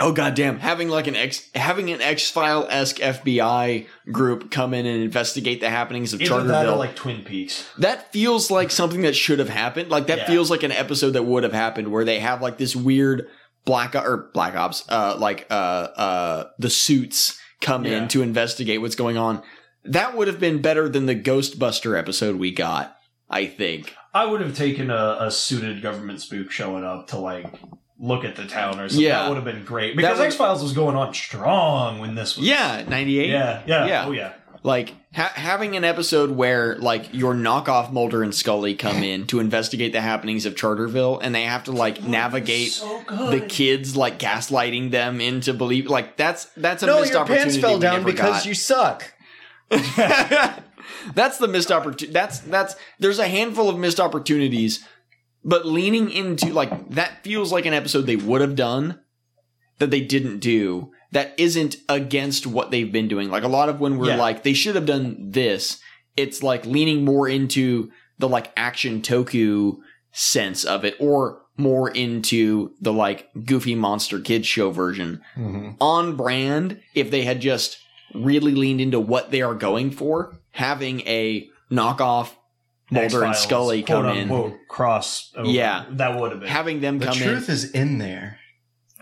Speaker 2: oh goddamn having like an x having an x-file-esque fbi group come in and investigate the happenings of
Speaker 4: Either that or
Speaker 2: charterville
Speaker 4: like Twin Peaks.
Speaker 2: that feels like something that should have happened like that
Speaker 4: Yeah.
Speaker 2: feels like an episode that would have happened where they have like this weird black O- or black ops uh like uh uh the suits come
Speaker 4: Yeah.
Speaker 2: in to investigate what's going on that would have been better than the ghostbuster episode we got i think
Speaker 4: I would have taken a, a suited government spook showing up to like look at the town or something.
Speaker 2: Yeah.
Speaker 4: That would have been great. Because
Speaker 2: would-
Speaker 4: X Files was going on strong when this was.
Speaker 2: Yeah, 98.
Speaker 4: Yeah. Yeah.
Speaker 2: Yeah.
Speaker 4: Oh, yeah.
Speaker 2: Like ha- having an episode where like your knockoff Mulder and Scully come in to investigate the happenings of Charterville and they have to like navigate
Speaker 4: So
Speaker 2: the
Speaker 4: good.
Speaker 2: kids like gaslighting them into believe like that's that's a
Speaker 3: No,
Speaker 2: missed
Speaker 3: your
Speaker 2: opportunity
Speaker 3: pants fell
Speaker 2: we
Speaker 3: down
Speaker 2: never
Speaker 3: because
Speaker 2: got.
Speaker 3: you suck.
Speaker 2: that's the missed opportunity. That's that's there's a handful of missed opportunities, but leaning into like that feels like an episode they would have done that they didn't do. That isn't against what they've been doing. Like a lot of when we're
Speaker 4: Yeah.
Speaker 2: like they should have done this. It's like leaning more into the like action toku sense of it, or more into the like goofy monster kid show version
Speaker 1: Mhm.
Speaker 2: on brand if they had just really leaned into what they are going for, having a knockoff Mulder and
Speaker 4: X-Files,
Speaker 2: Scully
Speaker 4: quote
Speaker 2: come in,
Speaker 4: unquote, cross. over.
Speaker 2: Yeah.
Speaker 4: That would have been.
Speaker 2: having them
Speaker 1: The
Speaker 2: come in.
Speaker 1: truth is in there.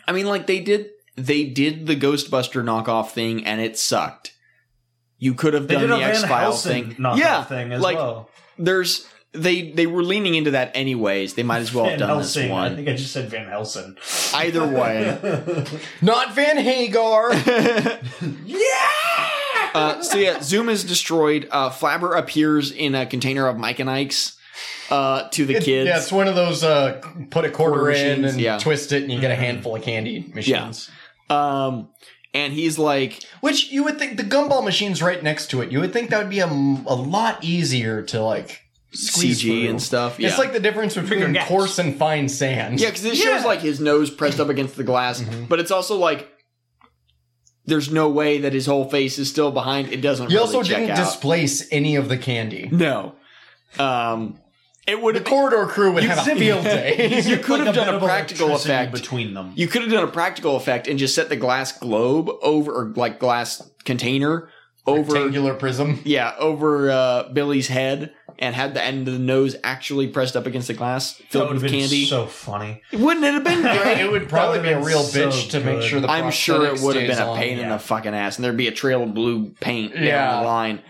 Speaker 2: I mean, like they did, they did the Ghostbuster knockoff thing, and it sucked. You could have
Speaker 4: they
Speaker 2: done
Speaker 4: did a
Speaker 2: the X
Speaker 4: Van
Speaker 2: Files
Speaker 4: Helsing
Speaker 2: thing.
Speaker 4: knockoff
Speaker 2: Yeah,
Speaker 4: thing as
Speaker 2: like,
Speaker 4: well.
Speaker 2: there's they they were leaning into that anyways. They might as well have
Speaker 4: Van
Speaker 2: done
Speaker 4: Helsing.
Speaker 2: this
Speaker 4: I
Speaker 2: one.
Speaker 4: think I just said Van Helsing.
Speaker 2: Either way,
Speaker 1: Not Van Hagar.
Speaker 2: Uh, so yeah, Zoom is destroyed. Uh, Flabber appears in a container of Mike and Ike's uh, to the
Speaker 1: It-
Speaker 2: kids.
Speaker 1: Yeah, it's one of those uh, put a quarter,
Speaker 2: Quarter
Speaker 1: in
Speaker 2: machines,
Speaker 1: and
Speaker 2: yeah. Mm-hmm.
Speaker 1: twist it, and you get a handful of candy machines.
Speaker 2: Um, and he's like,
Speaker 1: Which you would think the gumball machine's right next to it. You would think that would be a, m- a lot easier to like squeeze
Speaker 2: CG
Speaker 1: through.
Speaker 2: and stuff.
Speaker 1: It's
Speaker 2: yeah.
Speaker 1: like the difference between
Speaker 4: gaps.
Speaker 1: coarse and fine sand.
Speaker 2: yeah, because it shows like his nose pressed up against the glass,
Speaker 1: Mm-hmm.
Speaker 2: but it's also like there's no way that his whole face is still behind. It doesn't.
Speaker 1: you
Speaker 2: really
Speaker 1: also
Speaker 2: check
Speaker 1: didn't
Speaker 2: out.
Speaker 1: displace any of the candy.
Speaker 2: no. Um, it would
Speaker 1: The
Speaker 2: have.
Speaker 1: corridor crew would have a field day.
Speaker 2: You could have
Speaker 4: Like a
Speaker 2: done
Speaker 4: bit
Speaker 2: a
Speaker 4: of
Speaker 2: practical
Speaker 4: electricity
Speaker 2: effect.
Speaker 4: between them.
Speaker 2: you could have done a practical effect and just set the glass globe over, or like glass container over
Speaker 1: Rectangular prism.
Speaker 2: yeah, over uh, Billy's head and had the end of the nose actually pressed up against the glass,
Speaker 4: That
Speaker 2: filled
Speaker 4: would have
Speaker 2: with
Speaker 4: been
Speaker 2: candy.
Speaker 4: so funny.
Speaker 2: Wouldn't it have been great?
Speaker 1: It would probably
Speaker 4: That would've
Speaker 1: be a
Speaker 4: been
Speaker 1: real
Speaker 4: so
Speaker 1: bitch to make
Speaker 4: good.
Speaker 1: sure the
Speaker 2: I'm sure it
Speaker 1: prosthetic
Speaker 2: would have
Speaker 1: stays
Speaker 2: been a
Speaker 1: on.
Speaker 2: pain in
Speaker 4: yeah.
Speaker 2: the fucking ass, and there'd be a trail of blue paint down
Speaker 1: Yeah.
Speaker 2: the line.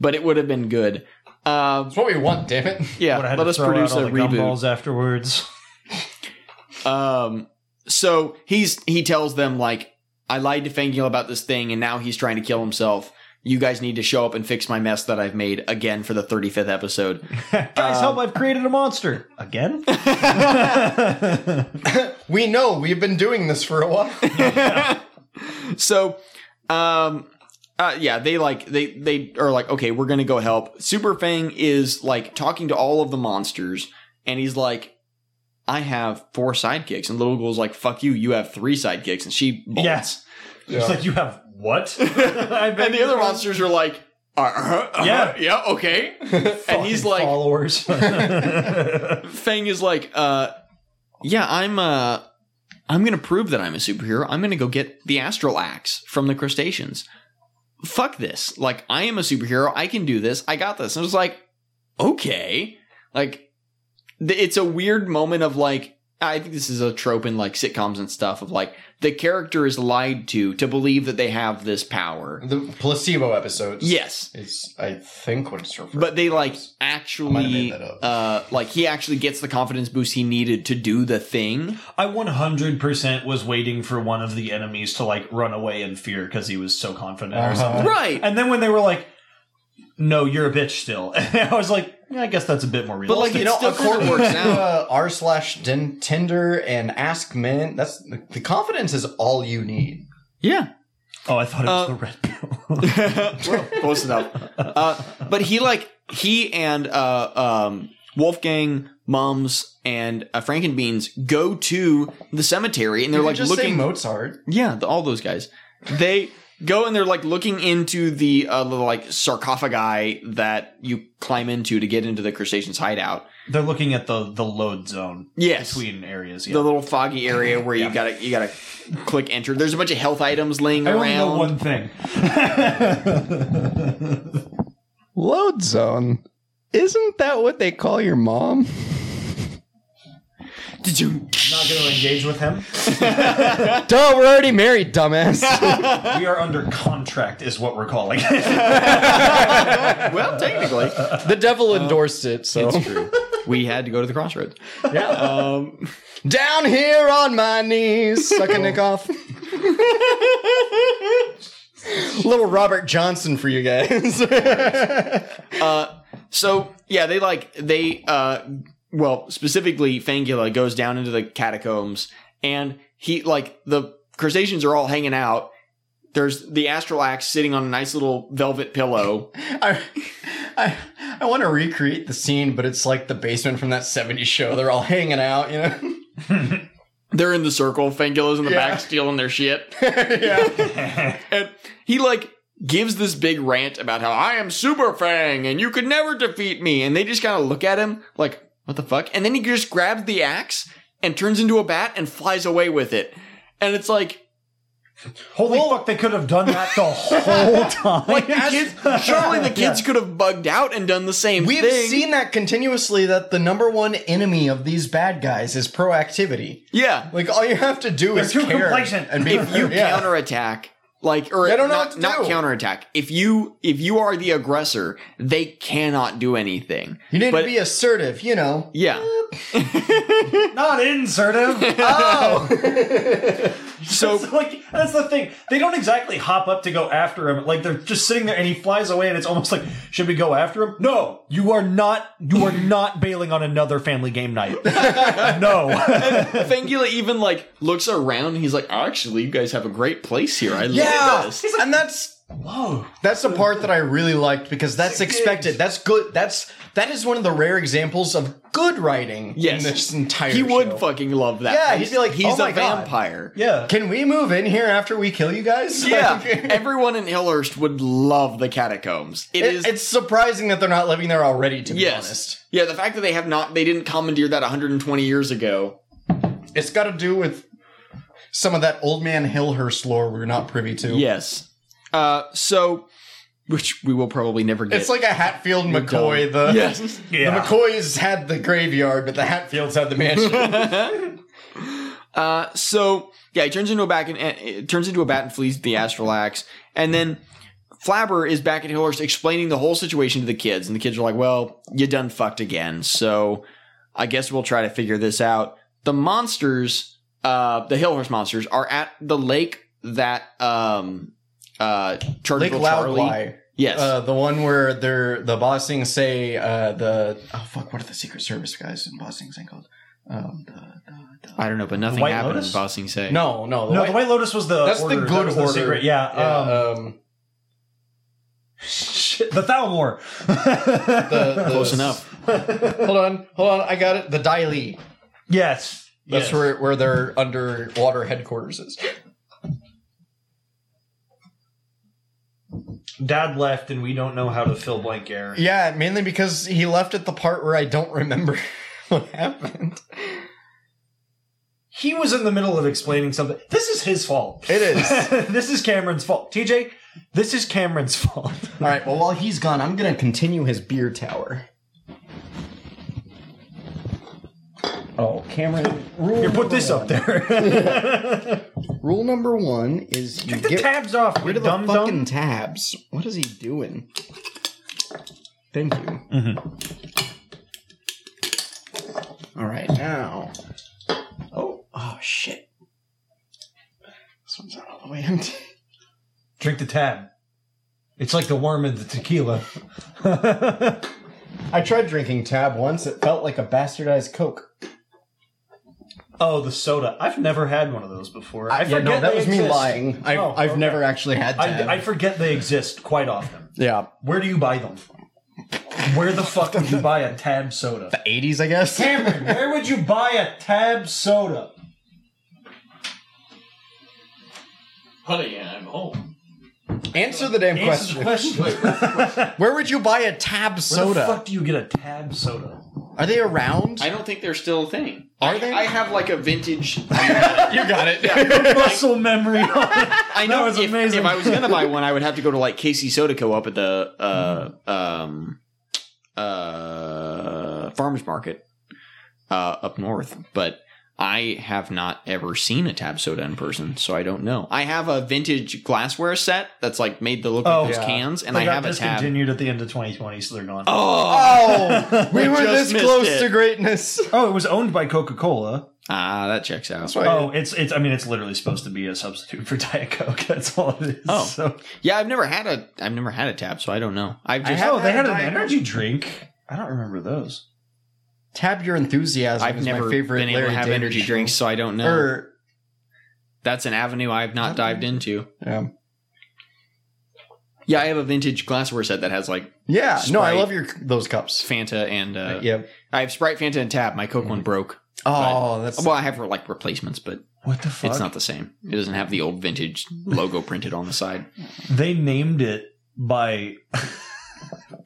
Speaker 2: But it would have been good. Uh,
Speaker 1: It's what we want, damn it.
Speaker 2: yeah,
Speaker 4: Would've had
Speaker 2: let
Speaker 4: to
Speaker 2: us
Speaker 4: throw out
Speaker 2: produce a
Speaker 4: all the
Speaker 2: reboot.
Speaker 4: gumballs afterwards.
Speaker 2: Um, so he's he tells them like, I lied to Fangio about this thing, and now he's trying to kill himself. You guys need to show up and fix my mess that I've made again for the 35th episode.
Speaker 4: Guys, help! I've created a monster again.
Speaker 1: We know we've been doing this for a while.
Speaker 2: so um uh, yeah they like they they are like okay we're gonna go help super fang is like talking to all of the monsters and he's like i have four sidekicks and little girl's like fuck you you have three sidekicks and she bolts.
Speaker 4: Yes. It's like you have what?
Speaker 2: and the other monsters are like uh-huh, uh-huh,
Speaker 4: Yeah.
Speaker 2: yeah okay and he's like
Speaker 4: followers.
Speaker 2: Fang is like, uh, yeah, I'm, uh, I'm gonna prove that I'm a superhero. I'm gonna go get the astral axe from the crustaceans. Fuck this. Like, I am a superhero. I can do this. I got this. And I was like, okay. Like, th- it's a weird moment of like, I think this is a trope in like sitcoms and stuff of like, the character is lied to to believe that they have this power.
Speaker 1: The placebo episodes.
Speaker 2: Yes.
Speaker 1: It's I think what it's referred.
Speaker 2: But they
Speaker 1: I might
Speaker 2: like
Speaker 1: have
Speaker 2: actually,
Speaker 1: made that up.
Speaker 2: uh, like he actually gets the confidence boost he needed to do the thing.
Speaker 4: I 100% was waiting for one of the enemies to like run away in fear because he was so confident or
Speaker 1: Uh-huh.
Speaker 4: something.
Speaker 2: Right.
Speaker 4: And then when they were like, no, you're a bitch still. I was like, yeah, I guess that's a bit more
Speaker 2: But, like,
Speaker 4: realistic.
Speaker 1: you know,
Speaker 2: Still
Speaker 1: according
Speaker 2: kinda works
Speaker 1: to
Speaker 2: out.
Speaker 1: uh, r slash din- Tinder and Ask Men, that's the confidence is all you need.
Speaker 2: Yeah.
Speaker 4: oh, I thought it was
Speaker 2: uh,
Speaker 4: the red pill.
Speaker 2: well, close enough. Uh, but he like he and uh, um, Wolfgang, Mums, and uh, Frankenbeans go to the cemetery, and they're
Speaker 1: You
Speaker 2: like
Speaker 1: just say
Speaker 2: looking.
Speaker 1: Mozart.
Speaker 2: yeah, the, all those guys. They go and they're like looking into the uh, little like sarcophagi that you climb into to get into the crustacean's hideout.
Speaker 4: They're looking at the, the load zone
Speaker 2: Yes.
Speaker 4: between areas.
Speaker 2: The
Speaker 4: Yeah.
Speaker 2: little foggy area where you gotta you gotta click enter. There's a bunch of health items laying
Speaker 4: I
Speaker 2: around.
Speaker 4: only know one thing.
Speaker 3: Load zone. Isn't that what they call your mom?
Speaker 2: Did you?
Speaker 4: Not going to engage with him.
Speaker 3: Duh, we're already married, dumbass.
Speaker 4: we are under contract, is what we're calling it.
Speaker 2: Well, technically.
Speaker 3: Um, the devil endorsed it, so
Speaker 2: It's true. we had to go to the crossroads.
Speaker 6: Yeah.
Speaker 2: Um,
Speaker 6: Down here on my knees, sucking Nick off. Little Robert Johnson for you guys.
Speaker 2: uh, so yeah, they like they uh, well specifically Fangula goes down into the catacombs and he like the crustaceans are all hanging out. There's the astral axe sitting on a nice little velvet pillow.
Speaker 3: I, I, I want to recreate the scene, but it's like the basement from that 70s show. They're all hanging out, you know?
Speaker 2: They're in the circle. Fangula's in the
Speaker 3: Yeah.
Speaker 2: back stealing their shit.
Speaker 3: yeah.
Speaker 2: And he like gives this big rant about how I am Super Fang and you could never defeat me. And they just kind of look at him like, what the fuck? And then he just grabs the axe and turns into a bat and flies away with it. And it's like,
Speaker 4: Holy fuck, they could have done that the whole time.
Speaker 2: like the kids, surely the kids could have bugged out and done the same
Speaker 3: We've
Speaker 2: thing.
Speaker 3: seen that continuously that the number one enemy of these bad guys is proactivity.
Speaker 2: yeah.
Speaker 3: Like, all you have to do is
Speaker 4: too
Speaker 3: care
Speaker 4: complacent.
Speaker 3: And be,
Speaker 2: if you
Speaker 3: yeah.
Speaker 2: counterattack like or
Speaker 3: They don't know
Speaker 2: not,
Speaker 3: what to
Speaker 2: not
Speaker 3: do.
Speaker 2: counterattack if you if you are the aggressor they cannot do anything
Speaker 3: you need
Speaker 2: but-
Speaker 3: to be assertive, you know?
Speaker 2: yeah
Speaker 4: Not insertive.
Speaker 2: so
Speaker 4: It's like that's the thing. They don't exactly hop up to go after him. Like they're just sitting there, and he flies away, and it's almost like, should we go after him? No, you are not. You are not bailing on another family game night. no.
Speaker 2: Fangula even like looks around. He's like, actually, you guys have a great place here. I love
Speaker 3: Yeah,
Speaker 2: this.
Speaker 3: and that's
Speaker 4: Whoa.
Speaker 3: that's the part that I really liked because that's expected. That's good. That's that is one of the rare examples of good writing
Speaker 2: Yes.
Speaker 3: in this entire.
Speaker 2: He would
Speaker 3: show.
Speaker 2: fucking love that.
Speaker 3: Yeah,
Speaker 2: place.
Speaker 3: he'd be like,
Speaker 2: he's
Speaker 3: "Oh
Speaker 2: a
Speaker 3: my God."
Speaker 2: vampire.
Speaker 4: Yeah.
Speaker 3: Can we move in here after we kill you guys?
Speaker 2: Yeah,
Speaker 3: Like,
Speaker 2: everyone in Hillhurst would love the catacombs. it
Speaker 3: it-
Speaker 2: is.
Speaker 3: it's surprising that they're not living there already. To
Speaker 2: yes,
Speaker 3: be honest,
Speaker 2: yeah. The fact that they have not, they didn't commandeer that 120 years ago.
Speaker 3: it's got to do with some of that old man Hillhurst lore we're not privy to.
Speaker 2: Yes. Uh, so, which we will probably never get.
Speaker 3: It's like a Hatfield McCoy. The
Speaker 2: yes.
Speaker 3: the
Speaker 4: Yeah.
Speaker 3: McCoys had the graveyard, but the Hatfields had the mansion.
Speaker 2: Uh, so yeah, he turns into a back and and- uh, turns into a bat and flees the astral axe, and then Flabber is back at Hillhurst explaining the whole situation to the kids, and the kids are like, "Well, you done fucked again, so I guess we'll try to figure this out." The monsters, uh, the Hillhurst monsters, are at the lake that um uh Charlie
Speaker 3: Lake Loudly.
Speaker 2: yes
Speaker 3: Uh, the one where they're the bossing say uh, the oh fuck what are the Secret Service guys in bossing thing called? Um, the,
Speaker 2: I don't know, but nothing
Speaker 4: White
Speaker 2: happened.
Speaker 4: Lotus?
Speaker 2: in Bossing say
Speaker 3: no, no, the
Speaker 4: No,
Speaker 3: white-
Speaker 4: the White Lotus was the
Speaker 3: That's the
Speaker 4: order. That
Speaker 3: good
Speaker 4: was
Speaker 3: order.
Speaker 4: secret. Yeah.
Speaker 3: yeah,
Speaker 4: um,
Speaker 3: um,
Speaker 4: shit, the Thalmor.
Speaker 3: the, the-
Speaker 2: close enough.
Speaker 3: Hold on, hold on, I got it. The Daily.
Speaker 4: yes.
Speaker 3: That's
Speaker 4: Yes.
Speaker 3: where where their underwater headquarters is.
Speaker 4: Dad left, and we don't know how to fill blank air.
Speaker 3: Yeah, mainly because he left at the part where I don't remember what happened.
Speaker 4: He was in the middle of explaining something. This is his fault.
Speaker 3: It is.
Speaker 4: this is Cameron's fault. TJ, this is Cameron's fault.
Speaker 3: All right. Well, while he's gone, I'm gonna continue his beer tower. Oh, Cameron. Rule
Speaker 4: You put this up there.
Speaker 3: Rule number one is you
Speaker 4: Take the
Speaker 3: get
Speaker 4: tabs off, you
Speaker 3: rid of the
Speaker 4: dumb
Speaker 3: fucking
Speaker 4: dumb.
Speaker 3: tabs. What is he doing? Thank you.
Speaker 4: Mm-hmm.
Speaker 3: All right, now. Oh, oh shit. This one's not all the way empty.
Speaker 4: Drink the tab. It's like the worm in the tequila.
Speaker 3: I tried drinking tab once. It felt like a bastardized Coke.
Speaker 4: oh, the soda. I've never had one of those before. I
Speaker 3: yeah,
Speaker 4: forget
Speaker 3: no, that
Speaker 4: they
Speaker 3: was me
Speaker 4: exist.
Speaker 3: lying. I've,
Speaker 4: Oh,
Speaker 3: I've
Speaker 4: okay.
Speaker 3: never actually had tab.
Speaker 4: I, I forget they exist quite often.
Speaker 3: yeah,
Speaker 4: Where do you buy them from? Where the fuck would you buy a tab soda?
Speaker 3: 80s, I guess.
Speaker 4: Cameron, where would you buy a tab soda?
Speaker 2: Honey, I'm home.
Speaker 3: Answer the damn
Speaker 4: Answer the
Speaker 3: question.
Speaker 4: question. Where
Speaker 3: Where would you buy a tab
Speaker 4: the
Speaker 3: soda?
Speaker 4: fuck do you get a tab soda?
Speaker 3: Are they around?
Speaker 2: I don't think they're still a thing.
Speaker 3: Are they?
Speaker 2: I have like a vintage.
Speaker 3: you got it.
Speaker 4: Muscle memory.
Speaker 2: I know
Speaker 4: That was
Speaker 2: if,
Speaker 4: amazing.
Speaker 2: if I was gonna buy one, I would have to go to like Casey Soda Co. up at the uh, um, uh, farmers market uh, up north. But I have not ever seen a tab soda in person, so I don't know. I have a vintage glassware set that's like made to look
Speaker 4: Oh,
Speaker 2: like those
Speaker 4: yeah.
Speaker 2: cans, and
Speaker 4: they
Speaker 2: I
Speaker 4: got
Speaker 2: have a tab.
Speaker 4: discontinued at the end of 2020, so they're gone.
Speaker 2: Oh,
Speaker 3: Oh, we were
Speaker 2: just
Speaker 3: this
Speaker 2: missed
Speaker 3: close
Speaker 2: it.
Speaker 3: to greatness.
Speaker 4: Oh, it was owned by Coca Cola.
Speaker 2: ah, that checks out.
Speaker 3: Right.
Speaker 4: Oh, it's it's. I mean, it's literally supposed to be a substitute for Diet Coke. That's all it is.
Speaker 2: Oh.
Speaker 4: so,
Speaker 2: Yeah, I've never had a I've never had a tab, so I don't know. I've just
Speaker 4: oh, they
Speaker 3: had
Speaker 4: had
Speaker 3: a
Speaker 4: an
Speaker 3: Diet Coke.
Speaker 4: energy drink. I don't remember those.
Speaker 3: Tab your enthusiasm
Speaker 2: I've
Speaker 3: is
Speaker 2: never
Speaker 3: my favorite
Speaker 2: been able
Speaker 3: Larry
Speaker 2: to have
Speaker 3: David
Speaker 2: energy
Speaker 3: show. Er,
Speaker 2: drinks, so I don't know.
Speaker 4: Er,
Speaker 3: Or
Speaker 2: That's an avenue I have not dived into.
Speaker 3: yeah,
Speaker 2: Yeah, I have a vintage glassware set that has like
Speaker 3: yeah. No, I
Speaker 2: Sprite.
Speaker 3: love your those cups.
Speaker 2: Fanta and uh,
Speaker 3: Yep.
Speaker 2: I have Sprite, Fanta, and Tab. My Coke one broke.
Speaker 3: Oh, that's
Speaker 2: Well, I have like replacements, but
Speaker 4: What the fuck?
Speaker 2: it's not the same. It doesn't have the old vintage logo printed on the side.
Speaker 4: They named it by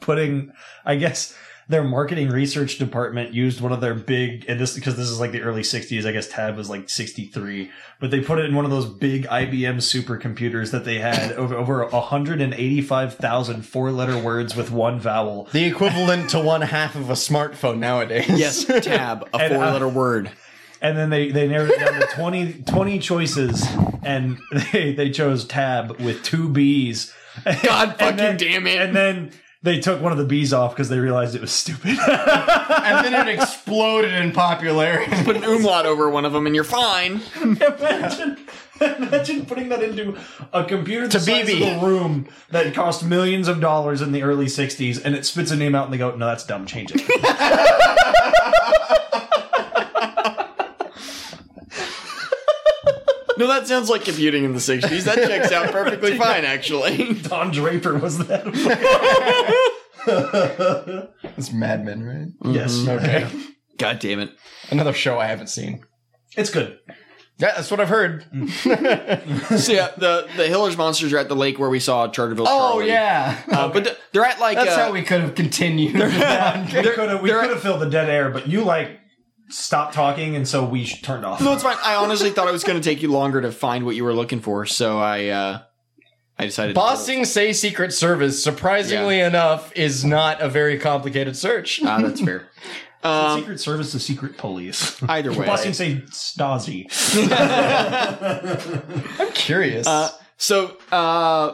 Speaker 4: putting. I guess their marketing research department used one of their big and this because this is like the early 60s i guess tab was like 63 but they put it in one of those big ibm supercomputers that they had over over 185000 four letter words with one vowel
Speaker 3: the equivalent to one half of a smartphone nowadays.
Speaker 2: Yes, Tab, a
Speaker 4: And, uh,
Speaker 2: four letter word.
Speaker 4: and then they they narrowed it down to 20, 20 choices and they they chose tab with two b's
Speaker 2: God fucking
Speaker 4: then-
Speaker 2: damn it.
Speaker 4: and then they took one of the b's off because they realized it was stupid
Speaker 3: and then it exploded in popularity.
Speaker 2: Put an umlaut over one of them and you're fine.
Speaker 4: imagine imagine putting that into a computer the size
Speaker 3: BB.
Speaker 4: of a room that cost millions of dollars in the early 60s and it spits a name out and they go no that's dumb change it
Speaker 2: No, that sounds like computing in the 60s. That checks out perfectly fine, actually.
Speaker 4: don draper was that
Speaker 3: it's Mad Men,
Speaker 2: Mm-hmm.
Speaker 3: right?
Speaker 4: yes
Speaker 3: Okay.
Speaker 2: God damn it.
Speaker 3: Another show I haven't seen.
Speaker 4: it's good
Speaker 3: Yeah, that's what I've heard.
Speaker 2: Mm, So, yeah, the, the Hillers monsters are at the lake where we saw Charterville
Speaker 3: Oh
Speaker 2: Charlie.
Speaker 3: yeah,
Speaker 2: Uh, but th- they're at like.
Speaker 3: that's
Speaker 2: uh,
Speaker 3: how we could have continued.
Speaker 4: we could have we
Speaker 2: they're-
Speaker 4: could have filled the dead air, but you like stopped talking, and so we sh- turned off.
Speaker 2: No, it's fine. I honestly thought it was going to take you longer to find what you were looking for, so I uh, I decided.
Speaker 3: Bossing say Secret Service, surprisingly enough, is not a very complicated search.
Speaker 2: Ah, that's fair.
Speaker 4: The
Speaker 2: Um,
Speaker 4: secret Service to Secret Police.
Speaker 2: either way,
Speaker 4: Plus, you say Stasi.
Speaker 3: I'm curious.
Speaker 2: Uh, so uh,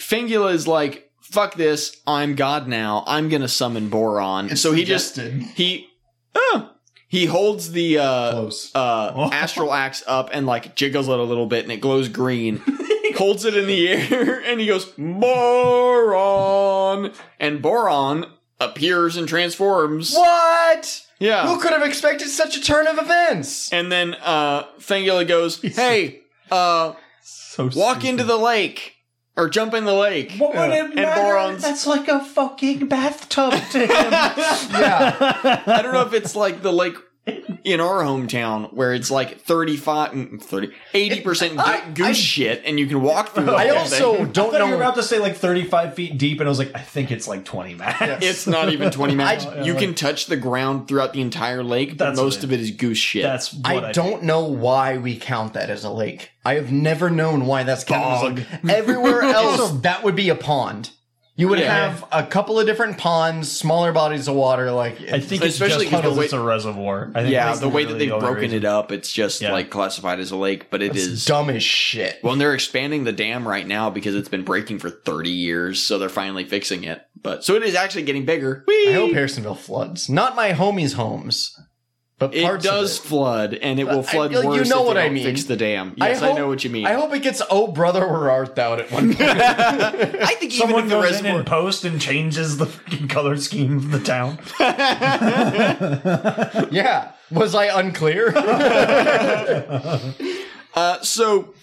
Speaker 2: Fingula is like, "Fuck this! I'm God now. I'm gonna summon Boron." so he
Speaker 3: suggested.
Speaker 2: just he oh, he holds the uh,
Speaker 3: Close.
Speaker 2: uh, astral axe up and like jiggles it a little bit, and it glows green. holds it in the air, and he goes Boron, and Boron appears and transforms.
Speaker 3: What?
Speaker 2: Yeah.
Speaker 3: Who could have expected such a turn of events?
Speaker 2: And then uh, Fangula goes, "Hey, uh,
Speaker 4: so
Speaker 2: walk into the lake or jump in the lake."
Speaker 4: What would it
Speaker 2: And
Speaker 4: matter?
Speaker 2: Boron's-
Speaker 4: That's like a fucking bathtub to him.
Speaker 3: Yeah.
Speaker 2: I don't know if it's like the lake in our hometown where it's like 35 mm, 30 80%
Speaker 3: I-
Speaker 2: goose
Speaker 3: I-
Speaker 2: shit and you can walk through the
Speaker 3: I
Speaker 2: whole
Speaker 3: also
Speaker 2: thing.
Speaker 3: don't
Speaker 4: I thought you
Speaker 3: know.
Speaker 4: were about to say like 35 feet deep, and I was like, I think it's like 20 max.
Speaker 2: it's not even 20 minutes.
Speaker 4: I-
Speaker 2: you can touch the ground throughout the entire lake, but
Speaker 4: That's
Speaker 2: most
Speaker 4: what
Speaker 2: of it is goose shit.
Speaker 4: That's what I,
Speaker 3: I don't know why we count that as a lake. I have never known why that's counted as a Everywhere else, that would be a pond. You would
Speaker 2: Yeah.
Speaker 3: have a couple of different ponds, smaller bodies of water, like
Speaker 4: I think it's
Speaker 2: Especially
Speaker 4: just
Speaker 2: 'cause the
Speaker 4: because
Speaker 2: way-
Speaker 4: it's a reservoir. I think
Speaker 2: yeah,
Speaker 4: that's
Speaker 2: the way that
Speaker 4: literally
Speaker 2: they've
Speaker 4: the only
Speaker 2: broken
Speaker 4: reason.
Speaker 2: it up, it's just
Speaker 4: Yeah.
Speaker 2: like classified as a lake, but it is
Speaker 3: dumb as shit.
Speaker 2: Well, and they're expanding the dam right now because it's been breaking for 30 years, so they're finally fixing it. But so it is actually getting bigger.
Speaker 3: I hope Harrisonville floods. Not my homies' homes, but
Speaker 2: It
Speaker 3: parts
Speaker 2: does
Speaker 3: Of it.
Speaker 2: flood, and it will flood
Speaker 3: you
Speaker 2: worse
Speaker 3: know
Speaker 2: if
Speaker 3: what
Speaker 2: they
Speaker 3: I
Speaker 2: don't
Speaker 3: mean.
Speaker 2: fix the dam. Yes, I,
Speaker 3: hope-
Speaker 2: know what you mean.
Speaker 3: I hope it gets "Oh brother, where art thou?" at one point.
Speaker 2: I think even
Speaker 4: Someone
Speaker 2: if the
Speaker 4: goes in
Speaker 2: reservoir,
Speaker 4: and post and changes the fucking color scheme of the town.
Speaker 3: yeah, was I unclear?
Speaker 2: uh, so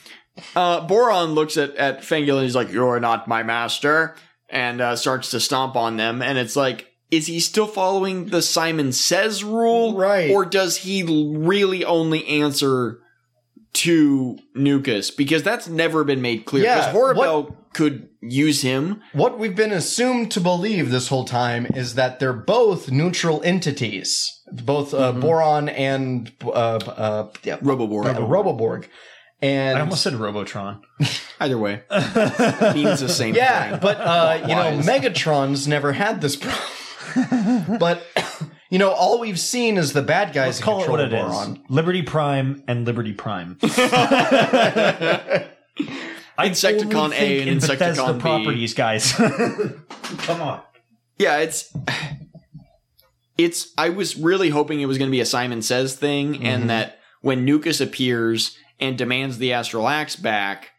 Speaker 2: uh, Boron looks at at Fangula and he's like, "You're not my master," and uh, starts to stomp on them. And it's like, is he still following the Simon Says rule,
Speaker 3: Right.
Speaker 2: Or does he l- really only answer to Nukas? Because that's never been made clear. Because
Speaker 3: Yeah,
Speaker 2: Horabel could use him.
Speaker 3: what we've been assumed to believe this whole time is that they're both neutral entities, both uh, Boron and uh, uh, yeah,
Speaker 2: Roboboron.
Speaker 3: Roboborg, and
Speaker 4: I almost said Robotron.
Speaker 2: Either way, means the same
Speaker 3: Yeah,
Speaker 2: thing.
Speaker 3: but uh, you know,
Speaker 2: Wise.
Speaker 3: Megatron's never had this problem. but You know, all we've seen is the bad guys in
Speaker 4: Call it
Speaker 3: control
Speaker 4: what
Speaker 3: of
Speaker 4: it is.
Speaker 3: Boron.
Speaker 4: Liberty Prime and Liberty Prime. I
Speaker 2: Insecticon
Speaker 4: only think
Speaker 2: A and
Speaker 4: in
Speaker 2: Insecticon
Speaker 4: Bethesda
Speaker 2: B.
Speaker 4: properties, guys. Come on.
Speaker 2: Yeah, it's it's I was really hoping it was going to be a Simon Says thing
Speaker 3: Mm-hmm.
Speaker 2: and that when Nukas appears and demands the Astral Axe back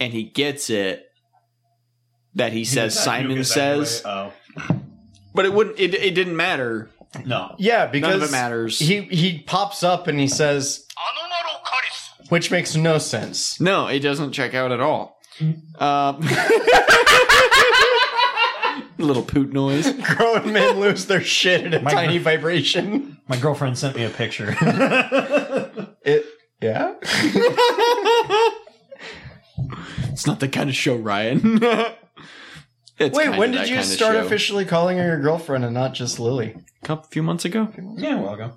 Speaker 2: and he gets it that he says Simon says
Speaker 4: Oh.
Speaker 2: but it wouldn't it, it didn't matter
Speaker 4: no.
Speaker 3: Yeah, because
Speaker 2: none of it matters.
Speaker 3: He he pops up and he says, which makes no sense.
Speaker 2: no, it doesn't check out at all. Um little poot noise.
Speaker 3: Grown men lose their shit at a
Speaker 4: My-
Speaker 3: tiny vibration.
Speaker 4: My girlfriend sent me a picture.
Speaker 3: It yeah.
Speaker 2: It's not the kind of show, Ryan. It's
Speaker 3: Wait,
Speaker 2: kinda
Speaker 3: when
Speaker 2: that
Speaker 3: did you
Speaker 2: kind of
Speaker 3: start
Speaker 2: show.
Speaker 3: officially calling her your girlfriend and not just Lily?
Speaker 2: A few months ago.
Speaker 4: yeah, welcome.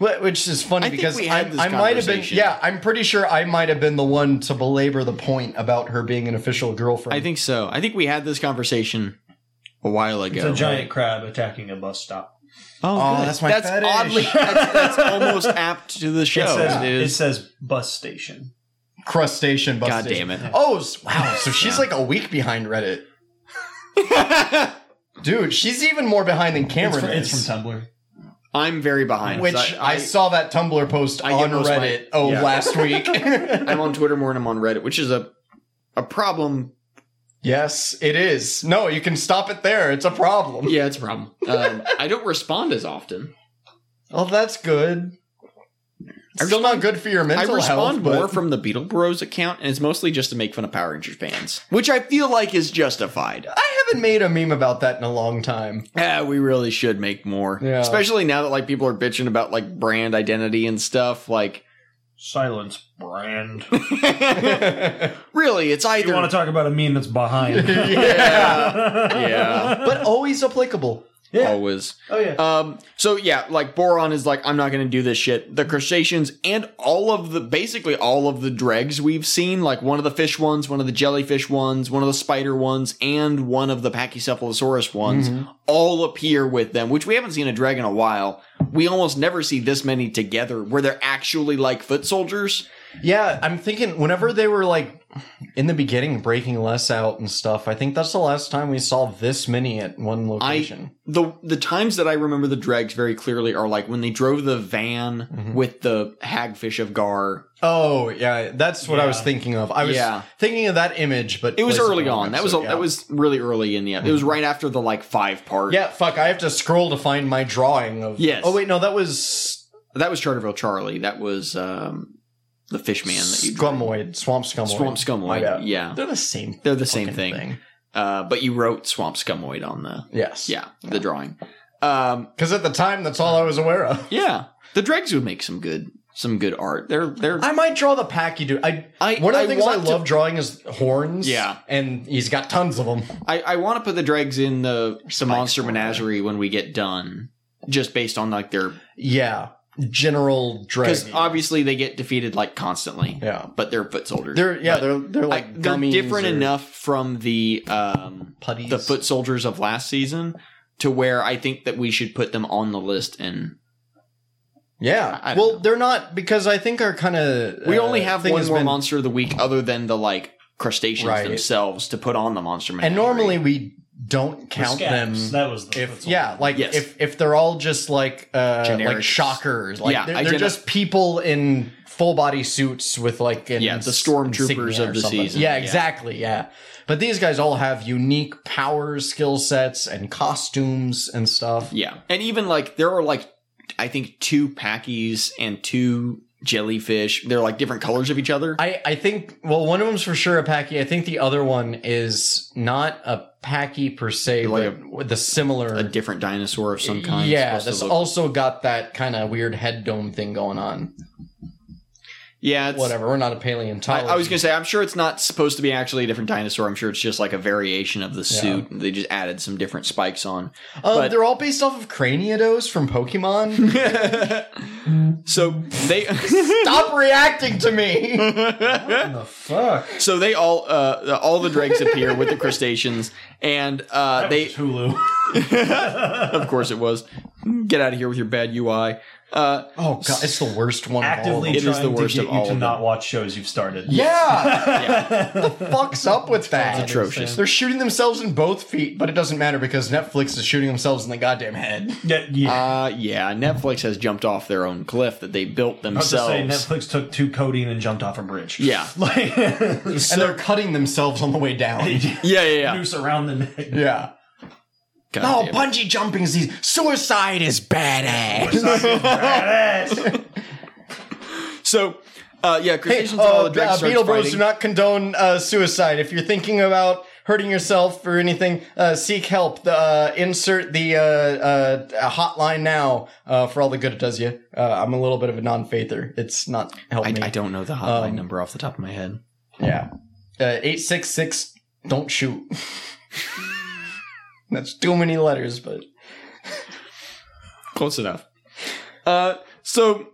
Speaker 3: Wh- Which is funny
Speaker 2: I think
Speaker 3: because
Speaker 2: we had
Speaker 3: I,
Speaker 2: this
Speaker 3: I might have been
Speaker 2: conversation.
Speaker 3: yeah, I'm pretty sure I might have been the one to belabor the point about her being an official girlfriend.
Speaker 2: I think so. I think we had this conversation a while ago.
Speaker 4: It's a giant crab attacking a bus stop.
Speaker 3: Oh,
Speaker 2: good.
Speaker 3: that's my
Speaker 2: that's
Speaker 3: fetish.
Speaker 2: oddly that's, that's almost apt to the show.
Speaker 4: It says,
Speaker 2: It
Speaker 4: it
Speaker 2: is.
Speaker 4: says bus station.
Speaker 3: crustacean bus
Speaker 2: God
Speaker 3: station.
Speaker 2: damn it.
Speaker 3: Oh, s- wow. So she's like a week behind Reddit. Dude, she's even more behind than
Speaker 4: It's
Speaker 3: Cameron
Speaker 4: from, it's
Speaker 3: is.
Speaker 4: from Tumblr.
Speaker 2: I'm very behind.
Speaker 3: which
Speaker 2: So
Speaker 3: I, saw that Tumblr post
Speaker 2: I get
Speaker 3: on
Speaker 2: most of my-
Speaker 3: Reddit. oh,
Speaker 4: Yeah.
Speaker 3: last week.
Speaker 2: I'm on Twitter more than I'm on Reddit, which is a a problem.
Speaker 3: yes, it is. No, you can stop it there. It's a problem.
Speaker 2: Yeah, it's a problem. Um, I don't respond as often.
Speaker 3: Oh, that's good. It's
Speaker 2: I
Speaker 3: still not good for your
Speaker 2: I
Speaker 3: mental
Speaker 2: respond
Speaker 3: health,
Speaker 2: more
Speaker 3: but
Speaker 2: from the Beetle Bros account, and it's mostly just to make fun of Power Rangers fans, which I feel like is justified.
Speaker 3: I haven't made a meme about that in a long time.
Speaker 2: Yeah, we really should make more,
Speaker 3: Yeah.
Speaker 2: especially now that like people are bitching about like brand identity and stuff. Like,
Speaker 4: Silence brand.
Speaker 2: really, it's either
Speaker 4: You want to talk about a meme that's behind? yeah.
Speaker 2: Yeah.
Speaker 3: But always applicable.
Speaker 4: Yeah.
Speaker 2: always.
Speaker 4: Oh yeah.
Speaker 2: Um, so yeah, like Boron is like, I'm not gonna do this shit. The crustaceans and all of the basically all of the dregs we've seen, like one of the fish ones, one of the jellyfish ones, one of the spider ones, and one of the pachycephalosaurus ones, all appear with them, which we haven't seen a dreg in a while. We almost never see this many together where they're actually like foot soldiers.
Speaker 3: Yeah, I'm thinking whenever they were like in the beginning breaking less out and stuff, I think that's the last time we saw this many at one location.
Speaker 2: the the times that I remember the dregs very clearly are like when they drove the van with the hagfish of Gar.
Speaker 3: Oh yeah, that's what I was
Speaker 4: Yeah.
Speaker 3: thinking of. I was
Speaker 2: Yeah.
Speaker 3: thinking of that image, but
Speaker 2: It was
Speaker 3: placed
Speaker 2: early
Speaker 3: the wrong
Speaker 2: on. That was a,
Speaker 3: episode, yeah. Mm-hmm.
Speaker 2: that was really early in the. It was right after the like five part.
Speaker 3: yeah. Fuck, I have to scroll to find my drawing of.
Speaker 2: Yes.
Speaker 3: Oh wait, no, that was
Speaker 2: that was Charterville Charlie. That was um the fish man that you
Speaker 3: Scumoid, Swamp Scumoid,
Speaker 2: Swamp Scumoid.
Speaker 3: Yeah.
Speaker 2: Yeah.
Speaker 3: They're the same.
Speaker 2: they're the same
Speaker 3: fucking
Speaker 2: thing. Uh, but you wrote Swamp Scumoid on the
Speaker 3: Yes.
Speaker 2: yeah, the drawing. Um,
Speaker 3: Because at the time, that's all I was aware of.
Speaker 2: yeah, the dregs would make some good some good art. They're they're
Speaker 3: I might draw the packy dude. I,
Speaker 2: I-
Speaker 3: one of the
Speaker 2: I
Speaker 3: things I
Speaker 2: want to-
Speaker 3: love drawing is horns.
Speaker 2: Yeah.
Speaker 3: and he's got tons of them.
Speaker 2: I, I want to put the dregs in the, the monster menagerie when we get done, just based on like their
Speaker 3: Yeah, General Drake.
Speaker 2: because obviously they get defeated like constantly.
Speaker 3: Yeah.
Speaker 2: but they're foot soldiers.
Speaker 3: They're yeah,
Speaker 2: But
Speaker 3: they're they're like
Speaker 2: I- they're
Speaker 3: gummies
Speaker 2: different
Speaker 3: or
Speaker 2: enough from the um
Speaker 3: putties.
Speaker 2: the foot soldiers of last season to where I think that we should put them on the list and
Speaker 3: Yeah.
Speaker 2: I- I don't
Speaker 3: well,
Speaker 2: know.
Speaker 3: they're not because I think our uh, kind of
Speaker 2: we only have one more monster of the week other than the like crustaceans
Speaker 3: Right.
Speaker 2: themselves to put on the monster
Speaker 3: and
Speaker 2: menagerie.
Speaker 3: normally we don't count them.
Speaker 4: Scabs. That was the
Speaker 3: If yeah, like
Speaker 2: Yes.
Speaker 3: if if they're all just like uh
Speaker 2: Generic.
Speaker 3: like shockers, like
Speaker 2: Yeah,
Speaker 3: they're, they're
Speaker 2: identi-
Speaker 3: just people in full body suits with like an
Speaker 2: Yeah, the
Speaker 3: ins-
Speaker 2: stormtroopers
Speaker 3: insignia
Speaker 2: of
Speaker 3: or
Speaker 2: the
Speaker 3: something.
Speaker 2: season,
Speaker 3: Yeah,
Speaker 2: yeah.
Speaker 3: exactly. Yeah, but these guys all have unique powers, skill sets, and costumes and stuff.
Speaker 2: Yeah. And even like there are like I think two packies and two jellyfish. They're like different colors of each other.
Speaker 3: I, I think well one of them's for sure a packy. I think the other one is not a packy per se,
Speaker 2: Like
Speaker 3: but the similar
Speaker 2: a different dinosaur of some kind.
Speaker 3: Yeah,
Speaker 2: It's supposed
Speaker 3: that's
Speaker 2: to look-
Speaker 3: also got that kind of weird head dome thing going on.
Speaker 2: yeah, it's,
Speaker 3: Whatever, we're not a
Speaker 2: I,
Speaker 3: paleontologist.
Speaker 2: I was gonna say, I'm sure it's not supposed to be actually a different dinosaur. I'm sure it's just like a variation of the suit. They just added some different spikes on.
Speaker 3: um,
Speaker 2: but-
Speaker 3: they're all based off of Craniados from Pokemon.
Speaker 2: So they
Speaker 3: Stop reacting to me.
Speaker 4: What the fuck?
Speaker 2: so they all uh, all the dregs appear with the crustaceans, and uh,
Speaker 4: That
Speaker 2: they
Speaker 4: was Hulu.
Speaker 2: of course it was Get out of here with your bad UI. Uh,
Speaker 3: Oh god, it's the worst one.
Speaker 4: actively
Speaker 3: of
Speaker 2: It is
Speaker 4: trying
Speaker 2: the worst
Speaker 4: to
Speaker 2: of
Speaker 4: get
Speaker 2: all
Speaker 4: you
Speaker 2: of
Speaker 4: to
Speaker 2: them.
Speaker 4: not watch shows you've started.
Speaker 3: Yeah. all. fucks up with that.
Speaker 2: atrocious.
Speaker 3: They're shooting themselves in both feet, but it doesn't matter because Netflix is shooting themselves in the goddamn head.
Speaker 4: Yeah, yeah.
Speaker 2: Uh, yeah, Netflix has jumped off their own cliff that they built
Speaker 4: I was just saying,
Speaker 2: themselves.
Speaker 4: Netflix took two codeine and jumped off a bridge.
Speaker 2: Yeah.
Speaker 4: like
Speaker 3: and they're cutting themselves on the way down.
Speaker 2: Yeah, yeah, yeah.
Speaker 4: noose around the neck.
Speaker 3: yeah.
Speaker 2: God
Speaker 3: No,
Speaker 2: damn it.
Speaker 3: bungee jumping is easy. Suicide is badass.
Speaker 4: Badass.
Speaker 2: So, uh, yeah,
Speaker 3: Hey,
Speaker 2: Crustaceans
Speaker 3: uh,
Speaker 2: and all the
Speaker 3: uh,
Speaker 2: Drax starts
Speaker 3: Beetle Bros do
Speaker 2: fighting.
Speaker 3: not condone uh, suicide. If you're thinking about hurting yourself or anything, uh, seek help. Uh, insert the uh, uh, hotline now uh, for all the good it does you. Uh, I'm a little bit of a non-faither. It's not helping me.
Speaker 2: I, I don't know the hotline
Speaker 3: Um,
Speaker 2: number off the top of my head.
Speaker 3: Yeah. Uh, 866 don't shoot. That's too many letters, but
Speaker 2: Close enough. Uh, so,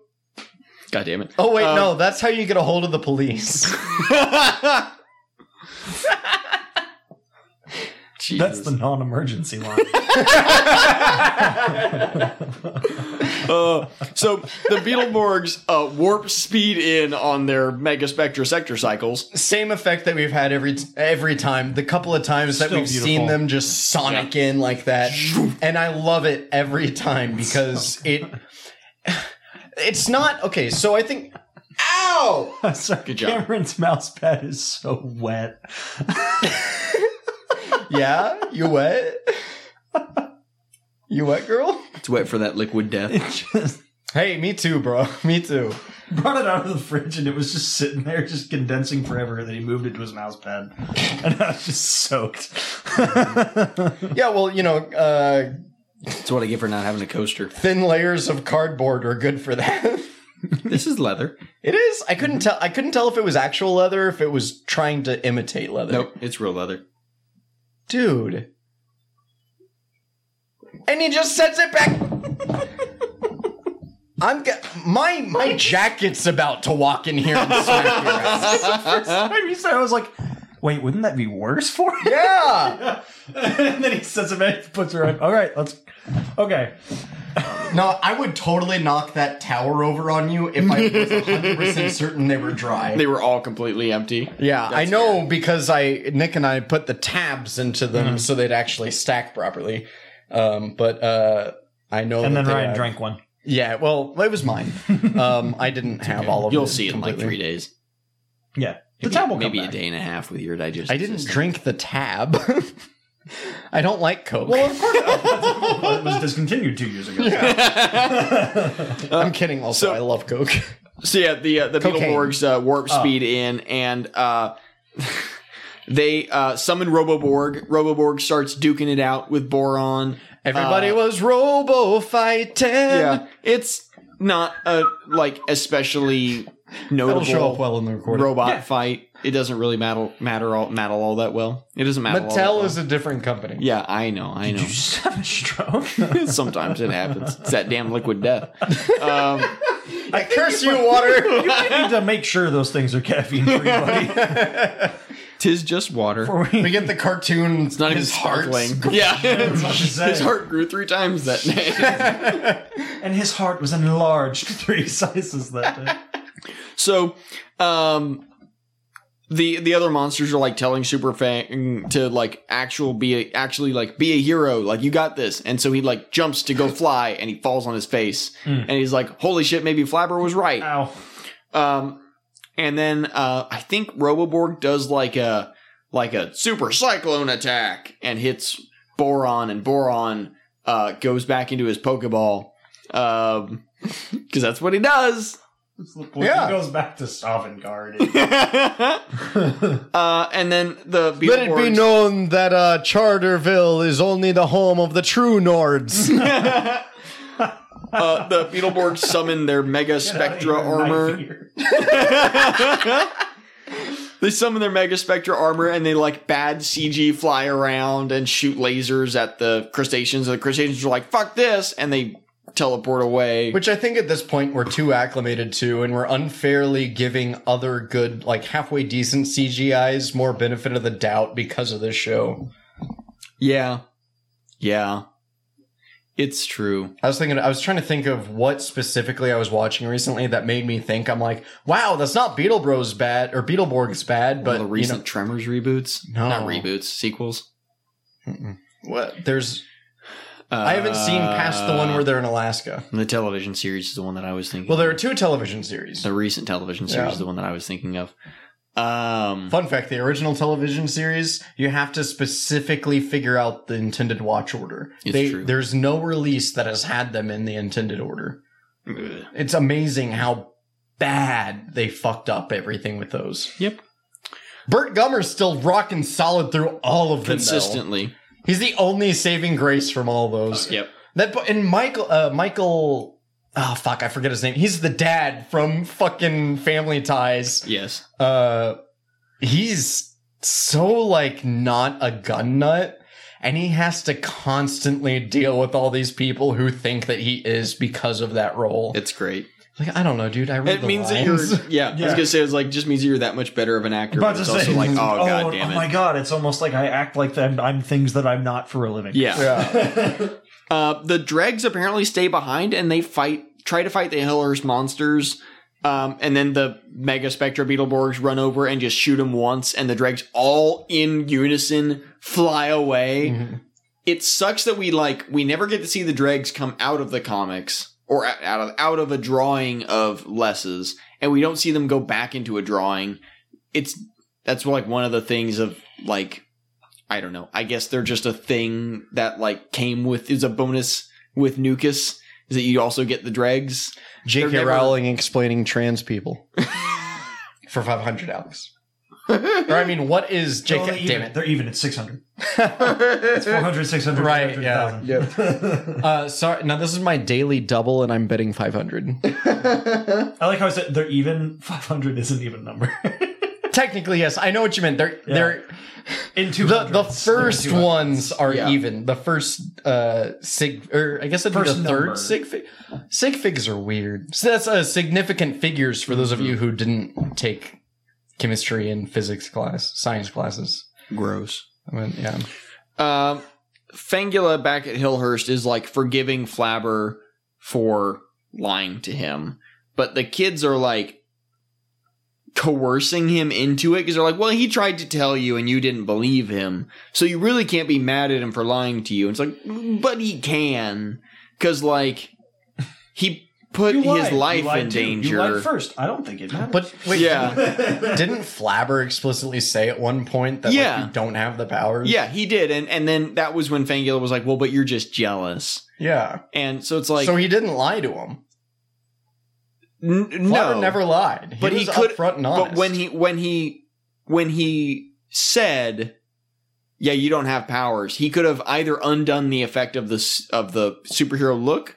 Speaker 2: God damn it.
Speaker 3: Oh wait,
Speaker 2: Um,
Speaker 3: no, that's how you get a hold of the police.
Speaker 4: That's the non-emergency line.
Speaker 2: Uh, so the Beetleborgs uh, warp speed in on their Mega Spectra sector cycles.
Speaker 3: Same effect that we've had every every time. The couple of times that
Speaker 4: Still
Speaker 3: we've
Speaker 4: beautiful.
Speaker 3: seen them just sonic in like that. And I love it every time because it it's not okay, so I think Ow!
Speaker 4: Sorry,
Speaker 2: Good job.
Speaker 4: Cameron's mouse pad is so wet.
Speaker 3: Yeah, you wet? You wet girl?
Speaker 2: It's wet for that liquid death.
Speaker 4: It just
Speaker 3: Hey, me too, bro. Me too.
Speaker 4: brought it out of the fridge and it was just sitting there, just condensing forever. And then he moved it to his mouse pad, and I was just soaked.
Speaker 3: Yeah, well, you know, uh,
Speaker 2: That's what I get for not having a coaster.
Speaker 3: thin layers of cardboard are good for that.
Speaker 2: This is leather.
Speaker 3: It is. I couldn't
Speaker 2: Mm-hmm.
Speaker 3: tell. I couldn't tell if it was actual leather, or if it was trying to imitate leather.
Speaker 2: Nope, it's real leather.
Speaker 3: dude. And he just sets it back. I'm g my my jacket's about to walk in here and smack your ass.
Speaker 4: Time you said, I was like, "Wait, wouldn't that be worse for him?"
Speaker 3: Yeah.
Speaker 4: and then he says it back, puts her on. All right, let's. Okay.
Speaker 3: No, I would totally knock that tower over on you if I was 100% certain they were dry.
Speaker 2: They were all completely empty.
Speaker 3: Yeah, I know because I Nick and I put the tabs into them
Speaker 2: Mm-hmm.
Speaker 3: so they'd actually stack properly. Um, but uh, I know.
Speaker 4: And
Speaker 3: that
Speaker 4: then
Speaker 3: they
Speaker 4: Ryan
Speaker 3: are-
Speaker 4: drank one.
Speaker 3: Yeah, well, it was mine. um, I didn't have all of.
Speaker 2: You'll
Speaker 3: it
Speaker 2: see it in like three
Speaker 3: completely.
Speaker 2: days.
Speaker 4: Yeah, the
Speaker 2: Maybe-
Speaker 4: time will come
Speaker 2: Maybe
Speaker 4: back.
Speaker 2: a day and a half with your digestion.
Speaker 3: I didn't drink the tab. I don't like Coke.
Speaker 4: Well, it was discontinued two years ago.
Speaker 3: I'm kidding. Also,
Speaker 2: so-
Speaker 3: I love Coke.
Speaker 2: So yeah, the uh, the
Speaker 3: Cocaine. Oh.
Speaker 2: Beetleborgs uh, warp speed in, and uh, they uh, summon Roboborg. Roboborg starts duking it out with Boron.
Speaker 3: Everybody was robo fighting.
Speaker 2: Yeah, it's not a like especially
Speaker 3: It'll
Speaker 2: notable
Speaker 3: show up well in the recording.
Speaker 2: robot fight. It doesn't really matter matter all matter all that well. It doesn't matter. all that
Speaker 3: Mattel
Speaker 2: well.
Speaker 3: is a different company.
Speaker 2: Yeah, I know. I know.
Speaker 4: You just have a stroke.
Speaker 2: Sometimes it happens. It's that damn liquid death. Um,
Speaker 3: I curse you, water.
Speaker 4: you might need to make sure those things are caffeine free, buddy.
Speaker 2: tis just water.
Speaker 4: Before we-
Speaker 3: We get the cartoon.
Speaker 2: It's not even
Speaker 3: his heart's
Speaker 2: sparkling. Yeah,
Speaker 4: say.
Speaker 2: his heart grew three times that day.
Speaker 4: and his heart was enlarged three sizes that day.
Speaker 2: so, um, the the other monsters are like telling Super Fang to like actual be a, actually like be a hero, like you got this. And so he like jumps to go fly, and he falls on his face, and he's like, "Holy shit! Maybe Flabber was right."
Speaker 4: Ow.
Speaker 2: Um, and then uh, I think Roboborg does like a like a super cyclone attack and hits Boron, and Boron uh, goes back into his Pokeball because that's what he does.
Speaker 3: Yeah.
Speaker 4: He goes back to Sovngarde.
Speaker 2: uh, and then the
Speaker 3: Let it be
Speaker 2: Beetleborgs-
Speaker 3: known that uh, Charterville is only the home of the true Nords.
Speaker 2: uh, the Beetleborgs summon their Mega Spectra armor. They summon their Mega Spectra armor and they like bad CG fly around and shoot lasers at the crustaceans. And the crustaceans are like, fuck this. And they teleport away.
Speaker 3: Which I think at this point we're too acclimated to, and we're unfairly giving other good, like halfway decent CGIs more benefit of the doubt because of this show.
Speaker 2: yeah. Yeah. It's true.
Speaker 3: I was thinking, I was trying to think of what specifically I was watching recently that made me think. I'm like, wow, that's not Beetle Bros bad or Beetleborg's bad,
Speaker 2: But
Speaker 3: but
Speaker 2: the
Speaker 3: you
Speaker 2: recent Tremors reboots,
Speaker 3: No.
Speaker 2: not reboots, sequels.
Speaker 3: know, what, there's. I haven't seen past the one where they're in Alaska.
Speaker 2: Uh, the television series is the one that I was thinking.
Speaker 3: Well, there
Speaker 2: of.
Speaker 3: are two television series.
Speaker 2: the recent television series
Speaker 3: Yeah.
Speaker 2: is the one that I was thinking of. Um,
Speaker 3: Fun fact: the original television series, you have to specifically figure out the intended watch order.
Speaker 2: It's
Speaker 3: They-
Speaker 2: true.
Speaker 3: There's no release that has had them in the intended order. It's amazing how bad they fucked up everything with those.
Speaker 2: Yep.
Speaker 3: Burt Gummer's still rocking solid through all of them. though.
Speaker 2: consistently.
Speaker 3: He's the only saving grace from all those.
Speaker 2: Oh, Yep.
Speaker 3: That bu- and Michael, uh, Michael. Oh fuck, I forget his name. He's the dad from fucking Family Ties
Speaker 2: Yes.
Speaker 3: uh he's so like not a gun nut and he has to constantly deal with all these people who think that he is because of that role.
Speaker 2: It's great.
Speaker 3: like I don't know, dude. I read
Speaker 2: It
Speaker 3: the
Speaker 2: means that
Speaker 3: lines.
Speaker 2: you're. Yeah, I was
Speaker 4: Yeah.
Speaker 2: gonna say it's like just means you're that much better of an actor. But
Speaker 4: About to
Speaker 2: it's
Speaker 4: say,
Speaker 2: also like, oh, god damn
Speaker 4: oh
Speaker 2: it.
Speaker 4: my god, it's almost like I act like I'm, I'm things that I'm not for a living.
Speaker 2: Yeah.
Speaker 3: yeah.
Speaker 2: Uh, the dregs apparently stay behind and they fight, try to fight the Hillers monsters. Um, and then the Mega Spectra Beetleborgs run over and just shoot them once, and the dregs all in unison fly away.
Speaker 3: Mhm.
Speaker 2: It sucks that we like we never get to see the dregs come out of the comics or out out of out of a drawing of Les's, and we don't see them go back into a drawing. It's that's like one of the things of like I don't know. I guess they're just a thing that like came with is a bonus with Nucus is that you also get the dregs.
Speaker 7: J.K.
Speaker 2: never-
Speaker 7: Rowling explaining trans people.
Speaker 3: For 500 Alex. or I mean, what is
Speaker 4: They're only
Speaker 3: Jacob?
Speaker 4: even,
Speaker 3: Damn it.
Speaker 4: They're even at 600. It's 400, 600,
Speaker 3: Right,
Speaker 4: 700,000.
Speaker 3: Uh sorry, now this is my
Speaker 7: Daily double, and I'm betting 500.
Speaker 4: I like how I said they're even. 500 isn't even a number.
Speaker 3: technically yes, I know what you meant. They're
Speaker 4: Yeah.
Speaker 3: they're
Speaker 4: In
Speaker 3: the,
Speaker 4: 200.
Speaker 3: the first ones are
Speaker 2: Yeah.
Speaker 3: even. The first uh sig or I guess it'd
Speaker 4: First
Speaker 3: be the
Speaker 4: number.
Speaker 3: third sig fig. Sig figs are weird. So that's uh, significant figures for those of
Speaker 2: Mm-hmm.
Speaker 3: you who didn't take chemistry and physics class, science classes.
Speaker 2: Gross.
Speaker 3: I mean, yeah.
Speaker 2: Um, Fangula back at Hillhurst is like forgiving Flabber for lying to him, but the kids are like coercing him into it because they're like, "Well, he tried to tell you and you didn't believe him, so you really can't be mad at him for lying to you." And it's like, but he can, because like he put
Speaker 4: You lied.
Speaker 2: his life
Speaker 4: You lied
Speaker 2: in
Speaker 4: too.
Speaker 2: danger.
Speaker 4: You lied first. I don't think it matters.
Speaker 3: But wait,
Speaker 2: Yeah.
Speaker 3: didn't Flabber explicitly say at one point that
Speaker 2: Yeah.
Speaker 3: like, you don't have the powers?
Speaker 2: Yeah, he did, and and then that was when Fangula was like, "Well, but you're just jealous,"
Speaker 3: Yeah.
Speaker 2: and so it's like,
Speaker 3: so he didn't lie to him.
Speaker 2: n-
Speaker 3: Flabber
Speaker 2: no,
Speaker 3: never lied.
Speaker 2: But he
Speaker 3: was
Speaker 2: could-
Speaker 3: upfront and honest.
Speaker 2: But when he when he when he said, "Yeah, you don't have powers," he could have either undone the effect of the s- of the superhero look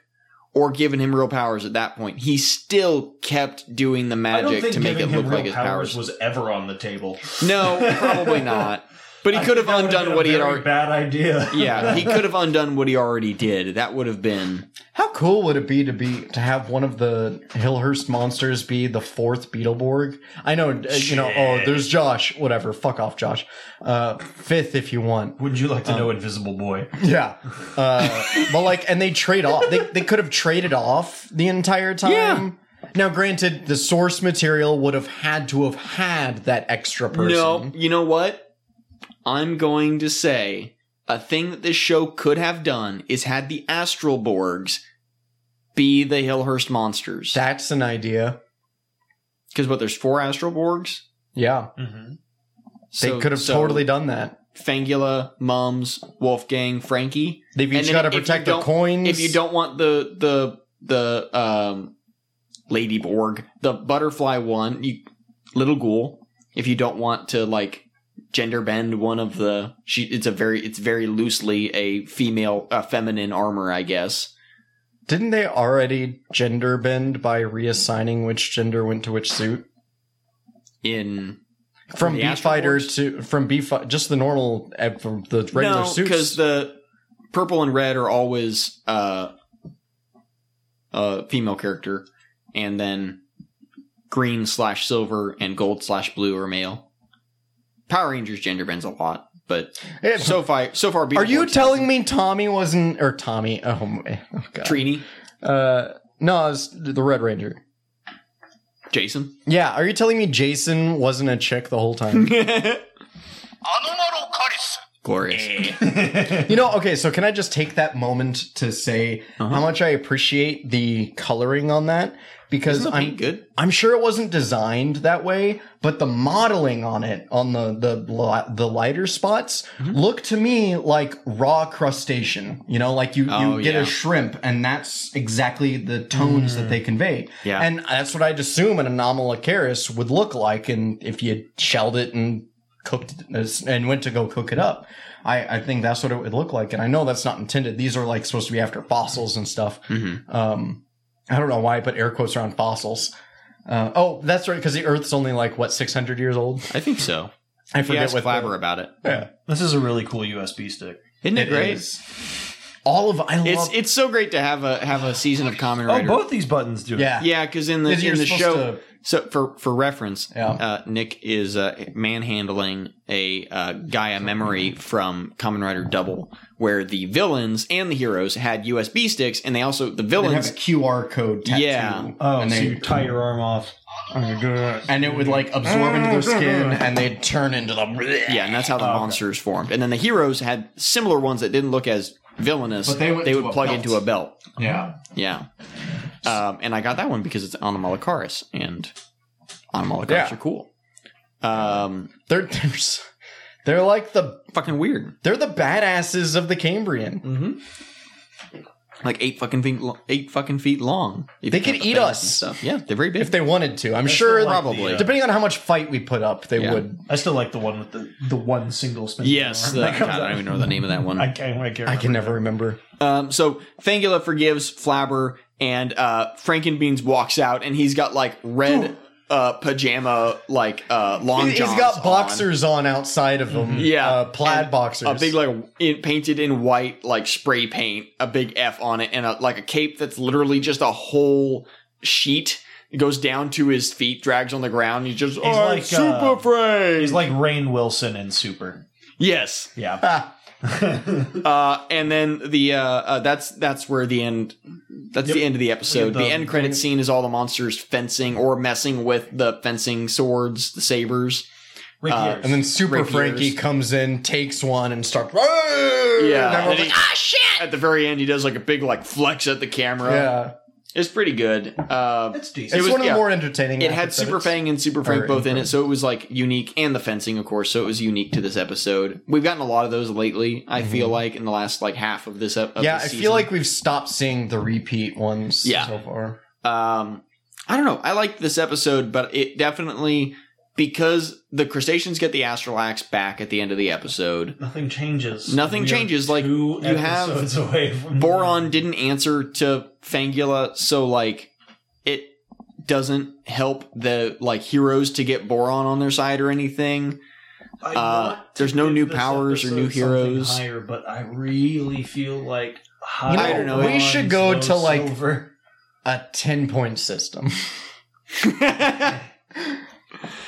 Speaker 2: or given him real powers at that point. He still kept doing the
Speaker 4: I don't
Speaker 2: magic
Speaker 4: think
Speaker 2: to make it
Speaker 4: giving him
Speaker 2: look
Speaker 4: real
Speaker 2: like his powers.
Speaker 4: was ever on the table.
Speaker 2: no, probably not. But he
Speaker 4: I
Speaker 2: could have
Speaker 4: think that would've
Speaker 2: undone
Speaker 4: been a
Speaker 2: what he had
Speaker 4: very
Speaker 2: already.
Speaker 4: Bad idea.
Speaker 2: Yeah, he could have undone what he already did. That would have been
Speaker 3: How cool would it be to be to have one of the Hillhurst monsters be the fourth Beetleborg? I know, uh, you know. Oh,
Speaker 4: Shit.
Speaker 3: there's Josh. Whatever. Fuck off, Josh. Uh, fifth, if you want.
Speaker 4: Would you
Speaker 2: Um,
Speaker 4: like to know Invisible Boy?
Speaker 3: Yeah. Uh, but like, and they trade off. They they could have traded off the entire time. Now, granted, the source material would have had to have had that extra person.
Speaker 2: No, you know what? I'm going to say a thing that this show could have done is had the Astral Borgs be the Hillhurst monsters.
Speaker 3: That's an idea.
Speaker 2: Because what? There's four Astral Borgs.
Speaker 3: Yeah,
Speaker 4: Mm-hmm.
Speaker 3: they
Speaker 2: So-
Speaker 3: could have
Speaker 2: so
Speaker 3: totally done that.
Speaker 2: Fangula, Mums, Wolfgang, Frankie.
Speaker 3: They've
Speaker 2: And
Speaker 3: each
Speaker 2: then
Speaker 3: got to
Speaker 2: if you
Speaker 3: protect their
Speaker 2: don't-
Speaker 3: coins.
Speaker 2: If you don't want the the the um, Lady Borg, the butterfly one, you little ghoul. If you don't want to like gender bend one of the, she it's a very it's very loosely a female a feminine armor, I guess.
Speaker 3: Didn't they already gender bend by reassigning which gender went to which suit?
Speaker 2: In
Speaker 3: From
Speaker 2: the
Speaker 3: B
Speaker 2: Astro
Speaker 3: fighter
Speaker 2: Wars?
Speaker 3: to from B fi- just the normal uh, from the regular
Speaker 2: no,
Speaker 3: suits.
Speaker 2: because the purple and red are always uh, a female character, and then green slash silver and gold slash blue are male. Power Rangers gender bends a lot, But
Speaker 3: It-
Speaker 2: so far, so far,
Speaker 3: Eh, Are you
Speaker 2: Beetleborgs
Speaker 3: telling me Tommy wasn't or Tommy? Oh, my, oh
Speaker 2: hasn't.
Speaker 3: god.
Speaker 2: Trini,
Speaker 3: Uh, no, it was the Red Ranger.
Speaker 2: Jason?
Speaker 3: Yeah, are you telling me Jason wasn't a chick the whole time?
Speaker 2: Glorious.
Speaker 3: You know, okay, so can I just take that moment to say
Speaker 2: Uh-huh.
Speaker 3: how much I appreciate the coloring on that? Because
Speaker 2: Isn't the
Speaker 3: I'm
Speaker 2: paint good?
Speaker 3: I'm sure it wasn't designed that way, but the modeling on it on the the li- the lighter spots
Speaker 2: Mm-hmm.
Speaker 3: look to me like raw crustacean. You know, like you
Speaker 2: Oh,
Speaker 3: you get
Speaker 2: yeah. Mm.
Speaker 3: a shrimp, and that's exactly the tones that they convey.
Speaker 2: Yeah.
Speaker 3: and that's what I'd assume an anomalocaris would look like, and if you shelled it and cooked it uh, and went to go cook it up. I, I think that's what it would look like. And I know that's not intended. These are like supposed to be after fossils and stuff.
Speaker 2: Mhm.
Speaker 3: Um, I don't know why I put air quotes around fossils. Uh, oh, that's right, because the Earth's only like what six hundred years old.
Speaker 2: I think so.
Speaker 3: I
Speaker 2: If you
Speaker 3: forget
Speaker 2: ask
Speaker 3: what the-
Speaker 2: Flabber about it,
Speaker 3: Yeah,
Speaker 4: This is a really cool USB stick.
Speaker 2: isn't it,
Speaker 3: it
Speaker 2: great?
Speaker 3: is. All of I love.
Speaker 2: It's it's so great to have a have a season of Common
Speaker 4: Oh,
Speaker 2: Rider.
Speaker 4: both these buttons do it.
Speaker 3: yeah,
Speaker 2: Yeah, because in the
Speaker 3: Because you're
Speaker 2: in the
Speaker 3: supposed
Speaker 2: show,
Speaker 3: to-
Speaker 2: so for for reference,
Speaker 3: Yeah.
Speaker 2: uh, Nick is uh, manhandling a uh, Gaia memory from Common Rider Double, where the villains and the heroes had USB sticks, and they also the
Speaker 3: They have
Speaker 2: villains
Speaker 3: a QR code tattoo.
Speaker 2: Yeah.
Speaker 4: Oh,
Speaker 3: and
Speaker 4: so
Speaker 3: they- Oh
Speaker 4: you tie your arm off.
Speaker 3: and it would like absorb into their skin, and they'd turn into the.
Speaker 2: Yeah, and that's how the
Speaker 3: Oh,
Speaker 2: monsters formed. And then the heroes had similar ones that didn't look as villainous.
Speaker 3: But they went to
Speaker 2: would
Speaker 3: a
Speaker 2: plug
Speaker 3: belt.
Speaker 2: into a belt.
Speaker 3: Yeah.
Speaker 2: Yeah. Um, and I got that one because it's Anomalocaris, and Anomalocaris
Speaker 3: Yeah.
Speaker 2: are cool. Um,
Speaker 3: They're they're, s- they're like the
Speaker 2: fucking weird.
Speaker 3: they're the badasses of the Cambrian. Mm-hmm.
Speaker 2: Like eight fucking feet, lo- eight fucking feet long. If
Speaker 3: They
Speaker 2: you
Speaker 3: could
Speaker 2: count the
Speaker 3: eat
Speaker 2: fangs
Speaker 3: us.
Speaker 2: and stuff. Yeah, they're very big.
Speaker 3: If they wanted to, I'm sure.
Speaker 4: still like
Speaker 3: probably
Speaker 2: the, uh,
Speaker 3: depending on how much fight we put up, they
Speaker 2: Yeah.
Speaker 3: would.
Speaker 4: I still like the one with the, the one single spin.
Speaker 2: yes,
Speaker 4: arm
Speaker 2: the,
Speaker 4: that comes
Speaker 2: God, I
Speaker 4: out.
Speaker 2: don't even know the name of that one.
Speaker 4: I can't. I can't.
Speaker 3: I can never remember.
Speaker 2: Um, so Fangula forgives Flabber, and uh, Frankenbeans walks out, and he's got like red uh, pajama, like uh, long
Speaker 3: He-
Speaker 2: johns.
Speaker 3: He's got
Speaker 2: on. Mm-hmm.
Speaker 3: boxers on, outside of him.
Speaker 2: Yeah.
Speaker 3: uh, plaid
Speaker 2: And
Speaker 3: boxers.
Speaker 2: A big like in, painted in white like spray paint, a big F on it, and a, like a cape that's literally just a whole sheet. It goes down to his feet, drags on the ground. He's just oh,
Speaker 4: like,
Speaker 2: super
Speaker 4: uh,
Speaker 2: afraid.
Speaker 4: He's like Rain Wilson in Super.
Speaker 2: yes,
Speaker 4: Yeah.
Speaker 3: Ah,
Speaker 2: Uh, and then the uh, uh, that's that's where the end. That's the end of the episode.
Speaker 4: The-
Speaker 2: The, end credit scene is all the monsters fencing or messing with the fencing swords, the sabers.
Speaker 4: Rick
Speaker 2: Uh,
Speaker 4: Years.
Speaker 3: and then Super
Speaker 2: Rapiers.
Speaker 3: Frankie comes in, takes one, and starts.
Speaker 2: Yeah.
Speaker 3: And everyone's
Speaker 2: And he-
Speaker 3: like, ah, shit.
Speaker 2: At the very end, he does like a big like flex at the camera.
Speaker 3: Yeah,
Speaker 2: It's pretty good. Uh,
Speaker 4: it's decent.
Speaker 3: it's
Speaker 2: was-
Speaker 3: one of the
Speaker 2: yeah.
Speaker 3: more entertaining.
Speaker 2: it had
Speaker 3: after
Speaker 2: Super
Speaker 3: credits.
Speaker 2: Fang and Super Frank
Speaker 3: Or
Speaker 2: both in
Speaker 3: Infra.
Speaker 2: it, so it was like unique, and the fencing, of course, so it was unique to this episode. We've gotten a lot of those lately. I feel like in the last like half of this. Ep- of
Speaker 3: Yeah, I
Speaker 2: this
Speaker 3: feel
Speaker 2: season.
Speaker 3: like we've stopped seeing the repeat ones.
Speaker 2: Yeah.
Speaker 3: so far.
Speaker 2: um i don't know i liked this episode but it definitely because the crustaceans get the astralax back at the end of the episode
Speaker 4: Nothing changes.
Speaker 2: Nothing
Speaker 4: We are
Speaker 2: changes, like,
Speaker 4: two
Speaker 2: you have
Speaker 4: episodes away from
Speaker 2: boron didn't answer to fangula so like it doesn't help the like heroes to get boron on their side or anything
Speaker 4: I
Speaker 2: uh,
Speaker 4: want to
Speaker 2: there's no
Speaker 4: give
Speaker 2: new
Speaker 4: this
Speaker 2: powers or
Speaker 4: episode
Speaker 2: new
Speaker 4: something
Speaker 2: heroes.
Speaker 4: Higher, but I really feel like
Speaker 3: You
Speaker 2: I don't know, we
Speaker 4: Bronze,
Speaker 3: should go
Speaker 4: low
Speaker 3: to, like-
Speaker 4: silver.
Speaker 3: a 10 point system.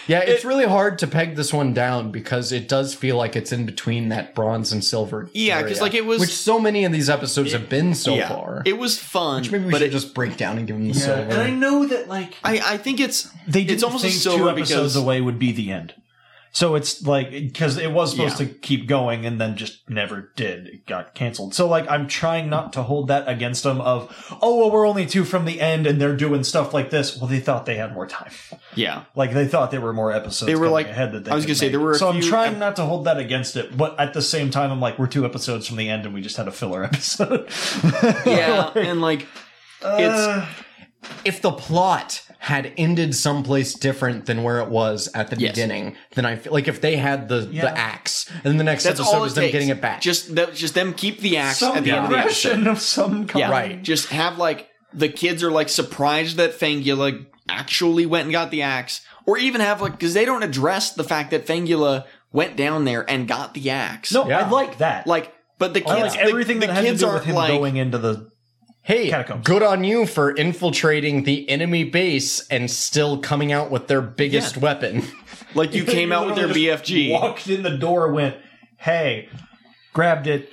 Speaker 3: Yeah, it's really hard to peg this one down because it does feel like it's in between that bronze and silver.
Speaker 2: Yeah, 'cause,
Speaker 3: area,
Speaker 2: like, it was-
Speaker 3: which so many of these episodes have been so
Speaker 2: Yeah.
Speaker 3: far.
Speaker 2: it was fun
Speaker 3: which maybe we
Speaker 2: but
Speaker 3: should
Speaker 2: it,
Speaker 3: just break down and give them the
Speaker 4: Yeah,
Speaker 3: silver.
Speaker 4: and I know that like
Speaker 2: I, I think it's
Speaker 4: they
Speaker 2: It's
Speaker 4: didn't
Speaker 2: almost
Speaker 4: think
Speaker 2: a silver
Speaker 4: two episodes
Speaker 2: because-
Speaker 4: away would be the end. So it's like because it was supposed
Speaker 2: Yeah.
Speaker 4: to keep going and then just never did. It got canceled. So like I'm trying not to hold that against them. Of oh well, we're only two from the end and they're doing stuff like this. Well, they thought they had more time.
Speaker 2: yeah
Speaker 4: Like they thought there were more episodes.
Speaker 2: They were
Speaker 4: coming
Speaker 2: like-
Speaker 4: ahead that they
Speaker 2: I was
Speaker 4: could
Speaker 2: gonna say,
Speaker 4: make.
Speaker 2: there were a
Speaker 4: So I'm
Speaker 2: few-
Speaker 4: trying not to hold that against it, but at the same time, I'm like, we're two episodes from the end, and we just had a filler episode. Uh,
Speaker 2: yeah and like it's
Speaker 3: if the plot had ended someplace different than where it was at the
Speaker 2: Yes.
Speaker 3: beginning, then I feel like if they had the,
Speaker 4: Yeah.
Speaker 3: the axe, and then the next
Speaker 2: that's
Speaker 3: episode
Speaker 2: all it
Speaker 3: is them
Speaker 2: takes.
Speaker 3: getting it back.
Speaker 2: just that, just them keep the axe
Speaker 4: some
Speaker 2: at the end of the episode
Speaker 4: progression of some kind.
Speaker 2: Yeah.
Speaker 3: Right.
Speaker 2: Just have like the kids are like surprised that Fangula actually went and got the axe, or even have like because they don't address the fact that Fangula went down there and got the axe.
Speaker 4: No,
Speaker 3: Yeah.
Speaker 4: I like that.
Speaker 2: like but the kids,
Speaker 4: I Oh, like everything
Speaker 2: the, the
Speaker 4: that has to
Speaker 2: kids
Speaker 4: do with
Speaker 2: aren't
Speaker 4: him
Speaker 2: like
Speaker 4: going into the.
Speaker 3: Hey,
Speaker 4: Catacombs.
Speaker 3: good on you for infiltrating the enemy base and still coming out with their biggest
Speaker 2: Yeah.
Speaker 3: weapon.
Speaker 2: like you came out with their
Speaker 4: Literally just
Speaker 2: BFG.
Speaker 4: walked in the door, went, hey, grabbed it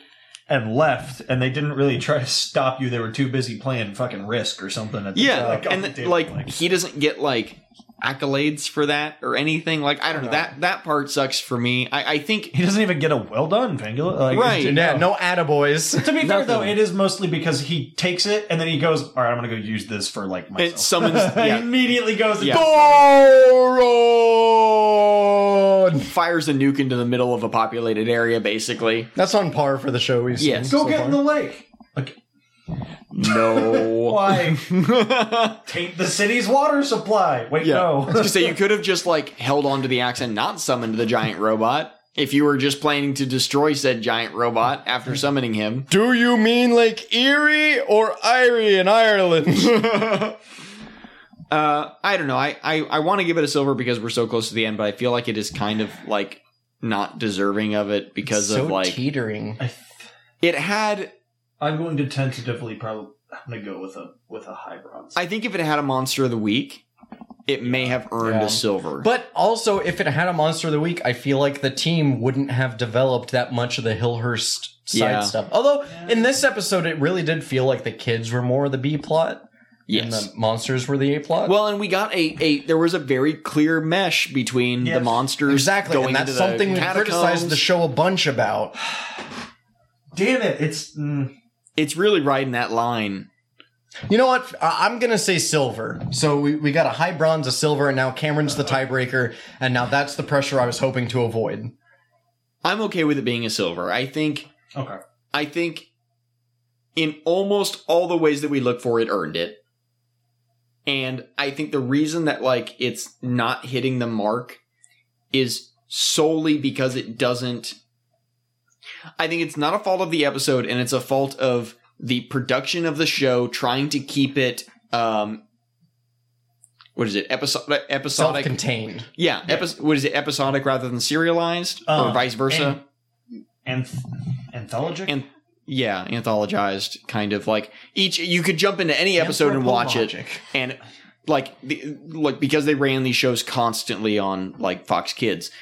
Speaker 4: and left, and they didn't really try to stop you. They were too busy playing fucking Risk or something. At the
Speaker 2: Yeah,
Speaker 4: time.
Speaker 2: and
Speaker 4: oh,
Speaker 2: th-
Speaker 4: dude,
Speaker 2: like, he doesn't get like accolades for that or anything. Like I don't know that that part sucks for me. I, I think
Speaker 4: he doesn't even get a well done Vangula. Like,
Speaker 2: Right.
Speaker 4: it's-
Speaker 3: Yeah, no attaboys.
Speaker 4: To be fair, though, it is mostly because he takes it and then he goes, "All right, I'm gonna go use this for like myself."
Speaker 2: it summons.
Speaker 4: He
Speaker 2: yeah,
Speaker 4: immediately goes, and
Speaker 2: Yeah.
Speaker 3: Boron!
Speaker 2: fires a nuke into the middle of a populated area, basically.
Speaker 3: That's on par for the show we've seen.
Speaker 2: Yes.
Speaker 4: "Go
Speaker 3: so
Speaker 4: get
Speaker 3: far.
Speaker 4: in the lake." Like,
Speaker 2: No.
Speaker 4: why
Speaker 2: I
Speaker 4: taint the city's water supply? Wait,
Speaker 2: was
Speaker 4: no.
Speaker 2: gonna say you could have just like held onto the axe and not summoned the giant robot if you were just planning to destroy said giant robot after summoning him.
Speaker 8: Do you mean Lake Erie or Irie in Ireland?
Speaker 2: Uh, I don't know. I I, I want to give it a silver because we're so close to the end, but I feel like it is kind of like not deserving of it because
Speaker 3: so
Speaker 2: of like
Speaker 3: teetering.
Speaker 4: I th-
Speaker 2: it had.
Speaker 4: I'm going to tentatively probably. I'm gonna go with a with a high bronze.
Speaker 2: I think if it had a monster of the week, it may have earned
Speaker 3: Yeah.
Speaker 2: a silver.
Speaker 3: But also, if it had a monster of the week, I feel like the team wouldn't have developed that much of the Hillhurst side
Speaker 2: Yeah.
Speaker 3: stuff. Although in this episode, it really did feel like the kids were more the B plot and
Speaker 2: yes.
Speaker 3: the monsters were the A plot.
Speaker 2: Well, and we got a, a there was a very clear mesh between the
Speaker 4: Yes.
Speaker 2: monsters
Speaker 3: exactly,
Speaker 2: going
Speaker 3: and that's
Speaker 2: into the
Speaker 3: something we criticized
Speaker 2: catacombs.
Speaker 3: the show a bunch about.
Speaker 4: Damn it! It's mm,
Speaker 2: It's really riding that line.
Speaker 3: You know what? I- I'm gonna say silver. So we, we got a high bronze, a silver, and now Cameron's the tiebreaker, and now that's the pressure I was hoping to avoid.
Speaker 2: I'm okay with it being a silver. I think
Speaker 4: okay.
Speaker 2: I think in almost all the ways that we look for it earned it. And I think the reason that like it's not hitting the mark is solely because it doesn't I think it's not a fault of the episode and it's a fault of the production of the show trying to keep it um what is it episodic episodic
Speaker 3: Self-contained.
Speaker 2: yeah, epis what is it episodic rather than serialized or
Speaker 4: Um,
Speaker 2: vice versa
Speaker 4: and- Anth- anthologic.
Speaker 2: And- yeah, anthologized kind of like each you could jump into any episode and watch it
Speaker 3: Anthropologic.
Speaker 2: and like the, like because they ran these shows constantly on like Fox Kids.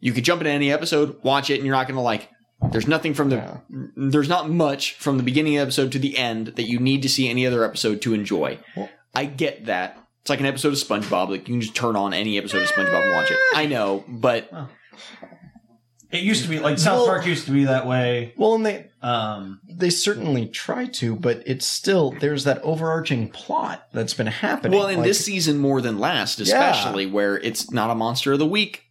Speaker 2: You could jump into any episode, watch it and you're not going to like there's nothing from the
Speaker 3: Yeah.
Speaker 2: there's not much from the beginning of the episode to the end that you need to see any other episode to enjoy.
Speaker 3: Well-
Speaker 2: I get that. It's like an episode of SpongeBob. Like you can just turn on any episode of SpongeBob and watch it. I know, but
Speaker 4: it used to be like South
Speaker 3: Well-
Speaker 4: Park used to be that way.
Speaker 3: Well, and they
Speaker 4: Um,
Speaker 3: they certainly try to, but it's still there's that overarching plot that's been happening.
Speaker 2: well, in
Speaker 3: Like,
Speaker 2: this season more than last, especially where it's not a monster of the week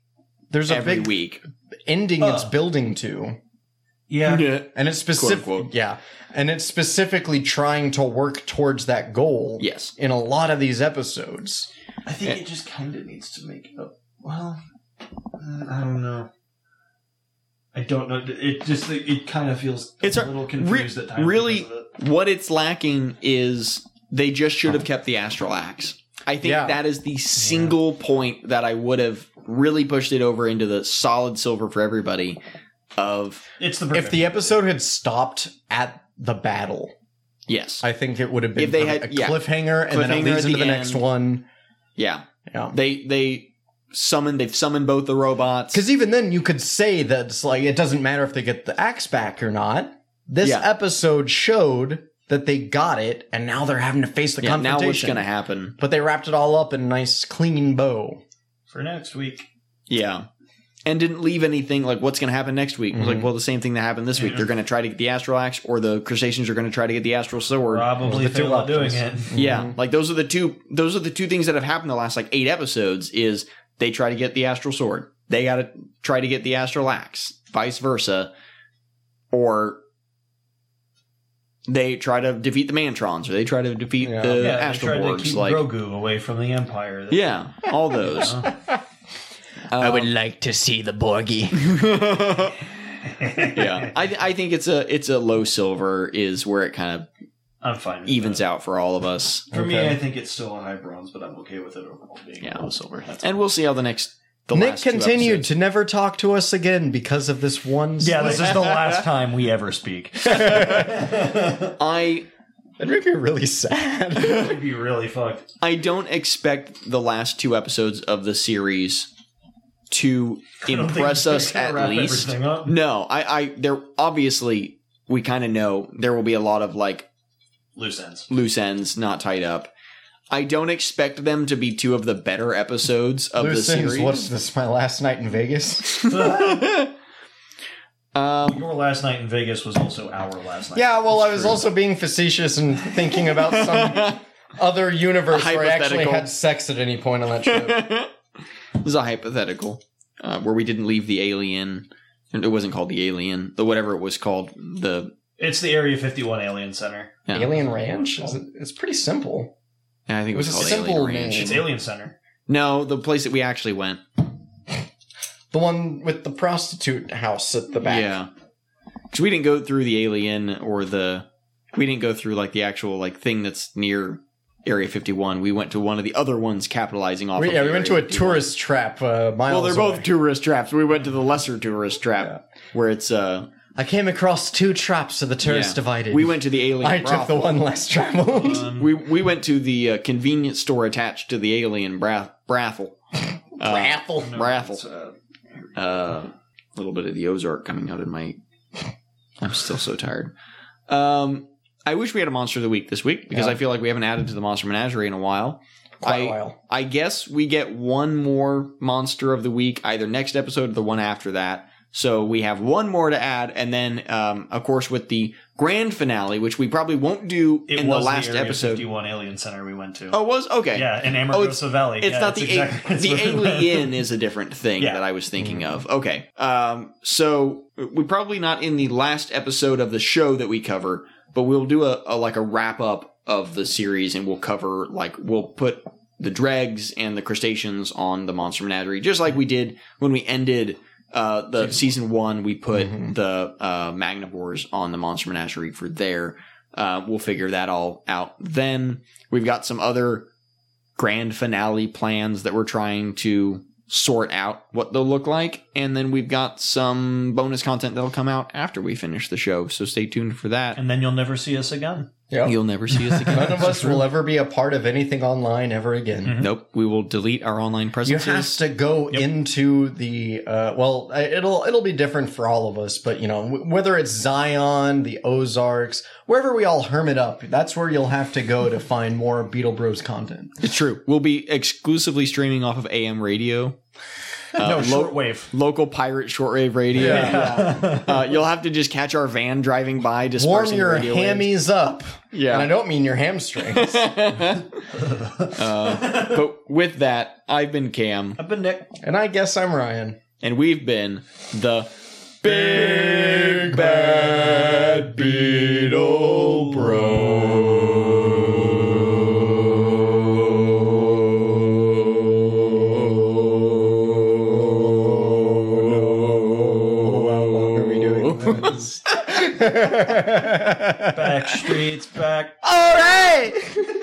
Speaker 3: there's a
Speaker 2: every
Speaker 3: big
Speaker 2: week.
Speaker 3: ending it's
Speaker 4: Uh.
Speaker 3: building to,
Speaker 4: yeah.
Speaker 3: and it's specific.
Speaker 2: Quote, unquote.
Speaker 3: Yeah, and it's specifically trying to work towards that goal.
Speaker 2: Yes.
Speaker 3: in a lot of these episodes.
Speaker 4: I think it just kind of needs to make up. Well, mm, I don't know. I don't know. It just it kind of feels
Speaker 2: It's
Speaker 4: a
Speaker 2: a-
Speaker 4: little confused
Speaker 2: re-
Speaker 4: at times.
Speaker 2: really-
Speaker 4: because of it.
Speaker 2: What it's lacking is they just should have kept the astral axe. I think
Speaker 3: Yeah.
Speaker 2: that is the single point that I would have really pushed it over into the solid silver for everybody. Of
Speaker 4: it's the
Speaker 3: If the episode had stopped at the battle,
Speaker 2: yes,
Speaker 3: I think it would have been
Speaker 2: If they
Speaker 3: a-
Speaker 2: had-
Speaker 3: a
Speaker 2: yeah.
Speaker 3: cliffhanger, and then
Speaker 2: Cliffhanger
Speaker 3: it
Speaker 2: at
Speaker 3: leads into
Speaker 2: the
Speaker 3: the, next
Speaker 2: end.
Speaker 3: one.
Speaker 2: yeah,
Speaker 3: Yeah.
Speaker 2: they they summoned they've summoned both the robots.
Speaker 3: Because even then, you could say that it's like it doesn't matter if they get the axe back or not. This
Speaker 2: Yeah.
Speaker 3: episode showed that they got it, and now they're having to face the
Speaker 2: Yeah, now what's
Speaker 3: confrontation.
Speaker 2: going to happen?
Speaker 3: but they wrapped it all up in a nice, clean bow.
Speaker 4: for next week,
Speaker 2: Yeah. And didn't leave anything like what's going to happen next week. It was
Speaker 3: Mhm.
Speaker 2: Like, well, the same thing that happened this week.
Speaker 4: Yeah.
Speaker 2: They're going to try to get the astral axe, or the crustaceans are going to try to get the astral sword.
Speaker 4: probably
Speaker 3: the two
Speaker 4: fail at doing it.
Speaker 3: options.
Speaker 2: Yeah, like those are the two. Those are the two things that have happened the last like eight episodes. Is they try to get the astral sword, they got to try to get the astral axe, vice versa, or they try to defeat the mantrons, or they try to defeat
Speaker 3: Yeah.
Speaker 2: the
Speaker 4: Yeah, they
Speaker 2: astral
Speaker 4: tried to
Speaker 2: borgs.
Speaker 4: keep
Speaker 2: Like,
Speaker 4: Grogu away from the Empire. That-
Speaker 2: yeah, all those. Uh, I
Speaker 3: like to see the Borgie.
Speaker 2: yeah, I I think it's a it's a low silver is where it kind of
Speaker 4: I'm fine. With
Speaker 2: evens
Speaker 4: that.
Speaker 2: out for all of us.
Speaker 4: For me,
Speaker 3: Okay.
Speaker 4: I think it's still a high bronze, but I'm okay with it overall being
Speaker 2: Yeah.
Speaker 4: low silver. That's
Speaker 2: And we'll see how the next the
Speaker 3: Nick
Speaker 2: last two
Speaker 3: continued
Speaker 2: episodes-
Speaker 3: to never talk to us again because of this one.
Speaker 4: yeah, this
Speaker 3: slight-
Speaker 4: is the last time we ever speak.
Speaker 2: I
Speaker 3: That'd make me really sad.
Speaker 4: We'd be really fucked.
Speaker 2: I don't expect the last two episodes of the series to impress us at least. No, I, I there obviously we kind of know there will be a lot of like
Speaker 4: Loose ends.
Speaker 2: loose ends not tied up. I don't expect them to be two of the better episodes of
Speaker 3: Loose
Speaker 2: the
Speaker 3: ends,
Speaker 2: series.
Speaker 3: what's this? My last night in Vegas.
Speaker 2: um,
Speaker 4: Your last night in Vegas was also our last night.
Speaker 3: Yeah, well, I was also being facetious and thinking about some other universe where I actually
Speaker 2: Hypothetical.
Speaker 3: had sex at any point on that trip.
Speaker 2: this is a hypothetical uh, where we didn't leave the alien. It wasn't called the alien, the whatever it was called. The
Speaker 4: It's the Area 51 Alien Center.
Speaker 2: yeah,
Speaker 3: Alien Ranch? Is it- It's pretty simple.
Speaker 2: Yeah, I think it
Speaker 3: It
Speaker 2: was,
Speaker 3: was a
Speaker 2: called
Speaker 3: simple
Speaker 2: Alien Ranch.
Speaker 3: name.
Speaker 4: It's Alien Center.
Speaker 2: No, the place that we actually went.
Speaker 3: The one with the prostitute house at the back.
Speaker 2: Yeah, because we didn't go through the alien or the we didn't go through like the actual like thing that's near Area 51. We went to one of the other ones, capitalizing off.
Speaker 3: We,
Speaker 2: of
Speaker 3: yeah,
Speaker 2: the
Speaker 3: we went to
Speaker 2: Area
Speaker 3: a
Speaker 2: 51.
Speaker 3: tourist trap. Uh, miles
Speaker 2: Well, they're both
Speaker 3: away.
Speaker 2: tourist traps. We went to the lesser tourist trap where it's uh.
Speaker 3: I came across two traps of the tourist
Speaker 2: yeah.
Speaker 3: divided.
Speaker 2: We went to Uh, the alien.
Speaker 3: I took the
Speaker 2: brothel.
Speaker 3: one less traveled.
Speaker 4: Um,
Speaker 2: We we went to the uh, convenience store attached to the alien bra- brothel. Uh,
Speaker 3: Raffle.
Speaker 2: brothel.
Speaker 4: It's, uh,
Speaker 2: A uh, little bit of the Ozark coming out in my. I'm still so tired. Um, I wish we had a monster of the week this week because
Speaker 3: Yeah.
Speaker 2: I feel like we haven't added to the monster menagerie in a while.
Speaker 3: Quite a
Speaker 2: I-
Speaker 3: while.
Speaker 2: I guess we get one more monster of the week either next episode or the one after that. So we have one more to add, and then um, of course with the grand finale, which we probably won't do
Speaker 4: uh, it
Speaker 2: in the
Speaker 4: was
Speaker 2: last
Speaker 4: Area
Speaker 2: episode.
Speaker 4: 51 Alien Center we went to.
Speaker 2: Oh, was okay. Oh,
Speaker 4: yeah, in Amargosa Valley.
Speaker 2: It's
Speaker 4: Yeah,
Speaker 2: not the a-
Speaker 4: exactly-
Speaker 2: the
Speaker 4: it's where we went.
Speaker 2: alien is a different thing
Speaker 4: Yeah. Mm-hmm.
Speaker 2: that I was thinking of. Okay, um, so we're probably not in the last episode of the show that we cover, but we'll do a, a like a wrap up of the series, and we'll cover like we'll put the dregs and the crustaceans on the monster menagerie, just like we did when we ended. Uh, the season one, we put
Speaker 4: Mm-hmm.
Speaker 3: Mhm.
Speaker 2: the uh, Magnivores on the Monster Menagerie for there. Uh, we'll figure that all out then. We've got some other grand finale plans that we're trying to sort out what they'll look like. And then we've got some bonus content that'll come out after we finish the show. So stay tuned for that.
Speaker 4: And then you'll never see us again.
Speaker 3: Yep.
Speaker 2: You'll never see us again.
Speaker 3: Oh. None of us will ever be a part of anything online ever again.
Speaker 2: Nope. We will delete our online
Speaker 3: You
Speaker 2: presences.
Speaker 3: have to go
Speaker 4: Yep.
Speaker 3: into the uh, well. I- It'll it'll be different for all of us, but you know w- whether it's Zion, the Ozarks, wherever we all hermit up, that's where you'll have to go to find more Beetle Bros content.
Speaker 2: It's true. We'll be exclusively streaming off of AM radio. Uh,
Speaker 4: no,
Speaker 2: lo-
Speaker 4: shortwave.
Speaker 2: Local pirate shortwave radio. Yeah. Uh, you'll have to just catch our van driving by,
Speaker 3: Warm
Speaker 2: dispersing
Speaker 3: your
Speaker 2: radio waves.
Speaker 3: hammies up,
Speaker 2: Yeah.
Speaker 3: and I don't mean your hamstrings.
Speaker 2: Uh, but with that, I've been Cam,
Speaker 4: I've been Nick.
Speaker 3: and I guess I'm Ryan.
Speaker 2: and we've been the Big Bad Beetle Bros.
Speaker 4: Back streets, back.
Speaker 2: All right.